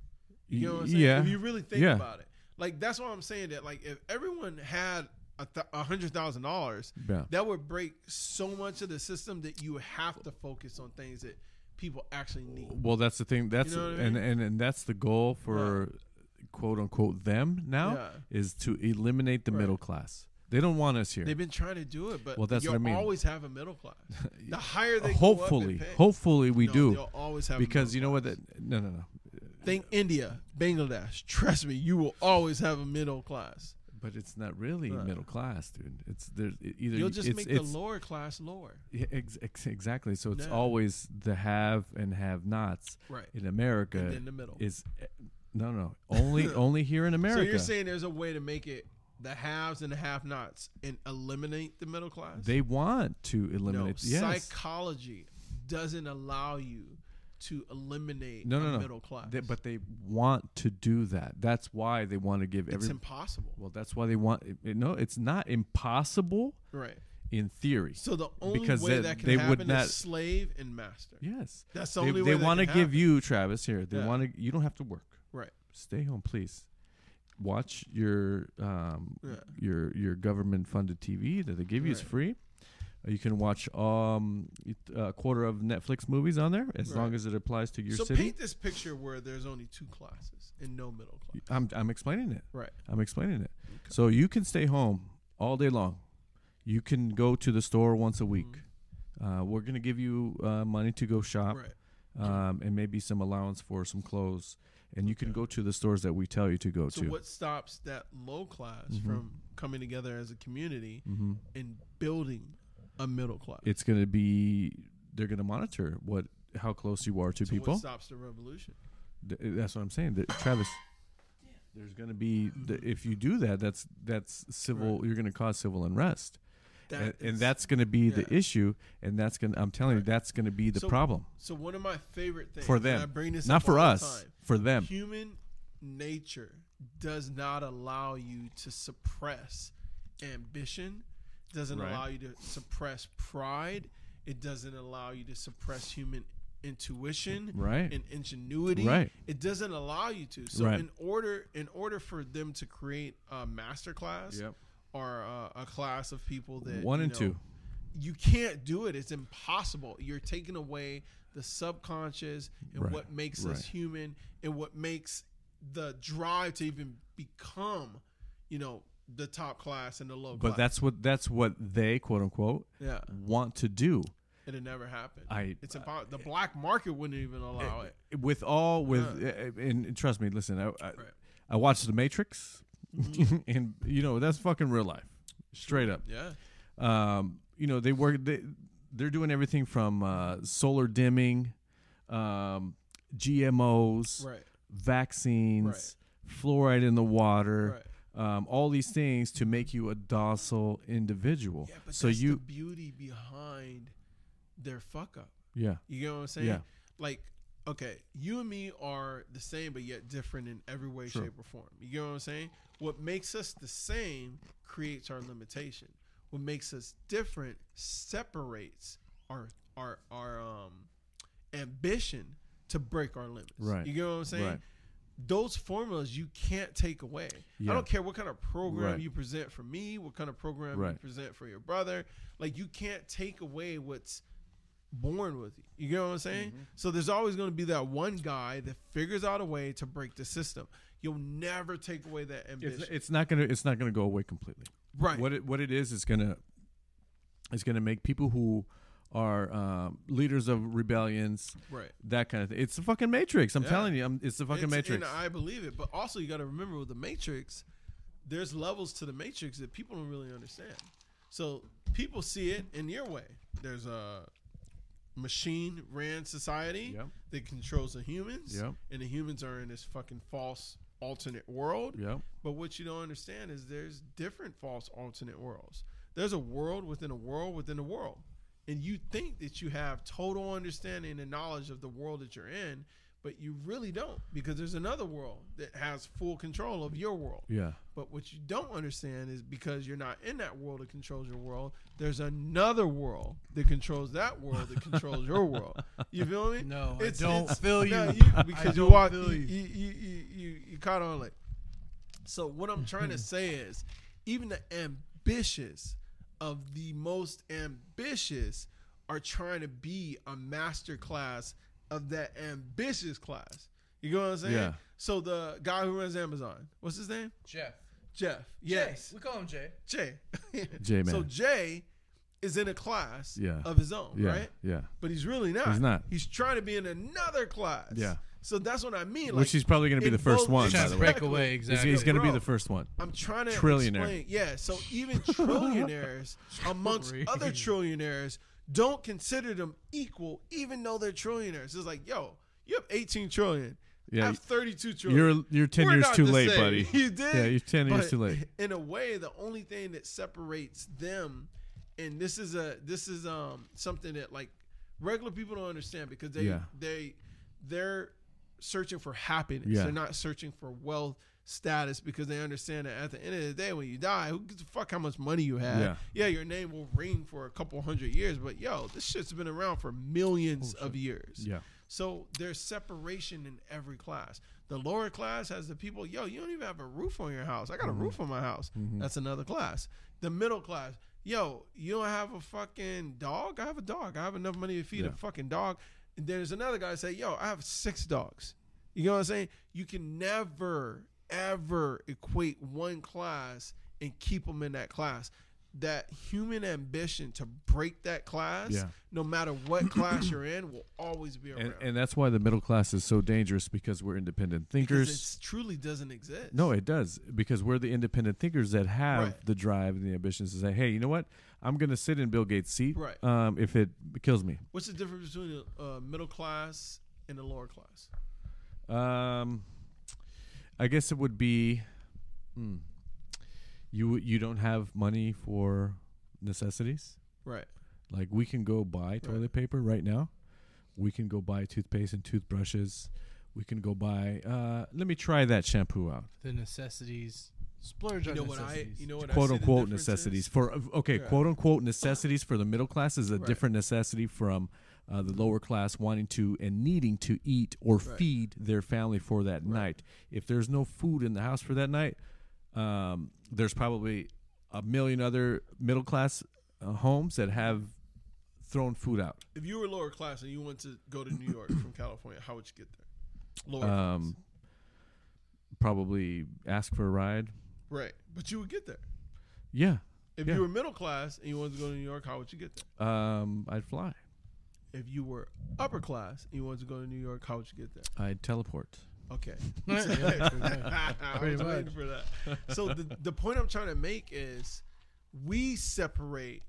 You know what I'm saying? Yeah. If you really think Yeah. about it, like that's why I'm saying that. Like if everyone had a th- a hundred thousand dollars, yeah. that would break so much of the system that you have to focus on things that people actually need. Well, that's the thing. That's know what I and, mean? and and that's the goal for quote unquote them now Yeah. is to eliminate the Right. middle class. They don't want us here. They've been trying to do it, but Well, that's you'll what I mean. always have a middle class. The higher they hopefully, go up in pay, hopefully we no, do You'll always have a because middle you know what? class. That, no, no, no. Think India, Bangladesh. Trust me, you will always have a middle class. But it's not really Right. middle class, dude. It's there's it- either You'll you- just it's, make it's, the lower class lower. Yeah, ex- ex- exactly. So it's Yeah. always the have and have nots Right. in America. And then the middle. is eh, no, no. Only only here in America. So you're saying there's a way to make it the haves and the have nots and eliminate the middle class? they want to no, eliminate. yes. psychology doesn't allow you to eliminate no, a no, no. middle class. They- but they want to do that. That's why they want to give it's every. impossible. well, that's why they want. it- it- no, it's not impossible Right. in theory. So the only Because way they- that can they would happen not- is slave and master. yes, That's the they, only they way that want to can give happen. you Travis here. They Yeah. want to. You don't have to work. Right. Stay home, please. Watch your um, Yeah. your your government funded TV that they give you is Right. free. Uh, You can watch um it- a quarter of Netflix movies on there as long Right. as it applies to your so city. paint this picture where there's only two classes and no middle class. I'm I'm explaining it. Right. I'm explaining it. So you can stay home all day long. You can go to the store once a week. Mm-hmm. Uh, we're gonna give you uh, money to go shop Right. um, and maybe some allowance for some clothes. And you can go to the stores that we tell you Mm-hmm. to go So to. what stops that low class from coming together as a community Mm-hmm. and building a middle class? It's gonna be they're gonna monitor what how close you are to So people. What stops the revolution? Th- eh, That's what I'm saying. That, Travis, there's going to be the, if you do that, that's that's civil. You're going to cause civil unrest, That and, and is- that's going to be the yeah. issue. And that's going. to I'm telling you, that's going to be the So- problem So one of my favorite things for and I them, bring this not up for all the us, time, for them. Human nature does not allow you to suppress ambition. Doesn't Right. allow you to suppress pride. It doesn't allow you to suppress human intuition. Right. and ingenuity. Right. It doesn't allow you to. So Right. in order in order for them to create a master class Yep. or a, a class of people that One you and know, two. you can't do it. It's impossible. You're taking away the subconscious and Right. what makes Right. us human and what makes the drive to even become, you know, the top class and the low But class. that's what that's what they quote unquote yeah, want to do. it'll never happen. I- uh, it's about the black market wouldn't even allow it. with all with uh, and, and trust me listen i i, I watched the matrix Mm-hmm. and you know that's fucking real life straight up Yeah, um you know they work they they're doing everything from uh solar dimming um gmos right, vaccines fluoride in the water right. um all these things to make you a docile individual Yeah, but so that's you the beauty behind their fuck up. yeah You get what I'm saying? Yeah. Like, okay, you and me are the same but yet different in every way, Sure. shape, or form. You get what I'm saying? What makes us the same creates our limitation. What makes us different separates our our our um ambition to break our limits. Right. You get what I'm saying? Right. Those formulas you can't take away. Yeah. I don't care what kind of program Right. you present for me, what kind of program you Right. present for your brother. Like you can't take away what's born with you. You get what I'm saying? So there's always going to be that one guy that figures out a way to break the system. You'll never take away that ambition. it's, it's not gonna it's not gonna go away completely right. What it, what it is is gonna is gonna make people who are um, leaders of rebellions, Right. that kind of thing. It's the fucking Matrix. I'm Yeah. telling you, I'm, it's the fucking It's- Matrix. And I believe it. But also you got to remember with the Matrix, there's levels to the Matrix that people don't really understand. So people see it in your way. There's a machine ran society Yep. that controls the humans. Yep. And the humans are in this fucking false alternate world. yeah, But what you don't understand is there's different false alternate worlds. There's a world within a world within a world. and you think that you have total understanding and knowledge of the world that you're in, but you really don't because there's another world that has full control of your world. Yeah. But what you don't understand is because you're not in that world that controls your world, there's another world that controls that world that controls your world. You feel me? No, I don't feel no, you. I because you don't walk, you, feel you, you. you, you, you, you caught on like. So what I'm trying to say is, even the ambitious of the most ambitious are trying to be a master class of that ambitious class. You know what I'm saying? Yeah. So the guy who runs Amazon, what's his name? Jeff. Jeff. Yes. Jay. We call him Jay. Jay. Jay, So man. Jay is in a class Yeah. of his own, Yeah. right? Yeah. But he's really not. He's not. He's trying to be in another class. Yeah. So that's what I mean. Like, Which he's probably going to be in the first both- one, by Trying the to way. break away. He's, Exactly. he's going to be Bro. the first one. I'm trying to Trillionaire. explain. Yeah, so even trillionaires, amongst Sorry. other trillionaires, don't consider them equal, even though they're trillionaires. It's like, yo, you have 18 trillion. Yeah, I have 32 trillion. You're you're 10 We're years not too the late, same. buddy. You did. Yeah, you're 10 years But too late. In a way, the only thing that separates them, and this is a this is um something that like regular people don't understand because they Yeah. they they're searching for happiness. Yeah. They're not searching for wealth status because they understand that at the end of the day when you die who gives a fuck how much money you have Yeah. your name will ring for a couple hundred years but yo this shit's been around for Oh, millions of years Yeah. so there's separation in every class. The lower class has the people, yo, you don't even have a roof on your house. I got Mm-hmm. a roof on my house. That's another class. The middle class, yo, you don't have a fucking dog. I have a dog. I have enough money to feed a Yeah. fucking dog. And there's another guy say, yo, I have six dogs. You know what I'm saying? You can never ever equate one class and keep them in that class. That human ambition to break that class, Yeah. no matter what class you're in, will always be around. And, and that's why the middle class is so dangerous because we're independent because thinkers. it truly doesn't exist. No, it does because we're the independent thinkers that have Right. the drive and the ambitions to say, "Hey, you know what? I'm going to sit in Bill Gates' seat, Right. um, if it kills me." What's the difference between the uh, middle class and the lower class? Um, I guess it would be hmm, you. You don't have money for necessities. Right. Like we can go buy toilet paper right now. We can go buy toothpaste and toothbrushes. We can go buy. Uh, let me try that shampoo out. The necessities. Splurge You on know what I? necessities. You know what? I quote see the unquote difference necessities is? for okay Yeah. quote unquote necessities for the middle class is a Right. different necessity from uh, the lower class wanting to and needing to eat or Right. feed their family for that night if there's no food in the house for that night um, there's probably a million other middle class uh, homes that have thrown food out If you were lower class and you went to go to New York from California, how would you get there? Lower um, probably ask for a ride class. Right. But you would get there. yeah If Yeah. you were middle class and you wanted to go to New York, how would you get there? um, i'd fly If you were upper class and you wanted to go to New York, how would you get there? i'd teleport Okay. Yeah, pretty much. I Pretty was waiting much. for that. So the, the point I'm trying to make is we separate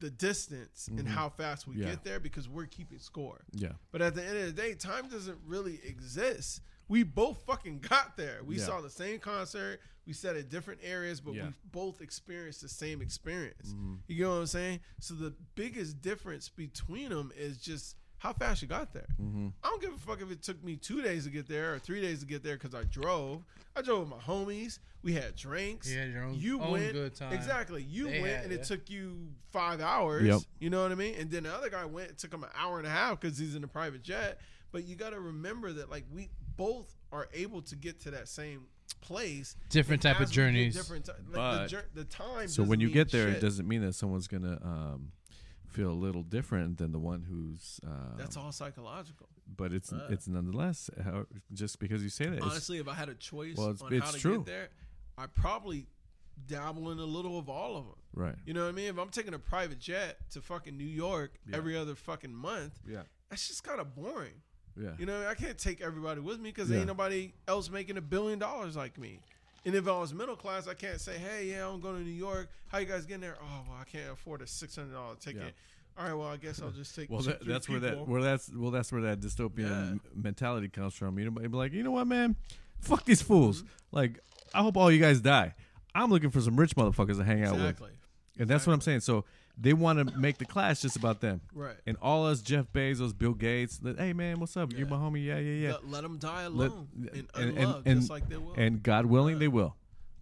the distance and how fast we Yeah. get there because we're keeping score. yeah But at the end of the day, time doesn't really exist. We both fucking got there. We Yeah. saw the same concert. We sat at different areas, but Yeah. Mm-hmm. we both experienced the same experience. You get what I'm saying? So the biggest difference between them is just how fast you got there. Mm-hmm. I don't give a fuck if it took me two days to get there or three days to get there because I drove. I drove with my homies. We had drinks. You had your own- own good time. Exactly. You They went had and it ya. took you five hours. Yep. You know what I mean? And then the other guy went, it took him an hour and a half because he's in a private jet. But you got to remember that, like, we both are able to get to that same place. Different type of as we get journeys. Different ti- like, But- the, jour- the time. So when doesn't you mean get there, shit. it doesn't mean that someone's gonna um, feel a little different than the one who's. Uh, That's all psychological. But it's it's nonetheless how, just because you say that. it's- Honestly, if I had a choice Well, it's- on how it's to true. get there, I probably dabble in a little of all of them. right? You know what I mean? If I'm taking a private jet to fucking New York every other fucking month, Yeah, that's just kind of boring. yeah, You know, I can't take everybody with me because Yeah. ain't nobody else making a billion dollars like me. And if I was middle class, I can't say, "Hey, yeah, I'm going to New York. How you guys getting there? Oh, well, I can't afford a six hundred dollar ticket. All right, well, I guess I'll just take." Well, two, that, three that's where that people." well that's well that's where that dystopian Yeah. m- mentality comes from. You know, be like, you know what, man, fuck these fools. Mm-hmm. Like, I hope all you guys die. I'm looking for some rich motherfuckers to hang out with. exactly. And that's what I'm saying. So They want to make the class just about them. Right. And all us Jeff Bezos, Bill Gates, that, hey man, what's up? You're my homie. Yeah, yeah, yeah. Let, let them die Let- alone and unloved, just like they will. and God willing, they will.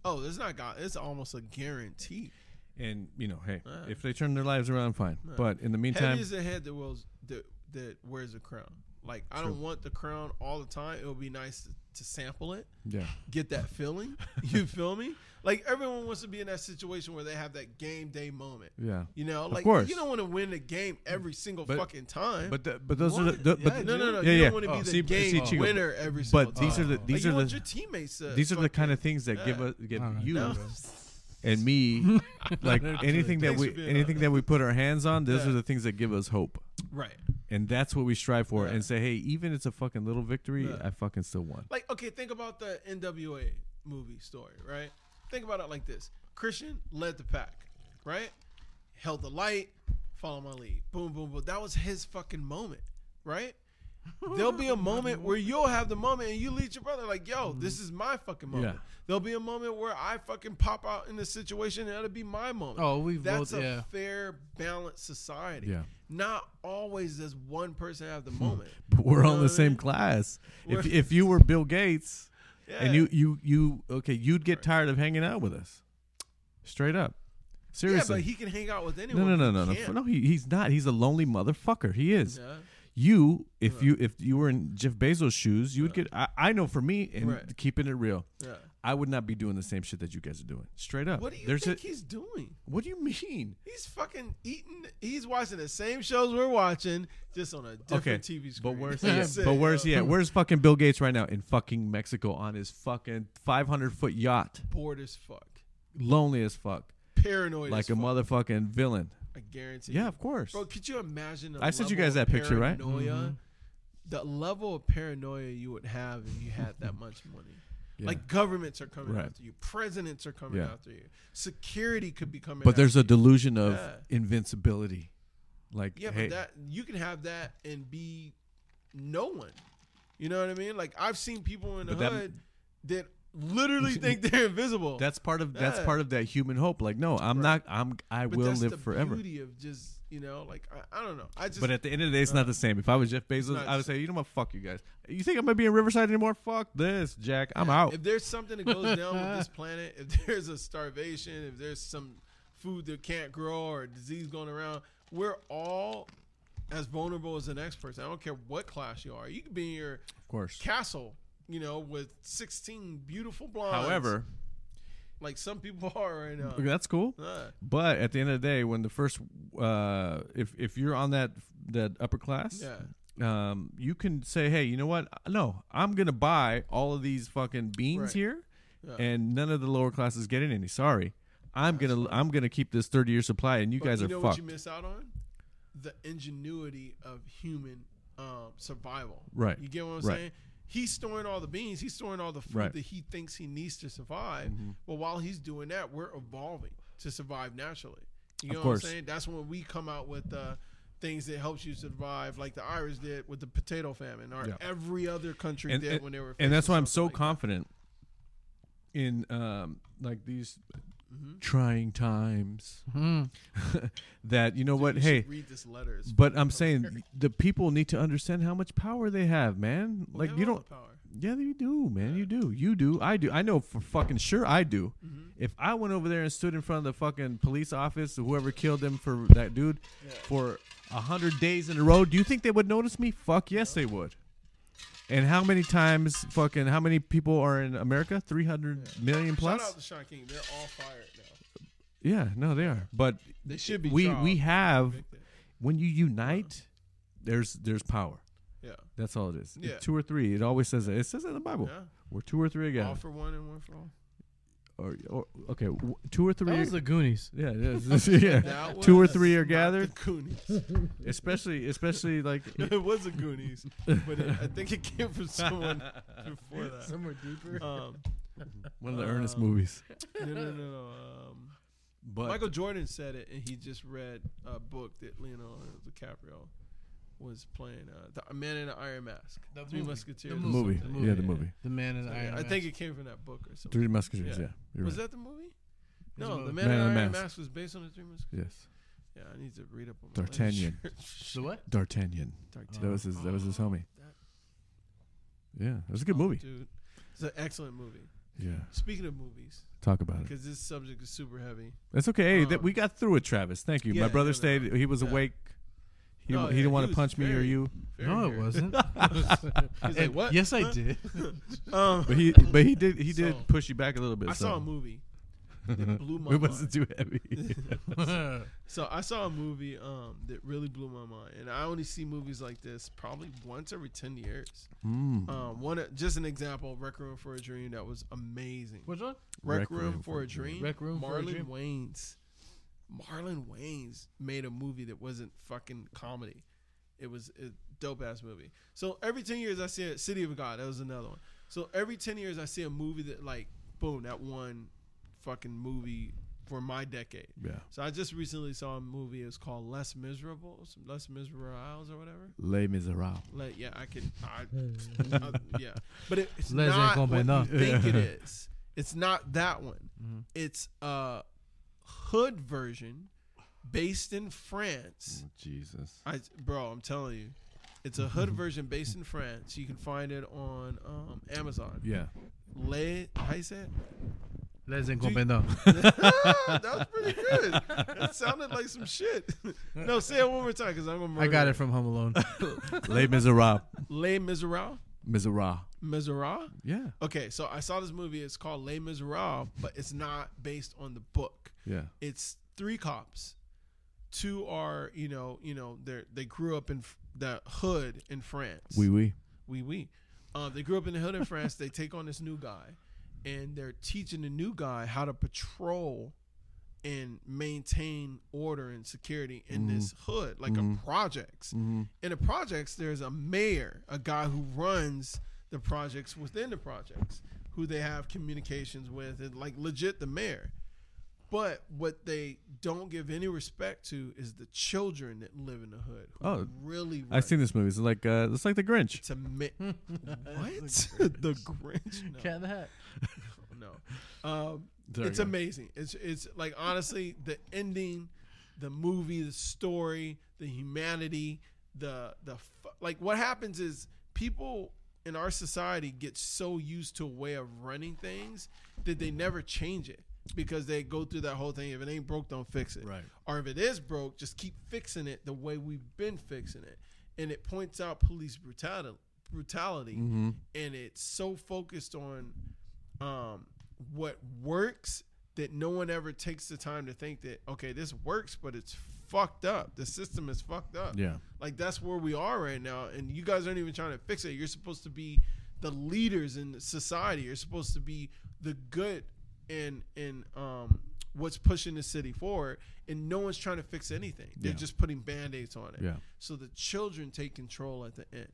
oh, it's not God. It's almost a guarantee. And you know, hey, Yeah. if they turn their lives around, fine. But in the meantime, Heavy is the head that wears that, that wears the crown. Like I don't want the crown all the time. It would be nice to, to sample it, yeah, get that feeling. you feel me? Like everyone wants to be in that situation where they have that game day moment. yeah. You know, like course. you don't want to win the game every single But- fucking time. But the, but those are the, What? the- but Yeah, no, no, no. Yeah, you yeah. don't want to Oh, be the see- see, game Chico, winner every single But time. these are the Like, these you are want the your teammates. To these are the fucking- kind of things that give yeah. us give Alright. you No. and me like anything that Thanks we for being anything honest. that we put our hands on. Those Yeah. are the things that give us hope, right. and that's what we strive for. Yeah. And say, hey, even it's a fucking little victory, Yeah. I fucking still won. Like, okay, think about the NWA movie story, right? Think about it like this: Christian led the pack, right? Held the light, follow my lead. Boom, boom, boom. That was his fucking moment, right? There'll be a moment where you'll have the moment and you lead your brother like, yo, this is my fucking moment. Yeah. There'll be a moment where I fucking pop out in the situation and that'll be my moment. Oh, we That's both. a Yeah. fair, balanced society. Yeah. Not always does one person have the moment. But we're all in the know what I same mean? class. If We're- if you were Bill Gates Yeah. and you you you okay, you'd get tired of hanging out with us. Straight up. Yeah, Seriously. but he can hang out with no, anyone. no, no, but no, he no. can't. No, he, he's not. He's a lonely motherfucker. He is. Yeah. You, if you if you were in Jeff Bezos' shoes, you would get. I, I know for me, and Right. keeping it real, Yeah. I would not be doing the same shit that you guys are doing. Straight up. What do you There's think a, he's doing? What do you mean? He's fucking eating. He's watching the same shows we're watching, just on a different Okay, TV screen. But where's he? That's At? it, But where's yo. he at? Where's fucking Bill Gates right now? In fucking Mexico on his fucking 500 foot yacht, Bored as fuck. lonely as fuck. Paranoid. like as a fuck, motherfucking villain. I guarantee. Yeah, you. of course. Bro, could you imagine? the I sent you guys level of that picture, right? Mm-hmm. Paranoia. The level of paranoia you would have if you had that much money. Yeah. Like governments are coming Right. after you, presidents are coming Yeah. after you, security could be coming. but there's after a delusion of Yeah. invincibility. Like, you. yeah, hey, but that you can have that and be no one. You know what I mean? Like I've seen people in the But that- hood that literally think they're invisible. that's part of that's Yeah. part of that human hope. Like, no, I'm not. I'm. I but will that's live the forever. Beauty of just you know, like I, I don't know. I just But at the end of the day, it's not the same. If I was Jeff Bezos, not I would the say, you know what, fuck you guys. You think I'm gonna be in Riverside anymore? Fuck this, Jack. I'm out. If there's something that goes down with this planet, if there's a starvation, if there's some food that can't grow or disease going around, we're all as vulnerable as the next person. I don't care what class you are. You could be in your Of course. castle, you know, with 16 beautiful blondes. However, like some people are right now. okay, that's cool. Uh, But at the end of the day, when the first, uh, if if you're on that that upper class, yeah. um, you can say, hey, you know what? No, I'm gonna buy all of these fucking beans Right. here, Yeah. and none of the lower classes getting any. Sorry, I'm gonna I'm gonna keep this 30 year supply, and you But guys you are know what fucked. you miss out on? The ingenuity of human um, survival. Right. You get what I'm Right. saying? He's storing all the beans. He's storing all the food Right. Mm-hmm. that he thinks he needs to survive. But while he's doing that, we're evolving to survive naturally. You Of know course. what I'm saying? That's when we come out with uh, things that helps you survive, like the Irish did with the potato famine, or Yeah. every other country and, did and- when they were. and that's facing why I'm something so like that. confident in um, like these Mm-hmm. trying times Hmm. that you know what You should hey read this letter. It's but I'm saying the people need to understand how much power they have man Well, they like have you all don't the Power. yeah you do man you do you do I do I know for fucking sure I do Mm-hmm. if I went over there and stood in front of the fucking police office or whoever killed them for that dude for a hundred days in a row do you think they would notice me fuck yes they would and how many times fucking how many people are in America 300 million plus Shout out to Sean King. They're all fired now. yeah no they are but They should be. we tried. we have Convicted. when you unite there's there's power Yeah. That's all it is. It's Yeah. two or three. It always says that. It says that in the Bible. Yeah. We're two or three All again. for one and one for all. Or, or okay, w- two or three. That was the Goonies. yeah, yeah, it's- yeah. That Two or was three are not the gathered, Goonies. especially especially like it was the Goonies, but it, I think it came from someone before that. Somewhere deeper. Um, one of the Ernest Um, movies. no, no, no. no um, But Michael Jordan said it, and he just read a book that Leonardo DiCaprio was playing. Uh, the A Man in the Iron Mask. The Three movie. Musketeers. The or the movie, something. yeah, the movie, The man in the So, iron. yeah, I Mask. think it came from that book or something. Three Musketeers. Yeah, Yeah. you're was right. that the movie? It was a No, the movie. Man, in the Iron Mask. was based on the Three Musketeers. Yes, Yeah, I need to read up on my life D'Artagnan. insurance. So what? D'Artagnan. That was his. That was his homie. Yeah, it was a good movie. Oh. Dude, it's an excellent movie. Yeah, Speaking of movies, talk about it. because this subject is super heavy. That's okay. Hey, that Um, we got through it, Travis. Thank you. yeah, My brother no, no, stayed. no. He was Yeah. awake. He, No, he yeah, didn't want he to was punch me or very- you, Very No, it good. wasn't. He's Hey, like, what? Yes, I Huh? did. Um, but he but he did he did So- push you back a little bit. I so. saw a movie. It blew my it wasn't mind. too heavy. So I saw a movie um, that really blew my mind, and I only see movies like this probably once every ten years. mm. Um, one, just an example, "Rec Room for a Dream" that was amazing. Which one? Rec, Rec Room, for a Dream. Rec Room for a Marlon Dream. Wayans. Marlon Wayans made a movie that wasn't fucking comedy. It was a dope ass movie. So every ten years I see a City of God. That was another one. So every ten years I see a movie that like boom that one fucking movie for my decade. Yeah. So I just recently saw a movie. It was called Less Miserable, Less Miserables or whatever. Les Miserables. Like, yeah, I can. I, uh, yeah, but it, it's Les not what you incompetents. think it is. It's not that one. Mm-hmm. It's a hood version based in France. Jesus. Mm-hmm. I, bro, I'm telling you, it's a hood version based in France. You can find it on um, Amazon. Yeah. Les, how you say it? Les incompetents. that was pretty good. It sounded like some shit. no, say it one more time because I'm gonna. I Murder got it from Home Alone. Les Miserables. Les Miserables. Miserables. Miserables. Yeah. Okay, so I saw this movie. It's called Les Miserables, but it's not based on the book. Yeah. It's three cops. Two are, you know, you know, they are they grew up in f- the hood in France. Wee wee. Oui, oui. Uh, they grew up in the hood in France. They take on this new guy, and they're teaching the new guy how to patrol and maintain order and security in this hood, like a projects. In the projects, there's a mayor, a guy who runs the projects within the projects, who they have communications with, and like legit the mayor. But what they don't give any respect to is the children that live in the hood. Who Oh, really? I've run seen this movie. It's like uh, it's like The Grinch. it's a mi- what? the Grinch? No, Cat in the Hat. no. Um, it's amazing. It's it's like honestly the ending, the movie, the story, the humanity, the the fu- like what happens is people in our society get so used to a way of running things that they never change it because they go through that whole thing if it ain't broke don't fix it Right. or if it is broke, just keep fixing it the way we've been fixing it. And it points out police brutality, brutality, Mm-hmm. and it's so focused on um, what works that no one ever takes the time to think that okay, this works, but it's fucked up. The system is fucked up. Yeah. Like that's where we are right now, and you guys aren't even trying to fix it. You're supposed to be the leaders in society. You're supposed to be the good in in um what's pushing the city forward, and no one's trying to fix anything. They're Yeah. just putting band aids on it. Yeah. So the children take control at the end.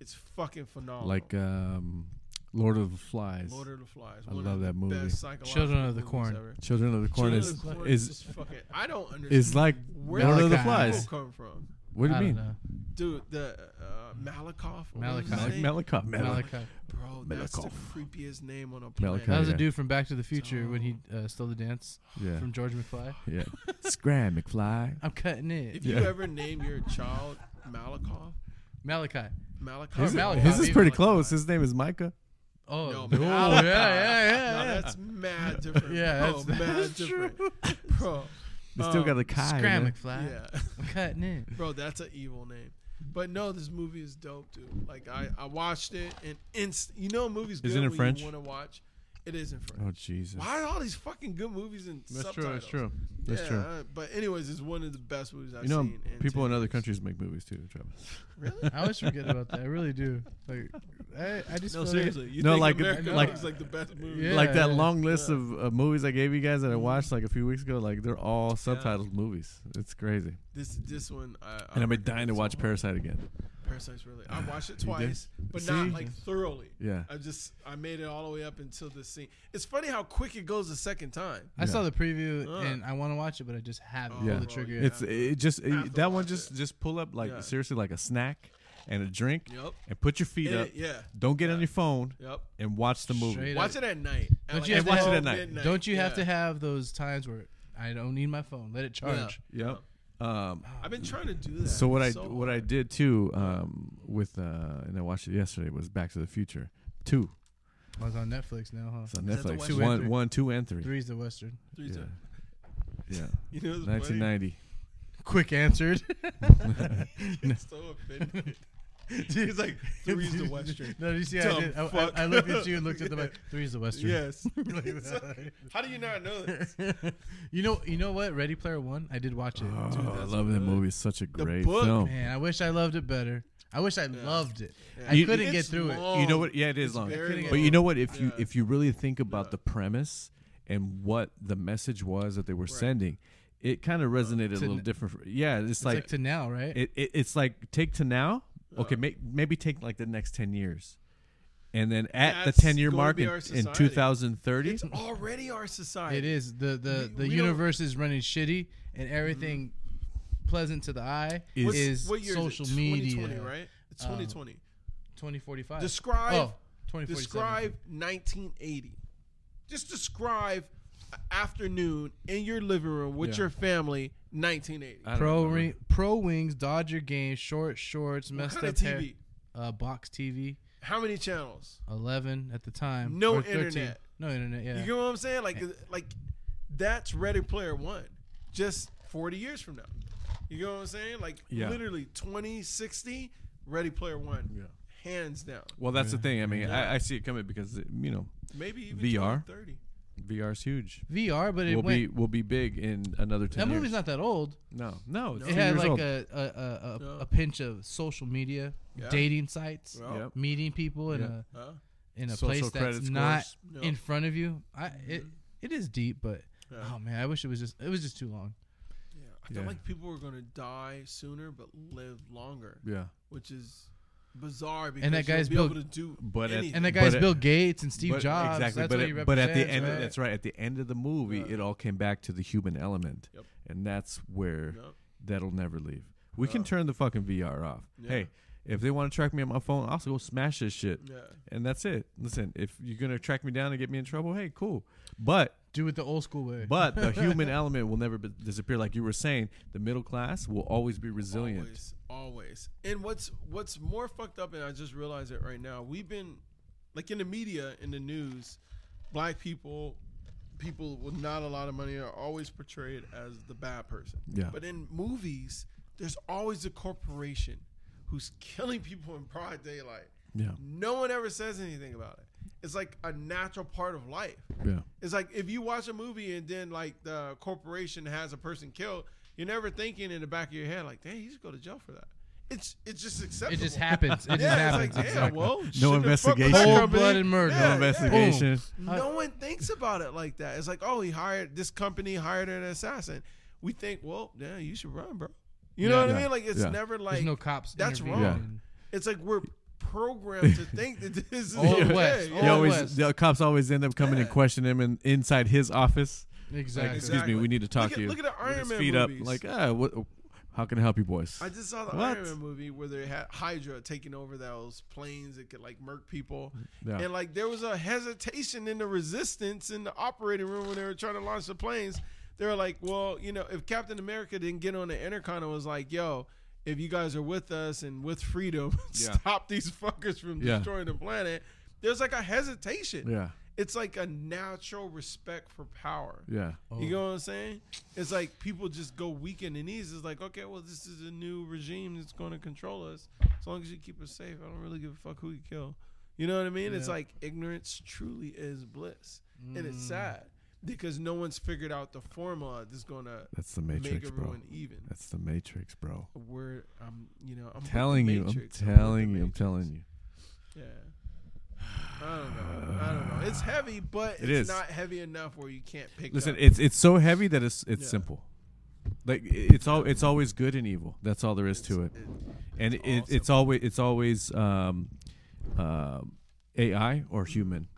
It's fucking phenomenal. Like um, Lord of the Flies. Oh. Lord of the Flies. I one love of the that movie. Best psychological Children of the movies Corn. ever. Children of the Corn Children is of the Corn is just fucking. I don't understand. is like where Lord of the Malachi. Flies. people come from, What do you I don't mean? know. dude. The uh, Malakoff. or what was his Malachi. name? Malachi. Malachi. Bro, that's the Malakoff. creepiest name on a Malakoff. planet. That was a Yeah. dude from Back to the Future when he Oh. uh, stole the dance Yeah. from George McFly. Yeah. Scram McFly. I'm cutting it. If you Yeah. ever name your child Malakoff, Malachi. Malakoff. His- Malachi. His is pretty Oh, Malachi. close. His name is Micah. Oh, No, oh yeah, Malachi. No, yeah, yeah. that's mad different. Yeah, bro, that's- mad that's different. Bro, They still Um, got the Kai. Scram man. McFly. yeah. I'm cutting it. Bro, that's an evil name. But no, this movie is dope, dude. Like I, I watched it and inst- you know a movie's good Is it in when French? you want to watch. It is in French. Oh Jesus. Why are all these fucking good movies in That's true. subtitles? That's true. That's yeah, true. uh, but anyways, it's one of the best movies I've You know, seen. people in 10 other years. countries make movies too, Travis. Really? I always forget about that. I really do. Like, I, I just No, feel seriously. You No, think like- America like- is like the best movie. Yeah. like that yeah. long list of uh, movies I gave you guys that I watched like a few weeks ago. Like they're all subtitled movies. It's crazy. This this one, I, I And I've been recommend dying to so watch much. Parasite again. Parasite's really. I watched it You did? twice, but not See? like thoroughly. Yeah. I just I made it all the way up until this scene. It's funny how quick it goes the second time. I saw the preview Uh. and I want to watch it, but I just haven't Yeah. pulled the trigger. Yeah. yet. It's it just it- Have to that one watch just it. just pull up like Yeah. seriously like a snack and a drink Yep. and put your feet And up. it- yeah. Don't get on your phone Yep. and watch the movie. Straight up. Watch it at night. At Don't like you have to 12 watch it at night? midnight. Don't you have Yeah. to have those times where I don't need my phone? Let it charge. Oh, Yep. Um, I've been trying to do that. so what I It's what I did too um, with uh, and I watched it yesterday was Back to the Future two. I was on Netflix now, huh? It's on Is that the Netflix. Western? Two and One, three. one, two, and three. Three's the Western. Three Yeah. times. Yeah, You know, it's nineteen funny. ninety. Quick answered. He's so offended. He's like, three's the Western. No, you see, I, Dumb did, I, I, fuck. I looked at you and looked at the like, three's the Western. Yes. Like It's that. like, How do you not know this? you know, you know what? Ready Player One. I did watch it. Oh, I that's love that good. movie. It's such a The great book, film. Man, I wish I loved it better. I wish I loved it. I You- couldn't get It's through it. You know what? Yeah, it is It's long. very But you long. know what? If you Yeah. if you really think about Yeah. the premise and what the message was that they were sending, it kind Uh, of resonated a To little n- different. For, yeah, it's, It's like, like, to now, right? it, it it's like take to now. Uh. Okay, may, maybe take like the next ten years, and then at That's the ten year gonna mark be in, our in society. two thousand thirty. It's already our society. it is the the We- the we don't- universe is running shitty, and everything pleasant to the eye What's- is What year social is it? media. 2020, right? It's Uh, Um, 2020. 2045. Describe- Oh, 2047. describe 1980. Just describe a afternoon in your living room with Yeah. your family, 1980. I don't pro remember. ring, pro wings, Dodger game, short shorts, what messed kind of up TV? hair, uh, box TV, How many channels? 11 at the time. No or 13. internet. No internet. Yeah. You get what I'm saying? Like, like that's Ready Player One, just 40 years from now. You get what I'm saying? Like, Yeah. literally 2060, Ready Player One, Yeah. hands down. Well, that's the thing. I mean, Yeah. I, I see it coming because you know Maybe even VR? 30. VR's huge. VR, but it Will went. be will be big in another ten that years. movie's not that old. no, no, it's 10 It had years like old. a a, a, a, Yeah. a pinch of social media, Yeah. dating sites, Well, Yep. meeting people in Yeah. a in a Social place credit that's scores. not Yeah. in front of you. I it it is deep, but Mm-hmm. Yeah. oh man, I wish it was just it was just too long. yeah. I feel Yeah. like people were gonna die sooner, but live longer, yeah. which is bizarre because And that guy's you'll be built- able to do But at- anything. And that But guy's it- Bill Gates and Steve But- Jobs. Exactly, that's but what it- he but at the represents, end, right? that's right. At the end of the movie, Yeah. it all came back to the human element, Yep. and that's where Yep. that'll never leave. We Uh. can turn the fucking VR off. Yeah. Hey, if they want to track me on my phone, I'll go smash this shit, yeah. and that's it. Listen, if you're gonna track me down and get me in trouble, hey, cool. But do it the old school way. but the human element will never be- disappear. Like you were saying, the middle class will always be resilient. Always, always. And what's what's more fucked up, and I just realized it right now. We've been like in the media, in the news, black people, people with not a lot of money are always portrayed as the bad person. Yeah. But in movies, there's always a corporation who's killing people in broad daylight. Yeah, No one ever says anything about it. It's like a natural part of life. yeah. It's like if you watch a movie and then like the corporation has a person killed, you're never thinking in the back of your head like, "Dang, he should go to jail for that." It's it's just acceptable. it just happens. It just Yeah, happens. it's like, damn, well, shouldn't No have fucked with investigation. that Cold company." blooded murder. Yeah, No investigation. yeah. No one thinks about it like that. It's like, oh, he hired this company hired an assassin. We think, well, yeah, you should run, bro. You know Yeah. what I Yeah. mean? Like it's Yeah. never like There's no cops. that's intervening. wrong. it's like we're programmed to think that this is Old okay. West, You He know? Old always West. the cops always end up coming and questioning him in, inside his office. Exactly. Excuse me, we need to talk Look at- to you. look at the With Iron his Man feet movies. up, like, ah, what, how can I help you, boys? I just saw the What? Iron Man movie where they had Hydra taking over those planes that could like murk people, Yeah. and like there was a hesitation in the resistance in the operating room when they were trying to launch the planes. They were like, "Well, you know, if Captain America didn't get on the intercon and was like, yo, if you guys are with us and with freedom, Yeah. stop these fuckers from Yeah. destroying the planet." There's like a hesitation. yeah, It's like a natural respect for power. yeah, You know what I'm saying? It's like people just go weak in the knees. It's like, okay, well, this is a new regime that's going to control us. As long as you keep us safe, I don't really give a fuck who you kill. You know what I mean? It's Yeah. like ignorance truly is bliss, and Mm. it's sad because no one's figured out the formula that's going to That's the make Matrix, bro. everyone even. That's the Matrix, bro. We're, um, you know, I'm with the Telling you, I'm Matrix. with the telling you, I'm Matrix. telling you. Yeah. I don't know. I don't know. It's heavy, but It it's is. not heavy enough where you can't pick. Listen, up. it's it's so heavy that it's it's Yeah. simple. Like it's all it's always good and evil. That's all there is to it. and it, all it's always it's always um, um AI or human.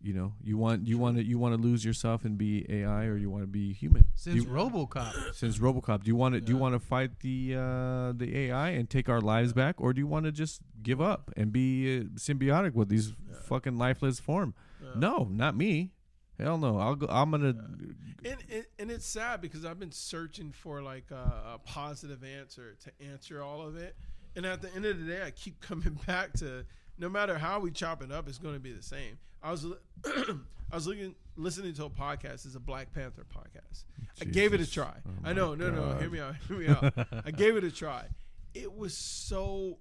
You know, you want you want to you want to lose yourself and be AI, or you want to be human. Since You- RoboCop, since RoboCop, do you want to do you Yeah. want to fight the uh, the AI and take our lives back, or do you want to just give up and be uh, symbiotic with these fucking lifeless form? Yeah. No, not me. Hell no. I'll go. I'm gonna. And, and, and and it's sad because I've been searching for like a, a positive answer to answer all of it, and at the end of the day, I keep coming back to no matter how we chop it up, it's going to be the same. I was li- I was looking listening to a podcast. It's a Black Panther podcast. I gave it a Jesus. try. Oh I know. my No, no. God. Hear me out. Hear me out. I gave it a try. It was so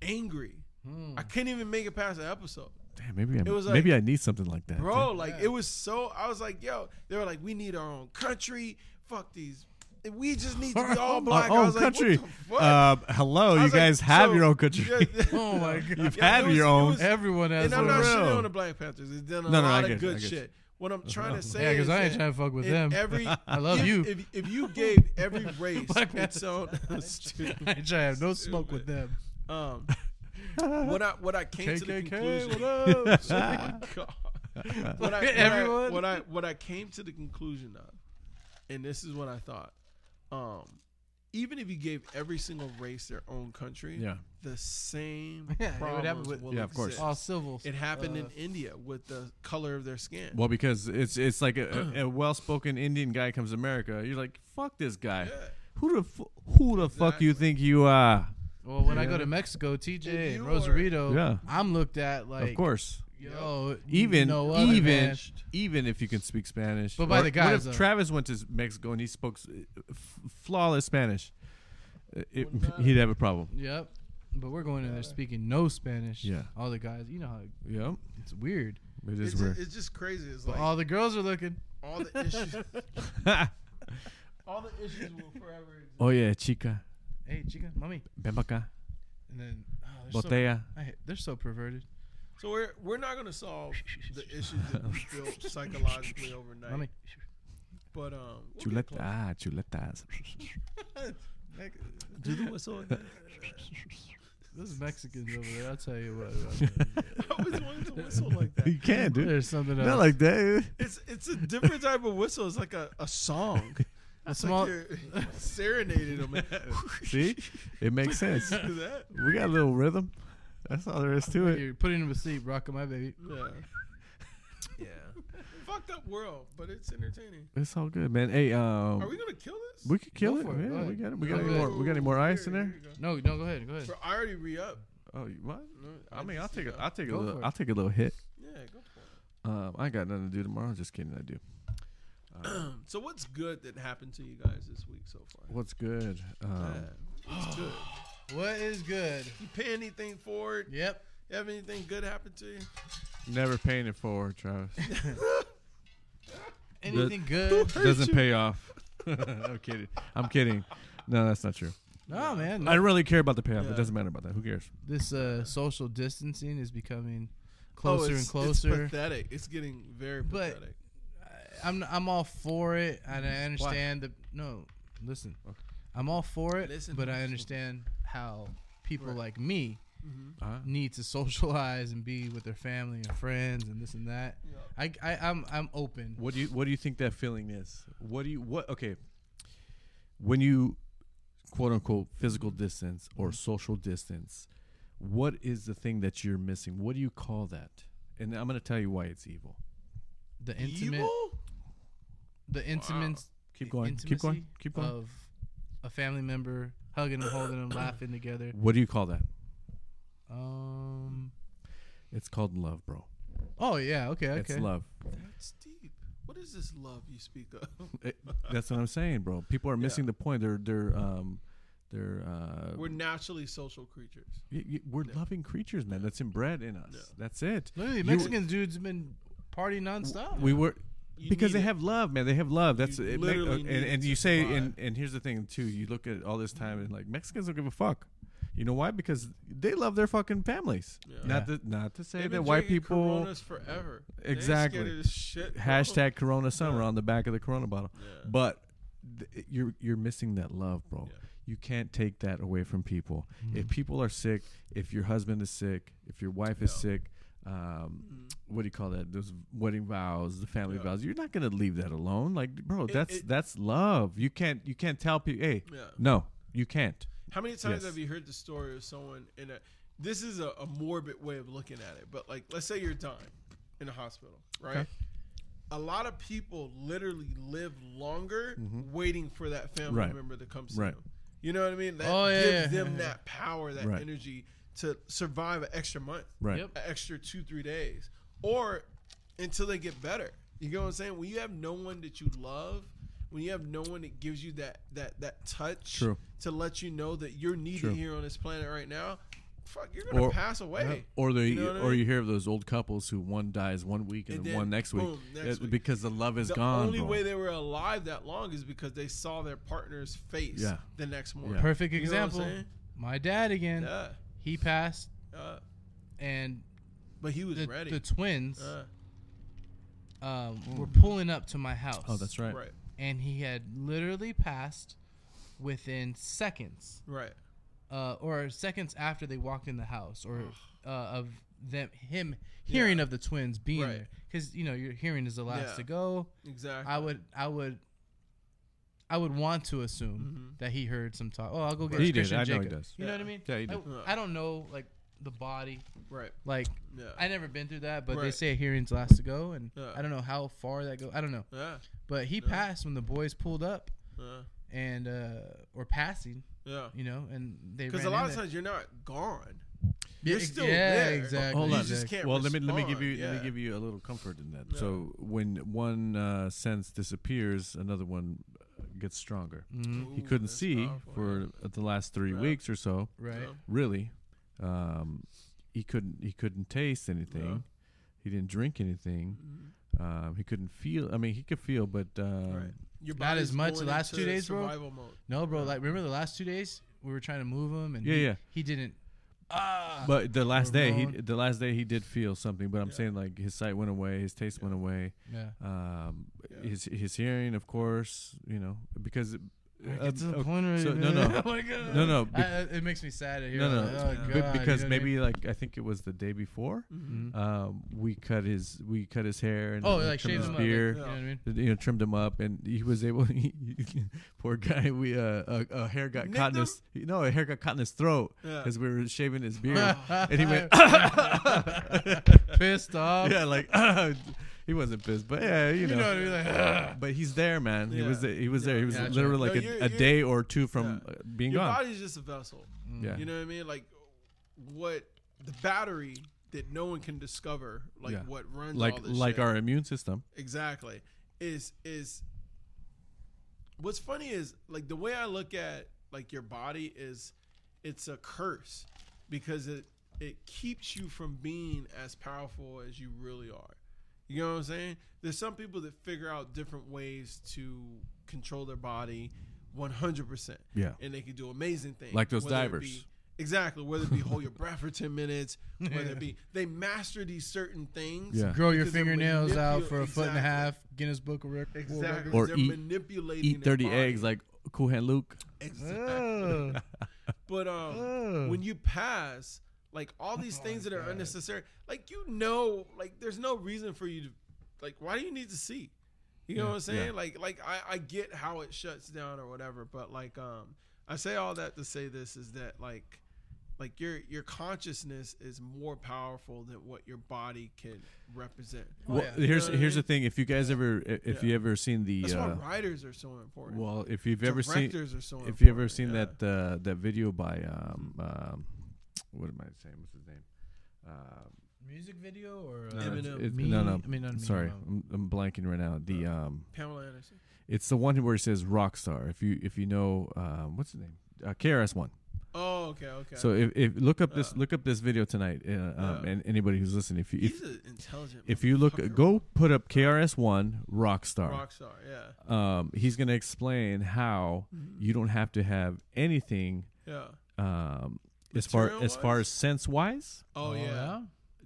angry. Hmm. I couldn't even make it past the episode Damn, maybe I, It was like- maybe I need something like that. bro. Like Yeah. it was so. I was like, yo, they were like, we need our own country. Fuck these. We just need to be all black. Our I own was country. Like, what the fuck? Uh, hello, I you was like, guys have so- your own country. Yeah, Oh my god. You've yeah, had it was- your it own. was- Everyone has and I'm one. not For real. shitting on the Black Panthers. It's done a No, no, I lot get of it, I good get it. shit. What I'm trying to say Yeah, is because I ain't that trying to fuck with in them. Every I love if, you. If, if you gave every race Black its own, Stupid. I ain't trying to have no smoke with them. um, what I what I came to the KKK, conclusion. what up? Oh my God. what I, what I, Everyone. what I what I came to the conclusion of, and this is what I thought. Um, even if you gave every single race their own country, Yeah. the same Yeah, it would problems happen with- will Yeah, of course. exist. All civil. It happened in uh, India with the color of their skin. Well, because it's it's like a, a, a well-spoken Indian guy comes to America. You're like, fuck this guy. Yeah. Who the f- who the fuck you think you are? Well, when I go to Mexico, If TJ and you Rosarito, Yeah. I'm looked at like, of course. yo, Even you know what, even man? even if you can speak Spanish. But by Or the guys, What uh, though. if Travis went to Mexico and he spoke s- f- flawless Spanish? Uh, It, he'd have a problem. Yep. But we're going in there speaking no Spanish. Yeah. All the guys, you know how Yeah, it's weird. it it's, is ju- weird. it's just crazy. It's But like all, all the girls are looking. the issues, all the issues will forever exist. oh yeah, chica, Hey, chica, mommy. ven pa' acá, And then oh, they're, so, botella. I hate- they're so perverted. So we're we're not gonna solve the issues that we built psychologically overnight. Mommy. But um, we'll get Chuleta, close. ah, chuletas. Do the whistle. again. Those Mexicans over there, I'll tell you what. I always wanted to whistle like that. you can, dude. There's something else. Not like that. It's it's a different type of whistle. It's like a, a song. a It's like small, you're serenading them. See, it makes sense. that? We got a little rhythm. That's all there is to it. you're putting them to sleep, rocking my baby. Yeah. Yeah. Fucked up world, but it's entertaining. It's all good, man. Hey, um, Are we we, gonna kill this? could kill Go it. for it. Yeah, Go we ahead. got it. We Go got any ahead. more. We got any more ice in Here, there? here you go. No, no, go ahead, go ahead. Bro, I already re up. Oh, you- what? I mean, I'll just take need a, to- I'll take a Go little, for I'll take a little hit. Yeah, go for Um, I ain't got nothing to do tomorrow. Just kidding, I do. it. so what's good that happened to you guys this week so far? What's good? Um, yeah. What's good? What is good? You pay anything forward? Yep. You have anything good happen to you? Never paying it forward, Travis. Anything good? Doesn't pay off. I'm kidding. I'm kidding. No, that's not true. No, man. I don't really care about the payoff. Yeah. It doesn't matter about that. Who cares? This uh, social distancing is becoming Oh, closer it's- and closer. It's pathetic. It's getting very But- pathetic. I'm I'm all for it, and Mm-hmm. I understand the no. Listen, I'm all for it, Listen. but I understand how people like me Uh, need to socialize and be with their family and friends and this and that. I, I I'm I'm open. What do you What do you think that feeling is? What do you What? Okay. When you, quote unquote, physical distance or social distance, what is the thing that you're missing? What do you call that? And I'm gonna tell you why it's evil. The intimate, Evil? the intimate, Keep going. Keep going. intimacy Keep going. Of a family member hugging and holding them, laughing together. what do you call that? Um. It's called love, bro. Oh yeah. Okay. Okay. It's love. That's deep. What is this love you speak of? It- that's what I'm saying, bro. People are missing the point. They're they're um they're uh We're naturally social creatures. y- y- we're loving creatures, man. That's inbred in us. That's it. Literally, You- Mexican dudes have been partying nonstop. we were You because need they it. have love, man. They have love. That's it make- literally and, need it and to you say survive. and and here's the thing too. You look at all this time and like Mexicans don't give a fuck. You know why? Because they love their fucking families. Yeah. Not to not to say They've that been white drinking people Coronas forever. They ain't Exactly. scared of this shit, bro. hashtag Corona Summer on the back of the Corona bottle. Yeah. But th- you're you're missing that love, bro. Yeah. You can't take that away from people. Mm-hmm. If people are sick, if your husband is sick, if your wife is sick, um, Mm-hmm. what do you call that? Those wedding vows, the family Yeah. vows. You're not gonna leave that alone, like bro. It- that's it- that's love. You can't you can't tell people, hey, Yeah. no, you can't. How many times Yes. have you heard the story of someone in a? This is a, a morbid way of looking at it, but like, let's say you're dying in a hospital, right? a lot of people literally live longer Mm-hmm. waiting for that family Right. member to come see Right. them. You know what I mean? That Oh, yeah, gives yeah, them yeah, yeah. that power, that Right. energy to survive an extra month, Right. Yep. an extra two, three days, or until they get better. You get what I'm saying? When you have no one that you love, when you have no one that gives you that that that touch True. to let you know that you're needed True. here on this planet right now, fuck, you're gonna Or- pass away. Or they, You know what I or mean? you hear of those old couples who one dies one week and, And then then one next week, boom, next It- week. because the love is the gone. only bro. way they were alive that long is because they saw their partner's face Yeah. the next morning. Perfect You know what I'm example. saying? My dad again. Yeah, He passed, yeah. and but he was the, ready. the twins Uh, um, were pulling up to my house. Mm. oh, that's right. right, right, And he had literally passed within seconds, uh, or seconds after they walked in the house, or uh, of them him hearing Yeah. of the twins being Right. there, because you know your hearing is the last Yeah. to go. exactly. I would, I would, I would want to assume Mm-hmm. that he heard some talk. Oh, I'll go get He did. Christian I know he Jacob. does. You know what I Yeah. mean? Yeah, he I- did. I, don't know like the body. right, Like yeah, I never been through that, but they Right. say a hearing's last to go, and Yeah. I don't know how far that go. I don't know, yeah, but he passed when the boys pulled up yeah, and uh or passing, yeah. you know, and they Because because a lot of times you're not gone. Yeah, You're still yeah, there. exactly. Hold you on. just can't well, let me let me give you respond. let Yeah. me give you a little comfort in that. So when one uh, sense disappears, another one uh, gets stronger. he Mm-hmm, Ooh, mm, couldn't that's see powerful, for uh, the last three Yeah. weeks or so. right? Yeah. Really, um, he couldn't he couldn't taste anything. He didn't drink anything. Um, he couldn't feel. I mean, he could feel, but um, Right. Your Not as body's much going the last into two days, bro. Survival mode. No, bro. Like remember the last two days we were trying to move him, and Yeah, he, yeah. he didn't. But the last day, he Ramon. the last day he did feel something. But I'm saying like his sight went away, his taste went away, Yeah, um, Yeah. his his hearing, of course, you know, because uh, It's a okay, point where- so- no, no. Oh my God. No, no, I- I- it makes me sad to hear. no, no, like, oh, b- God, you because know what I mean? maybe like I think it was the day before, Mhm. um, we cut his we cut his hair and then Oh, we like trimmed shaved his him up. like, beard. You know what I mean? You know, trimmed him up, and he was able. He, poor guy, we uh, a, a hair got Nicked caught in his no, a hair got caught in his throat Yeah. because we were shaving his beard, and he went. Pissed off. yeah, like he wasn't pissed, but yeah, you, You know. know what I mean? Like, "Ugh." but he's there, man. He was Yeah. there. he was there. He was Yeah, that's literally right. like No, a, you're- a you're- day or two from Yeah. uh, being Your gone. body's just a vessel. yeah, You know what I mean? Like what the battery that no one can discover, like Yeah. what runs like all this like shit, our immune system. exactly is is what's funny is like the way I look at like your body is it's a curse because it it keeps you from being as powerful as you really are. You know what I'm saying? There's some people that figure out different ways to control their body 100%. Yeah. And they can do amazing things. Like those whether it divers. be- exactly. Whether it be hold your breath for 10 minutes, whether it be they master these certain things. Yeah. Grow your Because they're fingernails out manipul- for a foot and a Exactly. half. Guinness Book of Rec- World Exactly. Records. Or they're eat- manipulating Eat their thirty body. eggs like Cool Hand Luke. Exactly. Oh. But um, Ugh. Oh, when you pass, like all these things that are unnecessary, like you know, like there's no reason for you to, like, why do you need to see? You know what I'm saying? Like, like I, I get how it shuts down or whatever, but like, um, I say all that to say this is that like, like your your consciousness is more powerful than what your body can represent. Well, yeah. here's You know what I here's the mean? thing. If you guys ever i- if Oh, Yeah. you ever seen the That's uh, why writers are so important. well if you've ever seen Directors are so if you ever important, seen yeah. that uh, that video by um, um what am I saying? What's his name? Um, Music video or uh, No, it's- Eminem. it's- Me- no, no. I mean, not me, sorry, um, I'm, I'm blanking right now. The Uh. um, Pamela Anderson. it's the one where he says rock star. If you if you know um, what's his name, uh, KRS One. Oh, okay, okay. So if, if look up this Yeah. look up this video tonight, uh, um, Uh. Yeah. and anybody who's listening, if you if, he's an intelligent. if you look motherfucker. go put up KRS One rock star. rock Mm-hmm. star, yeah. Um, he's gonna explain how you don't have to have anything Yeah. um, as far as far Material-wise? as sense wise Oh, yeah.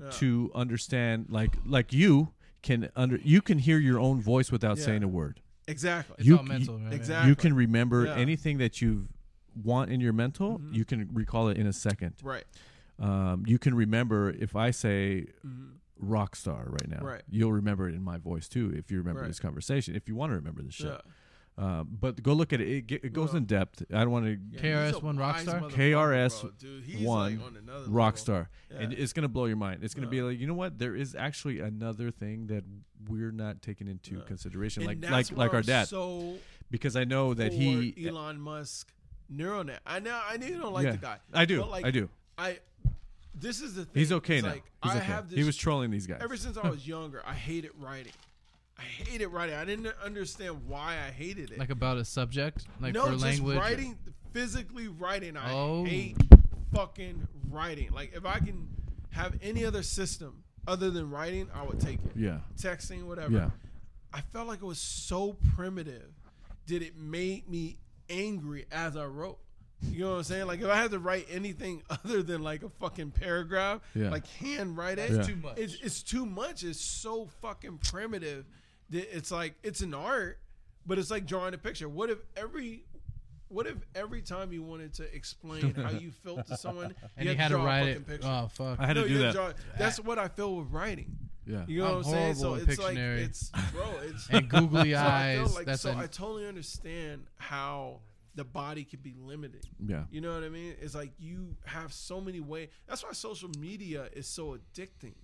Yeah. to understand like like you can under you can hear your own voice without Yeah. saying a word. Exactly. It's You- all mental, right? Exactly. You can remember Yeah. Mm-hmm. anything that you want in your mental. You can recall it in a second. Right. Um, you can remember if I say rock star right now. Right. You'll remember it in my voice too if you remember Right. this conversation. If you want to remember this shit. Yeah. Uh, but go look at it. It, ge- it goes Well- in depth. I don't want to Yeah, KRS he's a One wise Rockstar? motherfucker, KRS bro, dude. He's, like, One on another level. rock star, and Yeah. it's gonna blow your mind. It's gonna Yeah. be like you know what? There is actually another thing that we're not taking into Yeah. consideration, And like that's like why like our I'm dad, So because I know that he. for Elon Musk Neuronet. I know I know you don't like yeah. the guy. I do. But like, I do. I this is the thing. He's okay It's now. Like, He's I okay. have this he was trolling these guys. ever since I was younger, I hated writing. I hated writing. I didn't understand why I hated it. Like about a subject, like no, for just language. or- writing, physically writing. I Oh. hate fucking writing. Like if I can have any other system other than writing, I would take it. yeah. Texting, whatever. Yeah. I felt like it was so primitive that it made me angry as I wrote. You know what I'm saying? Like if I had to write anything other than like a fucking paragraph, Yeah. like hand write it, Yeah. too much. It's, it's too much. It's so fucking primitive that it's like it's an art, but it's like drawing a picture. What if every what if every time you wanted to explain how you felt to someone, and you he had to draw a write fucking it. Picture. Oh fuck! I had no, to you do had that. to draw it. That's what I feel with writing. yeah. You know I'm what I'm saying? So horrible at it's like Pictionary. it's bro, it's and googly so I feel eyes. like- that's so an- I totally understand how the body could be limited. Yeah. You know what I mean? It's like you have so many ways. That's why social media is so addicting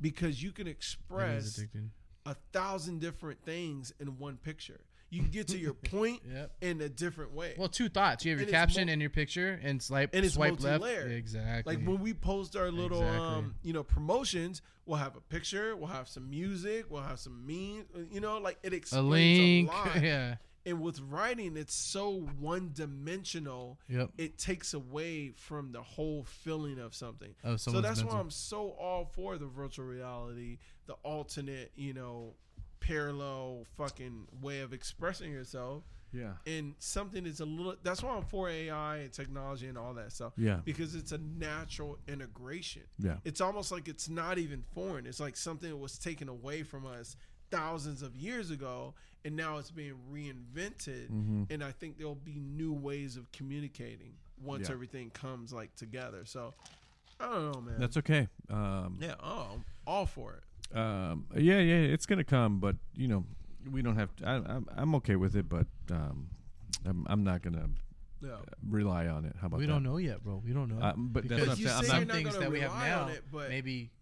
because you can It is express addicting. a thousand different things in one picture. You can get to your point Yep. in a different way. Well, two thoughts. You have your And it's caption mul- and your picture, and swipe And it's swipe left. multi-layered. Exactly. like when we post our little Exactly. um, you know promotions, we'll have a picture, we'll have some music, we'll have some memes, you know, like it a explains a, link. lot. yeah. and with writing it's so one dimensional Yep. it takes away from the whole feeling of something Of so someone's that's why mental. i'm so all for the virtual reality the alternate you know parallel fucking way of expressing yourself Yeah. and something that's a little that's why i'm for ai and technology and all that stuff Yeah. because it's a natural integration Yeah. it's almost like it's not even foreign. It's like something that was taken away from us thousands of years ago, and now it's being reinvented. And I think there'll be new ways of communicating once Yeah. everything comes like together. So I don't know, man. That's okay. Um, yeah, oh, I'm all for it. um, yeah, yeah, it's gonna come, but you know, we don't have. To, I, I'm, I'm okay with it, but um, I'm, I'm not gonna Yeah. rely on it. How about We that? don't know yet, bro. We don't know. Um, but that's Because what I'm you saying. I'm say not- you're some not things gonna that we have rely now on it, but- maybe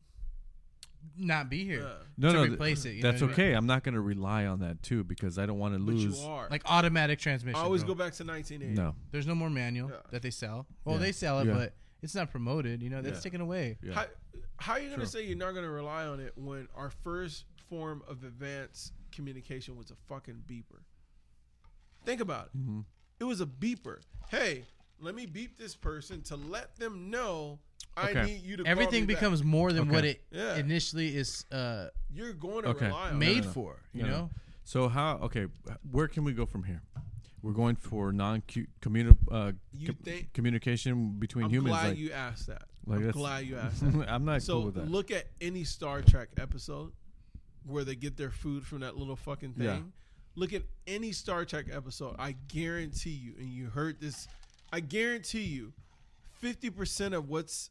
not be here Yeah. no, to no, th- replace it. you know that's what I mean? okay. I'm not gonna rely on that too because I don't want to But you lose. are. Like automatic transmission. I always bro. go back to 1980. No. There's no more manual Yeah. that they sell. Well, Yeah. they sell it, Yeah. but it's not promoted. You know, that's Yeah. taken away. Yeah. How, how are you going to True. say you're not going to rely on it when our first form of advanced communication was a fucking beeper? Think about it. Mm-hmm. It was a beeper. Hey, let me beep this person to let them know I Okay. need you to. call Everything me becomes more than what Okay. it Yeah. initially is uh, back. You're going to Okay. rely on made it. for. You No, no, know, So how? Okay, where can we go from here? We're going for non communi- uh, You com- think- communication between I'm humans. glad like- you asked that. like I'm that's- glad you asked that. I'm not So cool with that. look at any Star Trek episode where they get their food from that little fucking thing. Yeah. Look at any Star Trek episode. I guarantee you, and you heard this. I guarantee you, fifty percent of what's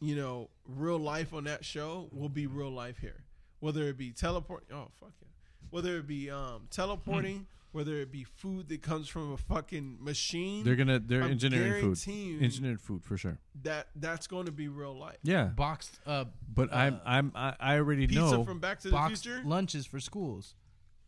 you know real life on that show will be real life here. Whether it be teleport, oh fuck yeah. Whether it be um, teleporting, whether it be food that comes from a fucking machine, they're gonna they're I'm engineering guaranteeing food, engineered food for sure. that that's going to be real life. Yeah, boxed uh, but I'm I'm I, I already Pizza know. from Back to the boxed Future. lunches for schools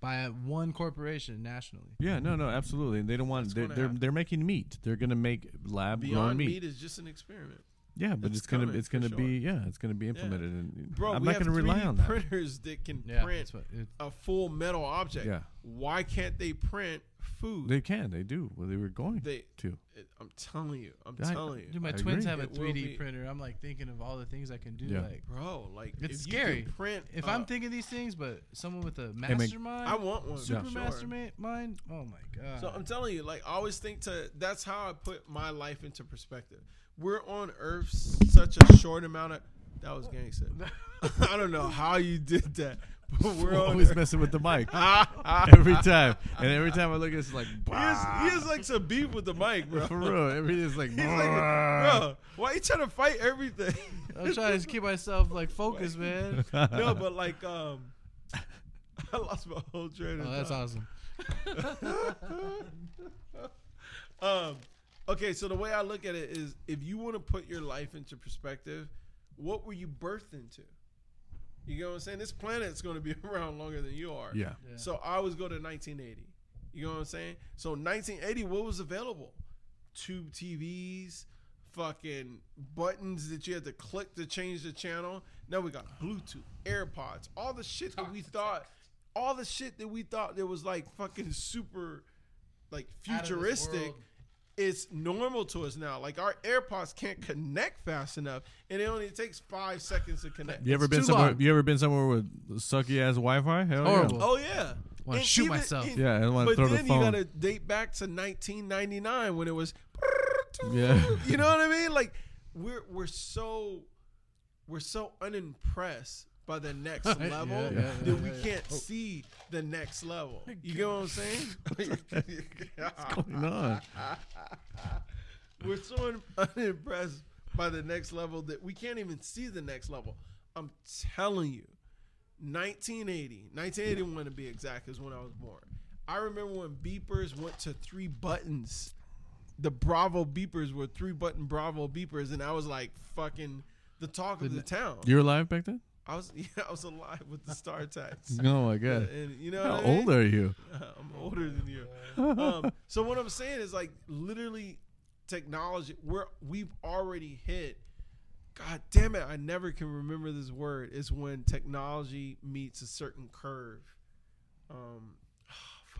by one corporation nationally. yeah, no, no, absolutely. And they don't want It's they're gonna they're, happen. they're making meat. They're gonna make lab grown Beyond meat. meat. is just an experiment, Yeah, but It's it's, gonna coming, it's for gonna be yeah, it's gonna be implemented. And bro. I'm we not have gonna rely 3D on that. Printers that can Yeah, print that's what it, a full metal object. Yeah. Why can't they print food? They can, they do. Well, they were going They- to. I'm telling you. I'm I- telling you, Dude, my I twins agree. have a It will 3D be- printer. I'm like thinking of all the things I can do. Yeah. Like, bro. Like It's if you can scary. print. if uh, I'm thinking these things, but someone with a Hey, man. mastermind, I want one. super for sure. mastermind, mind. Oh my god! So I'm telling you, like I always think to. That's how I put my life into perspective. We're on Earth such a short amount of. That was gangster. I don't know how you did that, but we're on. Always Earth. messing with the mic Ah, ah. every time, and every time I look, it's like He has, he has like some beef with the mic, bro. for real. Everything's like, He's like, bro, why you trying to fight everything? Oh, I'm trying to keep myself like focused, man. no, but like, um, I lost my whole train of Oh, that's thought. awesome. Um, okay, so the way I look at it is if you want to put your life into perspective, what were you birthed into? You know what I'm saying? This planet's going to be around longer than you are. Yeah. Yeah. So I always go to 1980. You know what I'm saying? So 1980, what was available? Tube TVs, fucking buttons that you had to click to change the channel. Now we got Bluetooth, AirPods, all the shit that we thought, all the shit that we thought that was like fucking super, like Out of this futuristic. world. It's normal to us now. Like our AirPods can't connect fast enough, and it only takes five seconds to connect. You ever been too somewhere? long. You ever been somewhere with sucky ass Wi-Fi? Hell yeah. Horrible. Oh yeah, Wanna And shoot myself. and- Yeah, I wanna but throw the then phone. you gotta date back to 1999 when it was. Yeah. You know what I mean? Like we're we're so we're so unimpressed by the next Yeah, level yeah, yeah, that we yeah. can't see the next level. You get what I'm saying? Going on. we're so un- unimpressed by the next level that we can't even see the next level. I'm telling you, 1980, 1981 to be exact, is when I was born. I remember when beepers went to three buttons. The Bravo beepers were three button Bravo beepers, and I was like fucking the talk of the town. You were alive back then? I was yeah, I was alive with the Star Tax. Oh my god. And you know How what I mean? old are you? I'm older than you. Um, so what I'm saying is like literally technology we're we've already hit God damn it, I never can remember this word. It's when technology meets a certain curve. Um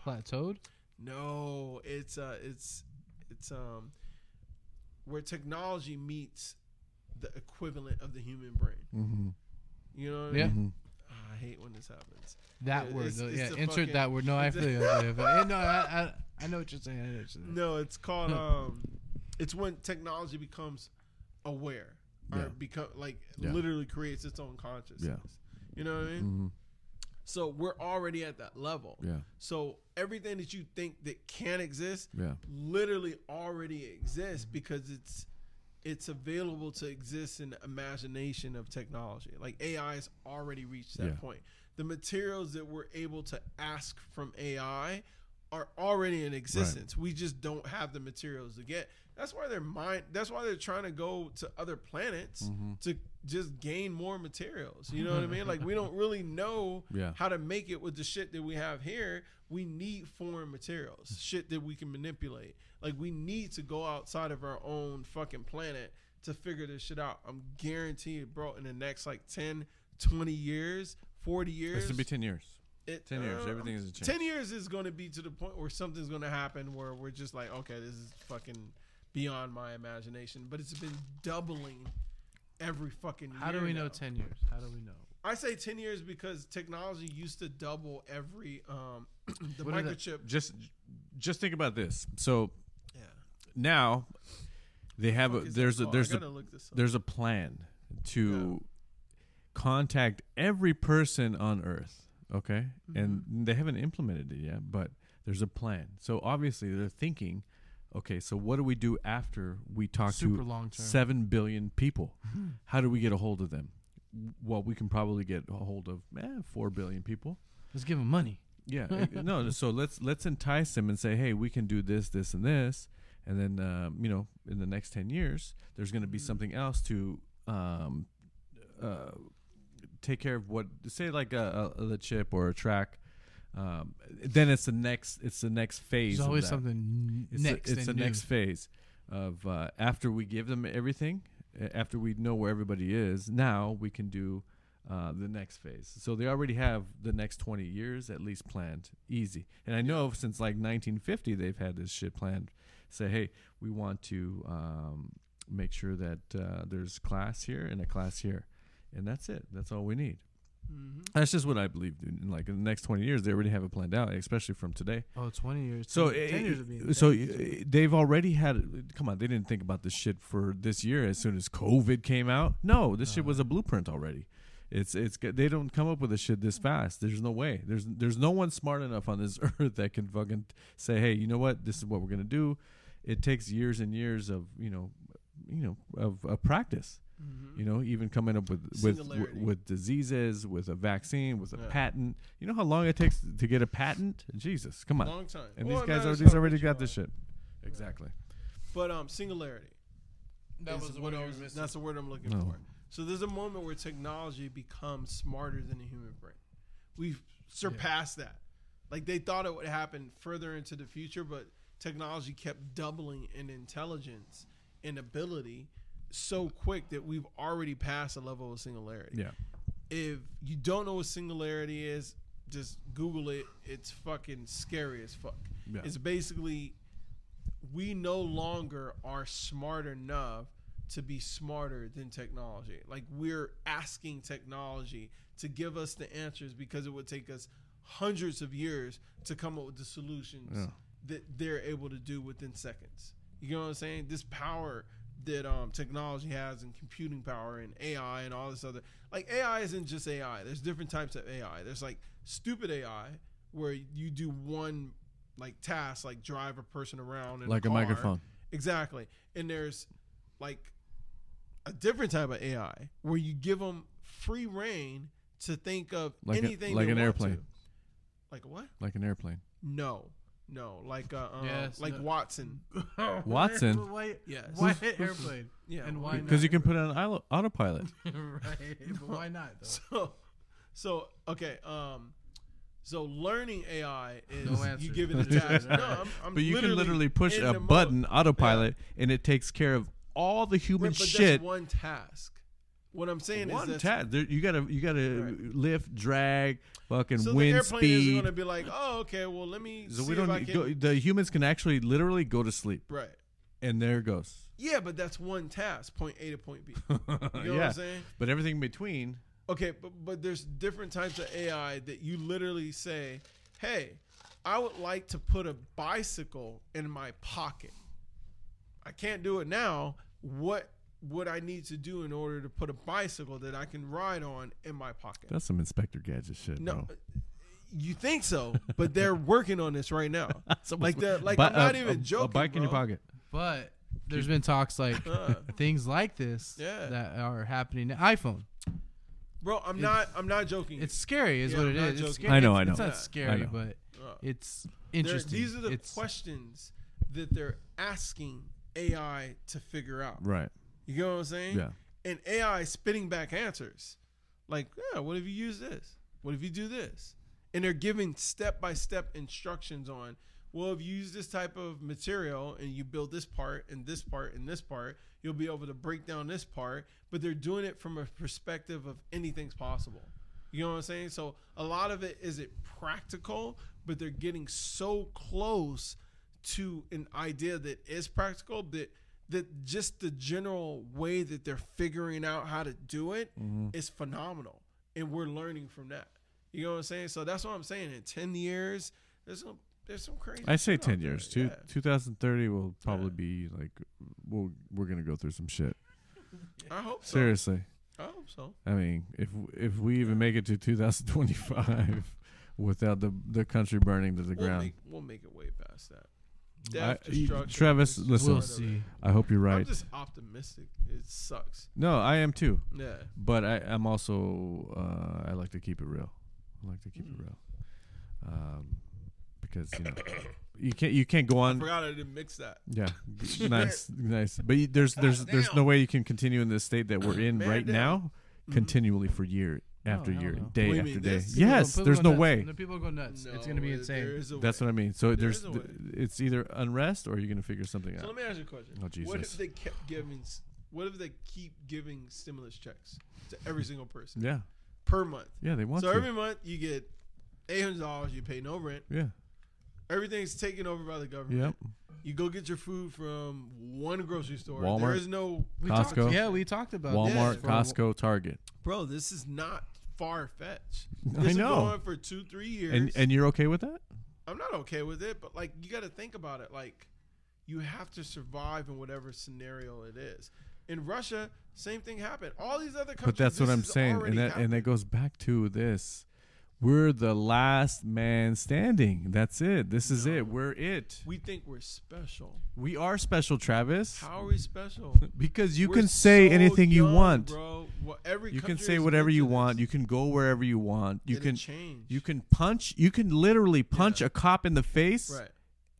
Plateaued. no, it's uh it's it's um where technology meets the equivalent of the human brain. Mm-hmm. You know what I Yeah. mean? Ah, I hate when this happens. That Yeah, word, it's- though. it's yeah. the Insert fucking- that word. No, I it's feel you. I feel you. I feel you. No, I, I, I know what you're saying. I know what you're saying. No, it's called Hmm. um it's when technology becomes aware or Yeah. become like Yeah. literally creates its own consciousness. You know what I mean? Mm-hmm. So we're already at that level. Yeah. So everything that you think that can exist Yeah. literally already exists because it's it's available to exist in the imagination of technology. Like AI has already reached that Yeah. point. The materials that we're able to ask from AI are already in existence. We just don't have the materials to get. That's why they're mind that's why they're trying to go to other planets to just gain more materials. You know what I mean? Like we don't really know Yeah. how to make it with the shit that we have here. We need foreign materials, shit that we can manipulate. Like we need to go outside of our own fucking planet to figure this shit out. I'm guaranteed, bro, in the next like 10, 20 years, 40 years. It's gonna be ten years. it- 10 years, uh, everything is a change. 10 years is going to be to the point where something's going to happen where we're just like, okay, this is fucking beyond my imagination. But it's been doubling every fucking year. How do we know now. ten years? How do we know? I say ten years because technology used to double every um the What did that- microchip. Just, just think about this. So Yeah, now they have a Fuck is there's this a called? there's I a gotta look this up. there's a plan to contact every person on Earth. Okay, Mm-hmm. and they haven't implemented it yet, but there's a plan. So obviously they're thinking, okay, so what do we do after we talk Super to long term. Mm-hmm. seven billion people? How do we get a hold of them? Well, we can probably get a hold of eh, four billion people. Let's give him money. Yeah, it- no. So let's let's entice them and say, hey, we can do this, this, and this, and then um, you know, in the next ten years, there's going to Mm. be something else to um, uh, take care of what say like a, a, the chip or a track. Um, then it's the next it's the next phase. There's of always that. something It's next. The, it's and the new. next phase of uh, after we give them everything, a- after we know where everybody is. Now we can do uh, the next phase. So they already have the next twenty years at least planned, easy. And I know since like 1950 they've had this shit planned. Say, hey, we want to um, make sure that uh, there's class here and a class here, and that's it. That's all we need. That's just what I believe. Dude. And like in the next 20 years, they already have it planned out, especially from today. Oh, 20 years. So, 10, 10 it- years would be so insane. uh, they've already had. Come on, they didn't think about this shit for this year. As soon as COVID came out, no, this shit was a blueprint already. It's it's g- they don't come up with this shit this fast. There's no way. There's there's no one smart enough on this earth that can fucking say, hey, you know what? This is what we're gonna do. It takes years and years of you know, you know, of, of practice. You know, even coming up with with Singularity. w- with diseases, with a vaccine, with a Yeah. patent. You know how long it takes to get a patent? Jesus, come on. Long time. And Well, these guys no, are it's these not already what you got this want. shit. Exactly. But um, singularity. That is was the what one I you was- were missing. That's the word I'm looking No. for. So there's a moment where technology becomes smarter than the human brain. We've surpassed that. Like they thought it would happen further into the future, but technology kept doubling in intelligence and ability so quick that we've already passed a level of singularity. Yeah. If you don't know what singularity is, just Google it. It's fucking scary as fuck. Yeah. It's basically we no longer are smart enough to be smarter than technology. Like we're asking technology to give us the answers because it would take us hundreds of years to come up with the solutions Yeah. that they're able to do within seconds. You know what I'm saying? This power that um, technology has and computing power and AI and all this other like AI isn't just AI. There's different types of AI. There's like stupid AI where you do one like task like drive a person around in Like a car. microphone. Exactly. And there's like a different type of AI where you give them free reign to think of Like a- anything like they an want airplane. To. Like what? Like an airplane. No, no. Like uh, um, Yes, like no. Watson. Watson. Why, Yes. why airplane? Yeah. And why Because not? you can put it on auto- autopilot. right. But why not though? So, so okay. Um, so learning AI is No answer. you give it a task. no, I'm, I'm but you can literally push in a the mode. button, autopilot, and it takes care of all the human Right, but shit. That's one task. What I'm saying is One that's- tap. There, you gotta you gotta lift, drag, fucking So the wind airplane is speed. going to be like, oh, okay. Well, let me. so see we don't. If I can, Go, the humans can actually literally go to sleep, right. and there it goes. Yeah, but that's one task. Point A to point B. You know what Yeah. I'm saying? But everything in between, Okay, but but there's different types of AI that you literally say, "Hey, I would like to put a bicycle in my pocket. I can't do it now. What would I need to do in order to put a bicycle that I can ride on in my pocket?" that's some Inspector Gadget shit. no. bro. You think so, but they're working on this right now. like they're like Bi- I'm not a- even a- joking. A bike in your bro. pocket. But there's been talks like Uh, things like this Yeah. that are happening. to iPhone. bro, I'm not I'm not joking. It's scary, is Yeah, what I'm it not is. It's joking. scary. I know, I It's- know. It's not scary, know. but Uh, it's They're- interesting. These are the It's- questions that they're asking AI to figure out. Right. You get what I'm saying? Yeah. And AI is spitting back answers. Like, yeah, what if you use this? What if you do this? And they're giving step by step instructions on, well, if you use this type of material and you build this part and this part and this part, you'll be able to break down this part. But they're doing it from a perspective of anything's possible. You know what I'm saying? So a lot of it is it practical, but they're getting so close to an idea that is practical that that just the general way that they're figuring out how to do it is Mm-hmm. phenomenal and we're learning from that you know what i'm saying so that's what i'm saying in 10 years there's some there's some crazy I say shit out ten there, years. Two, yeah. 2030 will probably be Yeah. like we'll, we're gonna go through some shit. i hope so Seriously. i hope so I mean, if if we even make it to 2025 without the the country burning to the we'll ground, make, we'll make it way past that I- Death, you- destruction, Travis, it's listen. We'll part of it. see. I hope you're i'm right. just optimistic it sucks No, I am too, yeah but I, I'm also uh, I like to keep it real. I like to keep Hmm. it real, um, because you know you can't you can't go i on. forgot i didn't mix that Yeah, nice, nice. But you- there's there's there's no way you can continue in this state that we're in Man right down. Mm-hmm. now, continually for year after hell year, no. day What do you after mean? day. There's people yes, People there's go no nuts. way. The people go nuts. it's No, gonna be it- insane. there is a That's way. what I mean. So there's is a th- it's either unrest or you're gonna figure something So out. let me ask you a question. Oh, What Jesus. if they kept giving? s- What if they keep giving stimulus checks to every single person Yeah, per month? yeah, they want so to. every month you get eight hundred dollars. You pay no rent. yeah, Everything's taken over by the government. yep. You go get your food from one grocery store. There Walmart. is no We talked- Costco. yeah, we talked about Walmart, this for a wh- Costco, Target, bro. This is not far fetched. I This know. Is going for two, three years. and and you're okay with that? I'm not okay with it, but like you got to think about it. Like you have to survive in whatever scenario it is. In Russia, same thing happened. All these other countries. But that's what this I'm has saying, and already that and that happened. goes back to this. We're the last man standing. That's it. This is it. We're it. We think we're special. We are special, Travis. How are we special? Because you We're can say so anything you young, want. bro. Well, every You can country say is whatever into you this. want. You can go wherever you want. You And it can change. you can punch. You can literally punch Yeah. a cop in the face right.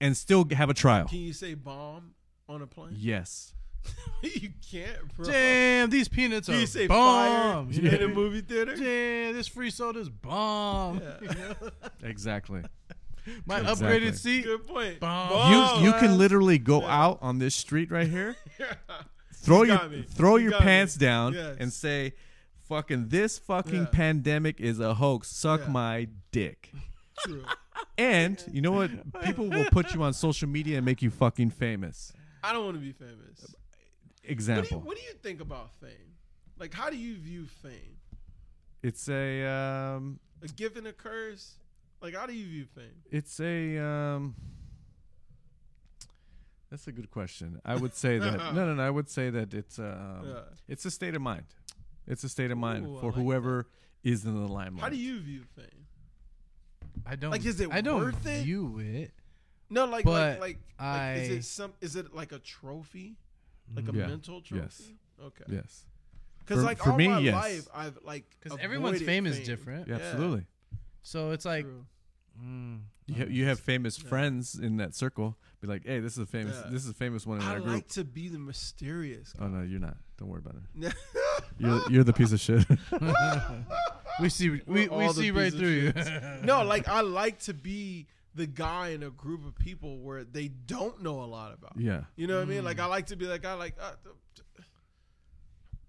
and still have a trial. Can you say bomb on a plane? Yes. you can't, bro. Damn, these peanuts Can are you say bomb. fire You know in a what I mean? movie theater? Damn, this free soda's bomb. Exactly. My Exactly. upgraded seat. Good point. Bomb. Bomb. you you can literally go out on this street right here, throw You your got me. throw You your got me. pants down Yes. and say, "Fucking this fucking Yeah. pandemic is a hoax. Suck Yeah. my dick." True. And you know what? People will put you on social media and make you fucking famous. I don't want to be famous. What do, you, Example. what do you think about fame? Like, how do you view fame? It's a um, A gift and a curse? Like, how do you view fame? it's a um, that's a good question. I would say that no, no, no. I would say that it's um, Yeah. it's a state of mind. It's a state of mind Ooh, I for like that. whoever is in the limelight. How do you view fame? I don't. Like, is it I don't worth it? view it. No, like, like, But like, like, is I- it some? Is it like a trophy? Like a Mm, Yeah. mental trophy? Yes. Okay. Yes. Because For- like for all me, my yes. life, I've like Because everyone's avoided fame is fame. different. Yeah. Absolutely. So it's like. True. mm, You, ha- you have famous Yeah. friends in that circle. Be like, hey, this is a famous. Yeah. This is a famous one in I our group. like to be the mysterious. Oh no, you're not. Don't worry about it. guy. You're, you're the piece of shit. we see. We, we all the see right piece of through you. no, like I like to be the guy in a group of people where they don't know a lot about. yeah. You know what I mean? Mm. Like I like to be that guy. Like uh, th- th-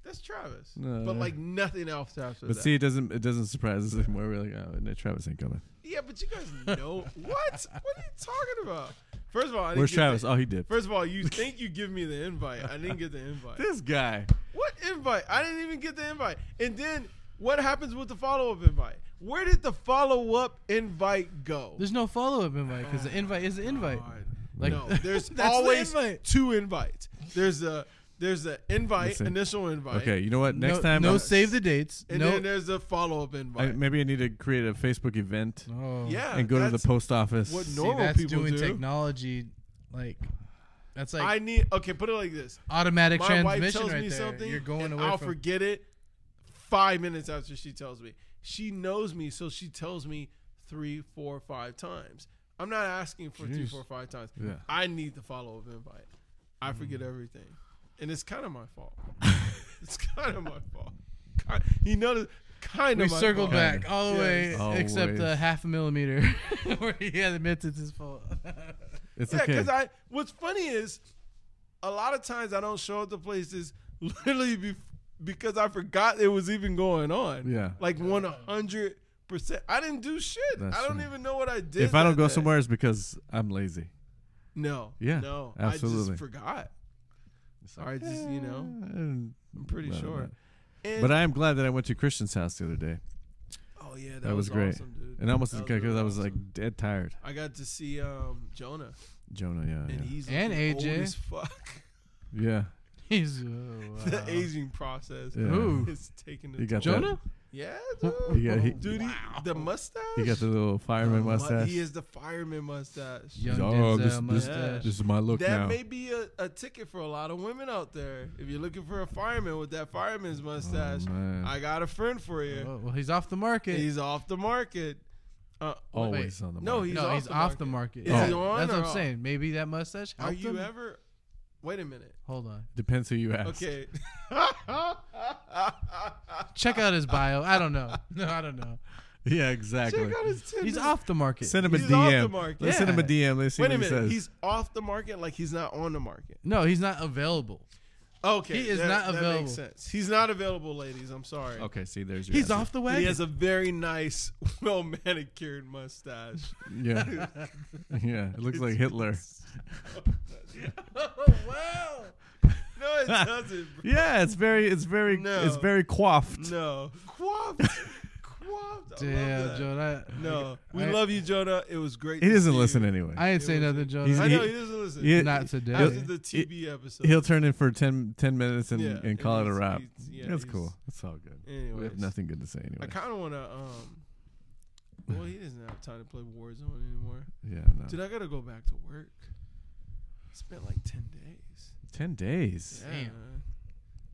that's Travis, No. but like nothing else after But that. see, it doesn't it doesn't surprise us anymore. We're like, oh, no, Travis ain't coming. yeah, but you guys know what? What are you talking about? First of all, I didn't Where's get the- Travis? Oh, he did. First of all, you think you give me the invite? I didn't get the invite. This guy. What invite? I didn't even get the invite. And then what happens with the follow up invite? Where did the follow up invite go? There's no follow up invite because the invite is the invite. God. Like- no, there's That's the always invite. two invites. There's a there's an invite, Listen. initial invite. Okay, you know what? Next no, time, no I'm- save the dates. And no. then uh, there's a follow up invite. I, maybe I need to create a Facebook event oh. yeah. and go to the that's post office. what See, normal that's people doing do. technology. Like, that's like I need okay, put it like this. automatic My wife transmission tells right me there. something. You're going and away I'll from. forget it five minutes after she tells me. She knows me, so she tells me three, four, five times. I'm not asking for three, Jeez. four, five times. Yeah. I need the follow up invite. I forget Mm. everything, and it's kind of my fault. it's kind of my fault. Kind, you notice, kind we of. my circled fault. back all the Yes. way except the Always. half a millimeter where he admits it's his fault. It's Yeah, okay. because I. What's funny is, a lot of times I don't show up to places literally bef- because I forgot it was even going on. Yeah. like one hundred percent. I didn't do shit. That's I don't true. even know what I did. if I don't that go day. somewhere, it's because I'm lazy. no, Yeah, no, I absolutely. just forgot. It's Or I just, you know, I'm pretty sure. And, Eh, But I am glad that I went to Christian's house the other day, oh yeah, that, that was great. awesome, dude. and almost That because really I was like awesome. dead tired. I got to see um, Jonah, Jonah, yeah, and yeah. he's And looking old AJ. as fuck. yeah. He's oh, the wow. aging process Yeah. Who? is taking the He got toll. that- Jonah? Yeah, dude. He got- he- dude, he- the mustache. He got the little fireman Mu- mustache. He is the fireman mustache. Young Oh, Denzel this- this- mustache. This is my look That now. may be a, a ticket for a lot of women out there. If you're looking for a fireman with that fireman's mustache, Oh, man. I got a friend for you. Oh, well, he's off the market. He's off the market. Uh, Always on the no, market. he's no, off he's the off market. the market. Is Yeah. he on That's or what I'm off? saying. Maybe that mustache. Are helped you him? ever? Wait a minute. Hold on. Depends who you ask. Okay. Check out his bio. I don't know. No, I don't know. Yeah, exactly. Check out his Tinder. He's off the market. Send him a He's off the DM. market. Let's send him a Yeah. DM. Let's see Wait what he a minute. says. He's off the market like he's not on the market. No, he's not available. Okay. He is that- not That available. makes sense. He's not available, ladies. I'm sorry. okay, see, there's your. He's answer. off the But wagon. He has a very nice, well manicured mustache. Yeah, yeah. It looks like Hitler. oh wow! No, it doesn't. bro. Yeah, it's very, it's very, No. it's very coiffed. No, quaffed, quaffed. I love Damn, that. Jonah. No, we I- love you, Jonah. It was great. He to doesn't see listen you. anyway. I ain't It say was a- nothing, Jonah. He's- I he- know he doesn't listen. he- not today. After the TB episode, He'll turn in for 10, 10 minutes and, Yeah, and call it a he's- wrap. he's- yeah, That's he's- cool. That's all good. We Anyways, have nothing good to say I anyway. kind of want to um Well, he doesn't have time to play Warzone anymore. Yeah, no. Dude, I gotta go back to work. It's been like ten days. Ten days. Yeah. Damn. man.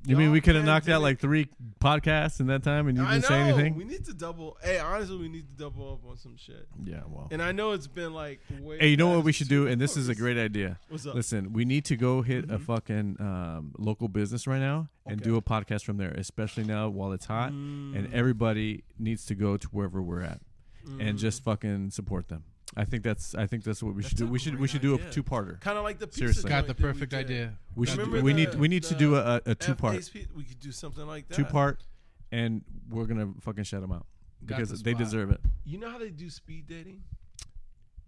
You mean Y'all we could have knocked out pandemic. like three podcasts in that time and you I didn't know. say anything? We need to double. Hey, honestly, we need to double up on some shit. yeah, well. And I know it's been like. Way Hey, you know what past we should two do? And this is a hours. great idea. What's up? Listen, we need to go hit a fucking um, local business right now and Mm-hmm. Okay. do a podcast from there, especially now while it's hot and Mm. everybody needs to go to wherever we're at Mm-hmm. and just fucking support them. I think that's I think that's what we should Mm. That's do. a We should we great should do idea. a two parter. kind of like the pizza Seriously. Got joint the that we perfect did. idea. We should Remember we the- need we need to do a, a two part FASP, we could do something like that. two part, and we're gonna fucking shut them out Got because the they spot. deserve it. You know how they do speed dating?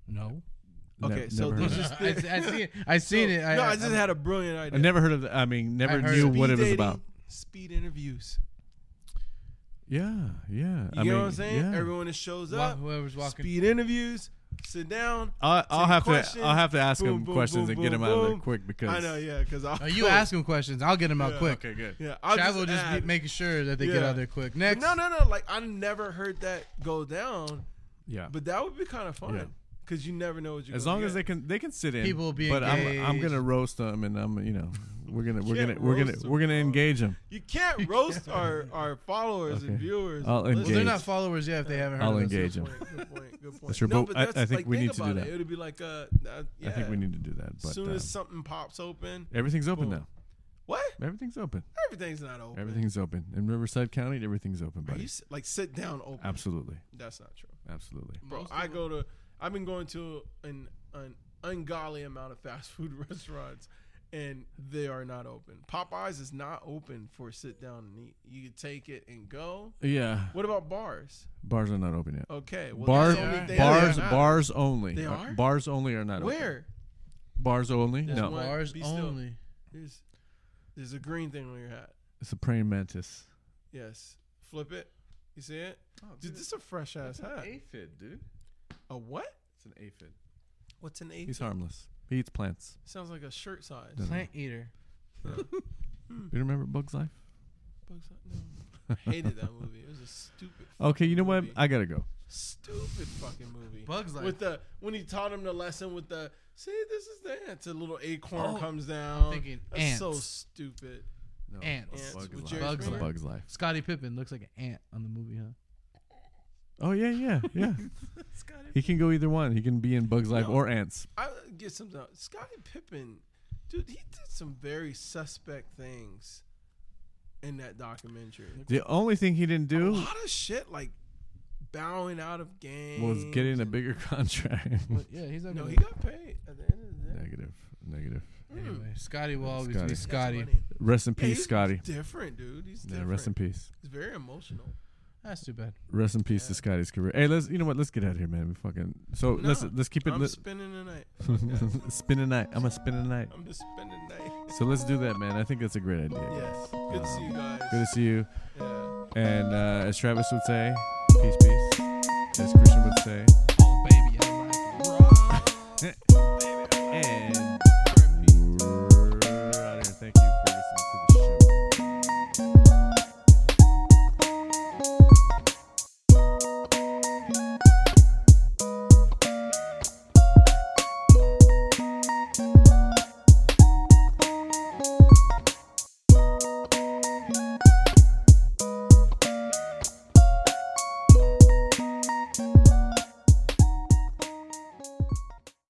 No. Okay, Ne- so never there's heard of just- it. I, I see it. I seen So- it. I, no, I, just I'm- had a brilliant I idea. never heard of. The, I mean, never heard knew of what it was dating, about. Speed interviews. Yeah, yeah. I You know mean, what I'm saying? Yeah. Everyone that shows Wa- up, whoever's walking. speed interviews, sit down. I'll, I'll Take have to questions. I'll have to ask Boom, him boom, questions boom, and get boom, him out of there boom. quick because I know, yeah, because I'll. Oh, you ask them questions. I'll get them out Yeah. quick. Okay, good. Yeah, I'll Chavo just, be add. making sure that they get Yeah. out there quick. But Next. No, no, no. Like I never heard that go down, Yeah. but that would be kind of fun Yeah. because you never know what you're. As gonna long as get. they can they can sit in. People will be but I'm I'm engaged. gonna roast them and I'm you know we're gonna we're can't gonna we're gonna roast 'em, we're gonna bro. engage them. you can't roast our our followers and Okay. viewers. I'll and engage. Well, they're not engaged. followers yet if they haven't heard I'll of us. engage. 'em. Good point, good point, good point. That's your No, vote. but I- that's, I think like, we need to do about that. It. It'd be like uh, uh, yeah. I think we need to do that. But As soon uh, as something pops open, everything's open boom. now. what? Everything's open. Everything's not open. Everything's open in Riverside County. Everything's open, Are you buddy. s- like sit down open? Absolutely, That's not true, absolutely. bro. Most of I them- go to. I've been going to an an ungodly amount of fast food restaurants, and they are not open. Popeyes is not open for sit down and eat. You could take it and go. Yeah, What about bars? bars are not open yet. Okay, well, Bars, that's the only thing that bars, matters. bars only. They Uh, are? Bars only are not open. Where? Bars only? There's no, one- Bars Be still. only. There's there's a green thing on your hat. it's a praying mantis. Yes. Flip it. You see it? Dude, this is a fresh ass hat. aphid, dude. A what? It's an aphid. What's an eight? He's harmless. He eats plants. Sounds like a shirt size. Doesn't- Plant eater. Hmm. You remember Bugs Life? Bugs Life- no. I hated that movie. It was a stupid. Okay, you know what? movie. I gotta go. Stupid fucking movie. Bugs Life. With the when he taught him the lesson with the see this is the ant. A little acorn Oh, comes down. thinking That's so ants. stupid. No, Ants. Ants with Bugs Jerry Life. Bugs, Springer? Life. Scotty Pippen looks like an ant on the movie, huh? Oh yeah, yeah, yeah. he can go either one. He can be in Bugs Life No. or Ants. I get something. out. Scottie Pippen, dude, he did some very suspect things in that documentary. The only thing he didn't a do lot of shit like bowing out of games. was getting a and- bigger contract. But yeah, he's not No, gonna. he got paid at the end of the day. Hmm. negative, negative. anyway, Scotty will always Scotty. be That's Scotty. That's That's, funny. Rest in Yeah, peace, he's Scotty. Different, dude. He's Yeah, different. rest in peace. He's very emotional. too bad. Rest in peace to Yeah. Scotty's career. Hey, let's. You know what? Let's get out of here, man. We fucking. So No, let's let's keep it. I'm Let, spending the night. Okay. spin a night. I'm a spin a night. I'm just spending the night. So let's do that, man. I think that's a great idea. Yes. Good to see you guys. Good to see you. Yeah. And uh, as Travis would say, peace, peace. As Christian would say. Oh baby, I like it. Bruh.